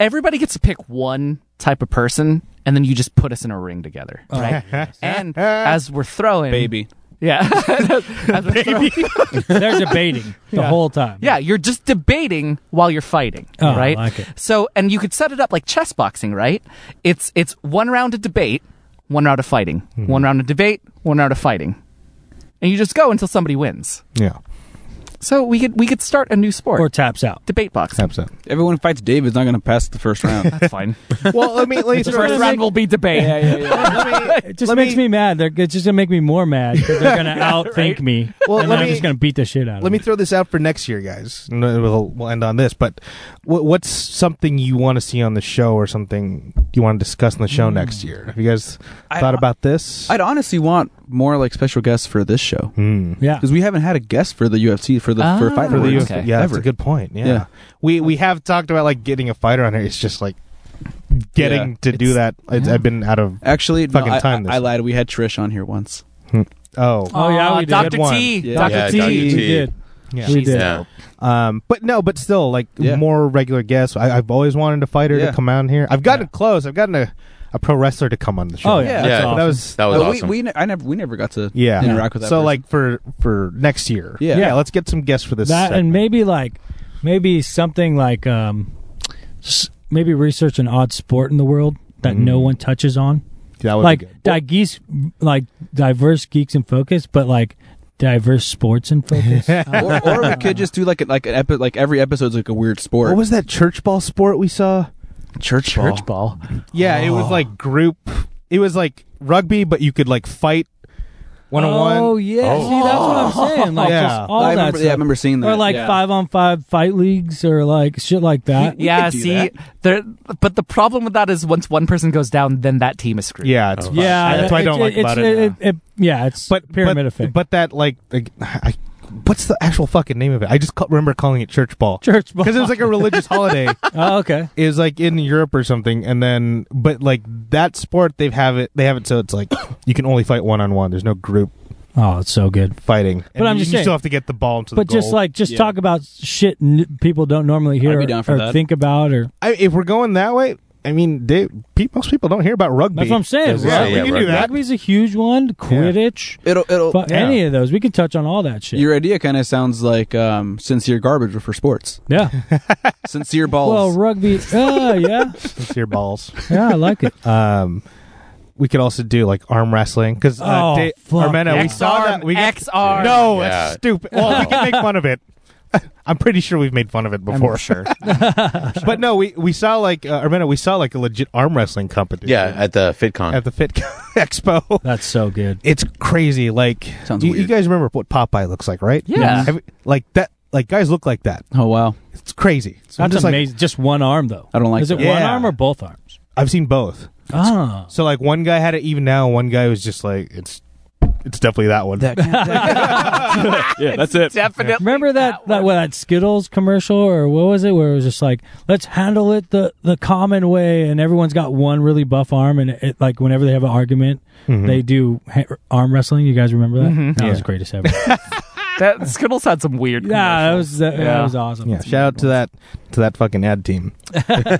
Speaker 4: everybody gets to pick one type of person and then you just put us in a ring together
Speaker 1: Oh.
Speaker 4: right
Speaker 1: (laughs)
Speaker 4: and as we're throwing
Speaker 5: Baby.
Speaker 4: (laughs) yeah As we're throwing- (laughs)
Speaker 1: They're debating the whole time.
Speaker 4: Yeah, you're just debating while you're fighting,
Speaker 1: Oh, I
Speaker 4: right?
Speaker 1: like it.
Speaker 4: So, and you could set it up like chess boxing, right? It's it's one round of debate, one round of fighting,
Speaker 1: Mm-hmm.
Speaker 4: one round of debate, one round of fighting, and you just go until somebody wins.
Speaker 3: Yeah,
Speaker 4: So we could we could start a new sport,
Speaker 1: Or taps out.
Speaker 4: debate boxing.
Speaker 3: absolutely.
Speaker 5: Everyone fights David's not going to pass the first
Speaker 3: (laughs)
Speaker 5: round.
Speaker 4: That's fine.
Speaker 3: Well, I mean, like,
Speaker 4: the first round will be debate.
Speaker 5: yeah, yeah, yeah.
Speaker 1: It just makes me, mad. They're, it's just gonna make me more mad because they're gonna outthink me,
Speaker 3: Well,
Speaker 1: and
Speaker 3: let
Speaker 1: I'm
Speaker 3: me-
Speaker 1: just gonna beat the shit out of
Speaker 3: Let me
Speaker 1: them.
Speaker 3: throw this out for next year, guys. And then We'll, we'll end on this, but what, what's something you want to see on the show, or something you want to discuss on the show next year? Have you guys
Speaker 5: Hmm. I-
Speaker 3: thought about this?
Speaker 5: I'd honestly want more like special guests for this show
Speaker 3: Hmm.
Speaker 1: Yeah.
Speaker 5: because we haven't had a guest for the UFC for the for
Speaker 4: Ah.
Speaker 5: fight
Speaker 3: For the
Speaker 4: Okay.
Speaker 5: Awards.
Speaker 3: UFC. Yeah, that's a good point. Yeah.
Speaker 5: Yeah.
Speaker 3: we we have talked about like getting a fighter on here. It's just like getting
Speaker 5: Yeah.
Speaker 3: to do
Speaker 5: It's-
Speaker 3: that. It's, I've been out of.
Speaker 5: Actually, no,
Speaker 3: Fucking
Speaker 5: I,
Speaker 3: time
Speaker 5: I,
Speaker 3: this.
Speaker 5: I lied. We had Trish on here once.
Speaker 3: Oh,
Speaker 1: Oh, yeah, we did.
Speaker 4: Doctor
Speaker 3: One.
Speaker 4: Uh, T,
Speaker 5: Yeah.
Speaker 4: Doctor
Speaker 2: Yeah,
Speaker 4: T.
Speaker 2: Dr.
Speaker 1: we
Speaker 2: T.
Speaker 1: did.
Speaker 3: yeah.
Speaker 1: We did.
Speaker 2: yeah.
Speaker 3: Um, but no, but still, like
Speaker 5: Yeah.
Speaker 3: more regular guests. I, I've always wanted a fighter
Speaker 5: Yeah.
Speaker 3: to come on here. I've gotten
Speaker 1: Yeah.
Speaker 3: close. I've gotten a, a pro wrestler to come on the show.
Speaker 1: Oh yeah,
Speaker 5: Yeah.
Speaker 1: that's
Speaker 2: Yeah.
Speaker 1: awesome.
Speaker 3: that was
Speaker 2: That was
Speaker 5: Uh,
Speaker 2: awesome.
Speaker 5: We, we ne- I never we never got to
Speaker 3: yeah.
Speaker 5: interact with that.
Speaker 3: so
Speaker 5: person.
Speaker 3: like for for next year.
Speaker 5: Yeah.
Speaker 3: yeah. Let's get some guests for this.
Speaker 1: that and
Speaker 3: segment.
Speaker 1: maybe like maybe something like um s- maybe research an odd sport in the world that no
Speaker 3: Mm.
Speaker 1: one touches on
Speaker 3: that would
Speaker 1: like
Speaker 3: be good.
Speaker 1: di- geese, like diverse geeks in focus but like diverse sports in
Speaker 3: (laughs)
Speaker 1: focus
Speaker 4: Oh.
Speaker 5: or, or we could just do like a, like an epi- like every episode's like a weird sport.
Speaker 3: what was that church ball sport we saw?
Speaker 5: church ball?
Speaker 4: Church ball.
Speaker 3: Yeah, it was like group. It was like rugby, but you could like fight one on one.
Speaker 1: Oh yeah,
Speaker 2: Oh.
Speaker 1: see that's what I'm saying. Like
Speaker 3: Yeah.
Speaker 1: just all
Speaker 5: I
Speaker 1: that
Speaker 5: remember,
Speaker 1: stuff.
Speaker 5: yeah, I remember seeing that.
Speaker 1: or like
Speaker 5: yeah.
Speaker 1: five on five fight leagues or like shit like that.
Speaker 4: Yeah,
Speaker 5: could do
Speaker 4: see,
Speaker 5: that.
Speaker 4: there. But the problem with that is once one person goes down, then that team is screwed.
Speaker 3: Yeah, it's fun.
Speaker 1: Yeah,
Speaker 3: That's what I
Speaker 1: it-
Speaker 3: don't
Speaker 1: it-
Speaker 3: like
Speaker 1: it's-
Speaker 3: about it.
Speaker 1: it- Yeah, it's
Speaker 3: but
Speaker 1: pyramid
Speaker 3: but,
Speaker 1: effect.
Speaker 3: But that like, like, I, what's the actual fucking name of it? I just ca- remember calling it church
Speaker 1: (laughs)
Speaker 3: ball
Speaker 1: Church ball.
Speaker 3: because it was like a
Speaker 1: (laughs)
Speaker 3: religious holiday.
Speaker 1: oh, okay.
Speaker 3: It was like in Europe or something, and then but like that sport they have it they have it so it's like you can only fight one on one. There's no group
Speaker 1: Oh, it's so good.
Speaker 3: fighting. And
Speaker 1: I'm
Speaker 3: you,
Speaker 1: just
Speaker 3: you
Speaker 1: saying-
Speaker 3: still have to get the ball into the
Speaker 1: But just
Speaker 3: goal.
Speaker 1: like, just
Speaker 5: Yeah.
Speaker 1: talk about shit n- people don't normally hear
Speaker 5: I'd be
Speaker 1: or,
Speaker 5: down for
Speaker 1: or
Speaker 5: that.
Speaker 1: think about, or
Speaker 3: I, if we're going that way, I mean, they, pe- most people don't hear about rugby.
Speaker 1: that's what I'm saying.
Speaker 2: Yeah,
Speaker 1: Rugby-
Speaker 2: yeah,
Speaker 3: we can do
Speaker 2: rugby.
Speaker 3: that.
Speaker 1: Rugby's a huge one. Quidditch,
Speaker 5: It'll it'll.
Speaker 1: but
Speaker 3: Yeah.
Speaker 1: any of those, we can touch on all that shit.
Speaker 5: Your idea kind of sounds like um, sincere garbage for sports.
Speaker 1: yeah.
Speaker 5: Sincere
Speaker 1: Well,
Speaker 5: balls.
Speaker 1: rugby. Oh, yeah.
Speaker 3: (laughs) It's your balls.
Speaker 1: Yeah, I like it.
Speaker 3: Um, we could also do like arm wrestling because uh,
Speaker 1: Oh,
Speaker 3: Da-
Speaker 1: fuck
Speaker 3: Armenta,
Speaker 1: yeah.
Speaker 3: we
Speaker 4: X
Speaker 3: saw
Speaker 4: arm,
Speaker 3: that. We get-
Speaker 4: X arm.
Speaker 3: No,
Speaker 2: Yeah.
Speaker 3: that's stupid. Well, we can make fun of it. (laughs) I'm pretty sure we've made fun of it before. (laughs)
Speaker 4: sure.
Speaker 3: but no, we we saw like uh, Armenta, we saw like a legit arm wrestling competition.
Speaker 2: yeah, at the FitCon.
Speaker 3: at the Fit (laughs) Expo.
Speaker 1: That's so good.
Speaker 3: It's crazy. Like
Speaker 5: Sounds
Speaker 3: you, you
Speaker 5: weird.
Speaker 3: guys remember what Popeye looks like, right?
Speaker 4: Yeah.
Speaker 3: Have you- like that. Like guys look like that.
Speaker 5: oh wow.
Speaker 3: It's crazy. I'm
Speaker 1: That's
Speaker 3: just
Speaker 1: amazing. just one arm though.
Speaker 5: I don't like
Speaker 1: Is it
Speaker 5: that.
Speaker 1: one
Speaker 3: Yeah.
Speaker 1: arm or both arms?
Speaker 3: Like, I've seen both.
Speaker 1: Ah,
Speaker 3: So like one guy had it even now, one guy was just like it's it's definitely that one.
Speaker 6: yeah, that's it.
Speaker 4: Definitely.
Speaker 1: Remember that that, well, that Skittles commercial or what was it where it was just like let's handle it the the common way and everyone's got one really buff arm and it like whenever they have an argument
Speaker 3: Mm-hmm.
Speaker 1: they do ha- arm wrestling. You guys remember that?
Speaker 2: Mm-hmm.
Speaker 1: That was the greatest
Speaker 3: (laughs)
Speaker 1: ever. yeah,
Speaker 4: That, Skittles had some weird.
Speaker 1: that was that, that
Speaker 4: Yeah.
Speaker 1: was awesome.
Speaker 3: yeah, shout out to that to that fucking ad (laughs) team.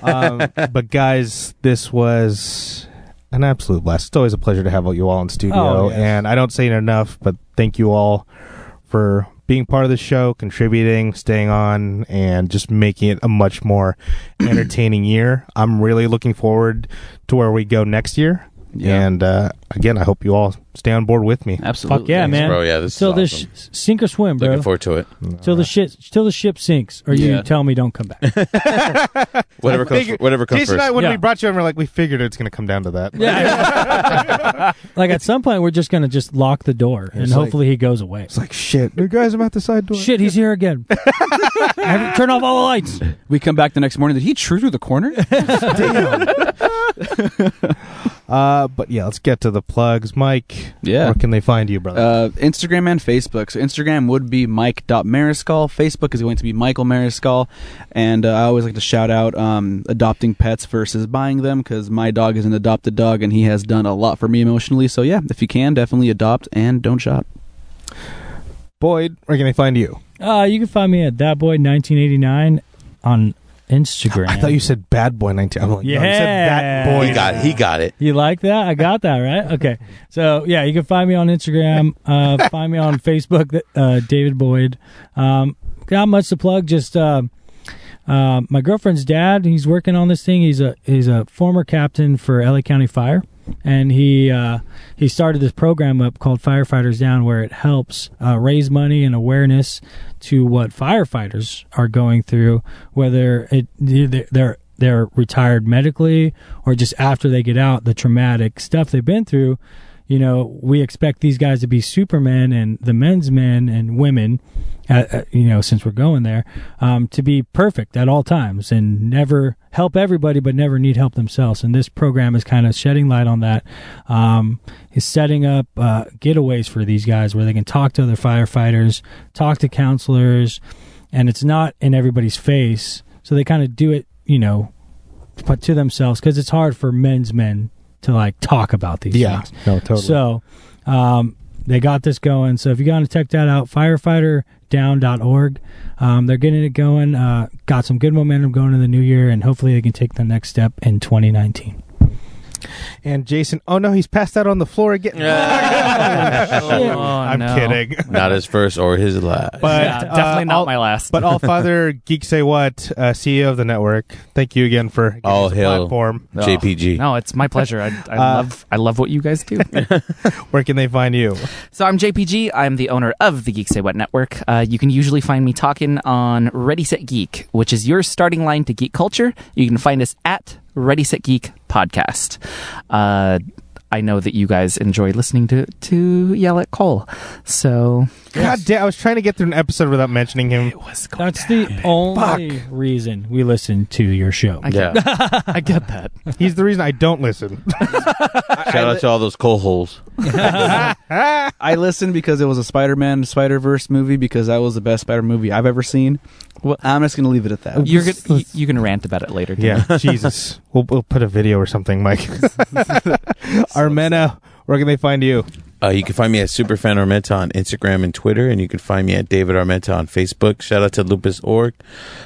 Speaker 3: um, but guys, this was an absolute blast. It's always a pleasure to have you all in studio,
Speaker 1: Oh, yes.
Speaker 3: and I don't say it enough, but thank you all for being part of the show, contributing, staying on, and just making it a much more (coughs) entertaining year. I'm really looking forward to where we go next year.
Speaker 5: Yeah.
Speaker 3: And uh, again, I hope you all stay on board with me.
Speaker 5: Absolutely.
Speaker 1: Fuck yeah, man!
Speaker 2: bro. Yeah, this is
Speaker 1: till this
Speaker 2: awesome.
Speaker 1: sh- sink or swim, bro.
Speaker 2: Looking forward to it.
Speaker 1: till the shit, till the ship sinks, or
Speaker 5: Yeah.
Speaker 1: you tell me don't come back.
Speaker 2: (laughs) Whatever comes,
Speaker 3: figured-
Speaker 2: whatever comes
Speaker 3: Jason and I,
Speaker 2: first.
Speaker 3: when
Speaker 1: Yeah.
Speaker 3: we brought you on, we're like, we figured it's going to come down to that.
Speaker 1: Yeah. (laughs) like at some point, we're just gonna just lock the door, and
Speaker 3: It's like-
Speaker 1: hopefully he goes away.
Speaker 3: It's like shit. You guys, I'm at the side door.
Speaker 1: Shit, he's here again. Every- Turn off all the lights.
Speaker 5: We come back the next morning. Did he true through
Speaker 1: (laughs)
Speaker 5: the corner?
Speaker 3: Uh, but yeah, let's get to the plugs, Mike.
Speaker 5: Yeah.
Speaker 3: where can they find you, brother?
Speaker 5: Uh, Instagram and Facebook. So Instagram would be Mike.Mariscal. Facebook is going to be Michael Mariscal. And uh, I always like to shout out um, adopting pets versus buying them because my dog is an adopted dog and he has done a lot for me emotionally. So yeah, if you can, definitely adopt and don't shop.
Speaker 3: Boyd, where can they find you?
Speaker 1: Uh, you can find me at thatboy1989 on Instagram.
Speaker 3: I thought you said Bad Boy 19. I'm like, no, you said that
Speaker 1: Yeah.
Speaker 3: boy.
Speaker 2: he got, he got it.
Speaker 1: (laughs) You like that? I got that right. Okay, so yeah, you can find me on Instagram. Uh, find me on Facebook, uh, David Boyd. Um, not much to plug. Just uh, uh, my girlfriend's dad. He's working on this thing. He's a he's a former captain for LA County Fire, and he uh, he started this program up called Firefighters Down, where it helps uh, raise money and awareness to what firefighters are going through, whether it they're- they're they're retired medically or just after they get out the traumatic stuff they've been through you know we expect these guys to be supermen and the men's men and women uh, uh, you know since we're going there um, to be perfect at all times and never help everybody but never need help themselves and this program is kind of shedding light on that um, is setting up uh, getaways for these guys where they can talk to other firefighters talk to counselors and it's not in everybody's face so they kind of do it you know but to themselves because it's hard for men's men to like talk about these
Speaker 3: Yeah,
Speaker 1: things
Speaker 3: no, totally.
Speaker 1: so um, they got this going. So if you got to check that out, firefighterdown.org. Um, they're getting it going. Uh, got some good momentum going in the new year, and hopefully they can take the next step in 2019.
Speaker 3: and Jason, oh no, he's passed out on the floor again. (laughs) Oh, I'm kidding.
Speaker 2: Not his first or his last.
Speaker 3: But
Speaker 4: Yeah, definitely
Speaker 3: uh,
Speaker 4: not
Speaker 3: all-
Speaker 4: my last.
Speaker 3: But all father geek say what uh, CEO of the network. Thank you again for giving
Speaker 2: All
Speaker 3: us a
Speaker 2: hail.
Speaker 3: platform.
Speaker 4: No.
Speaker 2: JPG.
Speaker 4: No, it's my pleasure. I, I love I love what you guys do.
Speaker 3: Where can they find you?
Speaker 4: So I'm JPG. I'm the owner of the Geek Say What Network. Uh, you can usually find me talking on Ready Set Geek, which is your starting line to geek culture. You can find us at Ready Set Geek Podcast. Uh, I know that you guys enjoy listening to to yell at Cole. So
Speaker 3: God damn, I was trying to get through an episode without mentioning him.
Speaker 4: what's going
Speaker 1: That's the only reason we listen to your show.
Speaker 2: yeah.
Speaker 3: (laughs)
Speaker 4: I get that.
Speaker 3: He's the reason I don't listen.
Speaker 2: Shout out to all those coal holes.
Speaker 5: (laughs) I listened because it was a Spider-Man Spider-Verse movie because that was the best Spider movie I've ever seen. Well, I'm just going to leave it at that.
Speaker 4: You're gonna, you, you can rant about it later.
Speaker 3: yeah, (laughs) Jesus. We'll, we'll put a video or something, Mike. (laughs) Armena, where can they find you?
Speaker 2: Uh, you can find me at Superfan Armenta on Instagram and Twitter, and you can find me at David Armenta on Facebook. Shout out to Lupus.org.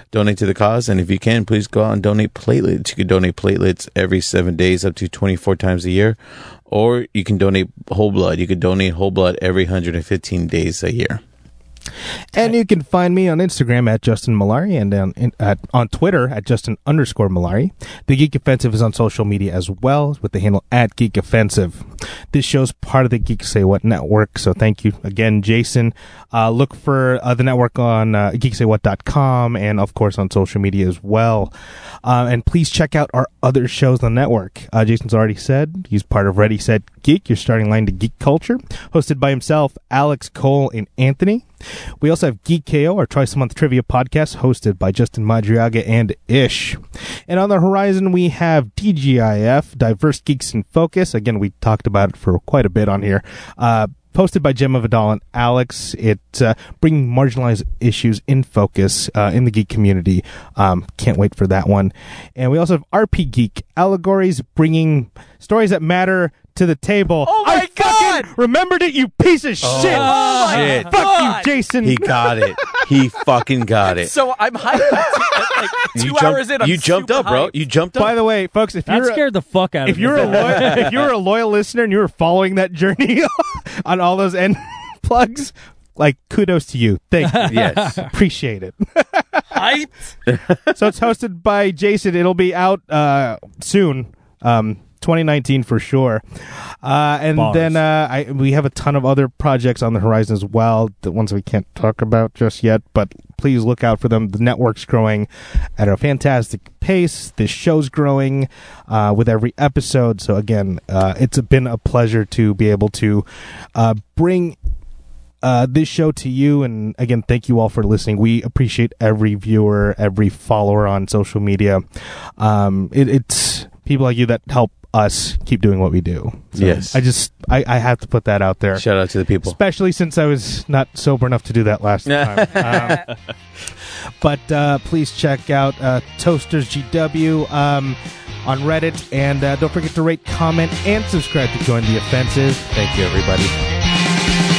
Speaker 2: Donate to the cause, and if you can, please go out and donate platelets. You can donate platelets every seven days, up to 24 times a year, or you can donate whole blood. You can donate whole blood every 115 days a year.
Speaker 3: And you can find me on Instagram at Justin Malari and on, in, at, on Twitter at Justin underscore Malari. The Geek Offensive is on social media as well with the handle at Geek Offensive. This show's part of the Geek Say What network, so thank you again, Jason. Uh, look for uh, the network on uh, geeksaywhat.com and, of course, on social media as well. Uh, and please check out our other shows on the network. Uh, Jason's already said he's part of Ready Set Geek, your starting line to geek culture, hosted by himself, Alex Cole, and Anthony. We also have Geek KO, our twice a month trivia podcast, hosted by Justin Madriaga and Ish. And on the horizon, we have DGIF, Diverse Geeks in Focus. Again, we talked about it for quite a bit on here. Uh, posted by Gemma Vidal and Alex. It uh, bringing marginalized issues in focus uh, in the geek community. Um, can't wait for that one. And we also have RP Geek Allegories, bringing stories that matter to the table.
Speaker 4: Oh my
Speaker 3: I fucking remembered it, you piece of shit.
Speaker 4: Oh my
Speaker 2: shit.
Speaker 3: Fuck
Speaker 4: God.
Speaker 3: you, Jason.
Speaker 2: He got it. He fucking got it.
Speaker 4: So I'm hyped. like two
Speaker 2: you jumped,
Speaker 4: hours in, I'm
Speaker 2: you jumped
Speaker 4: super
Speaker 2: up, bro.
Speaker 4: hyped.
Speaker 2: You jumped up.
Speaker 3: By the way, folks, if
Speaker 1: That
Speaker 3: you're
Speaker 1: scared the fuck out
Speaker 3: if
Speaker 1: of
Speaker 3: you're
Speaker 1: me.
Speaker 3: a
Speaker 2: (laughs)
Speaker 3: loyal, if you're a loyal listener and you were following that journey (laughs) on all those end (laughs) plugs, like kudos to you. Thank you.
Speaker 2: yes.
Speaker 3: Appreciate it.
Speaker 4: hyped.
Speaker 3: so it's hosted by Jason. It'll be out uh, soon. Um, 2019 for sure. Uh, and
Speaker 1: Bars.
Speaker 3: then uh, I, we have a ton of other projects on the horizon as well, the ones we can't talk about just yet, but please look out for them. The network's growing at a fantastic pace. This show's growing uh, with every episode. So, again, uh, it's been a pleasure to be able to uh, bring uh, this show to you. And again, thank you all for listening. We appreciate every viewer, every follower on social media. Um, it, it's people like you that help us keep doing what we do.
Speaker 2: Yes.
Speaker 3: I just, I, I have to put that out there.
Speaker 2: Shout out to the people.
Speaker 3: Especially since I was not sober enough to do
Speaker 2: (laughs)
Speaker 3: that last time. Um, but uh, please check out uh, Toasters GW um, on Reddit. And uh, don't forget to rate, comment, and subscribe to join the offensive. Thank you, everybody.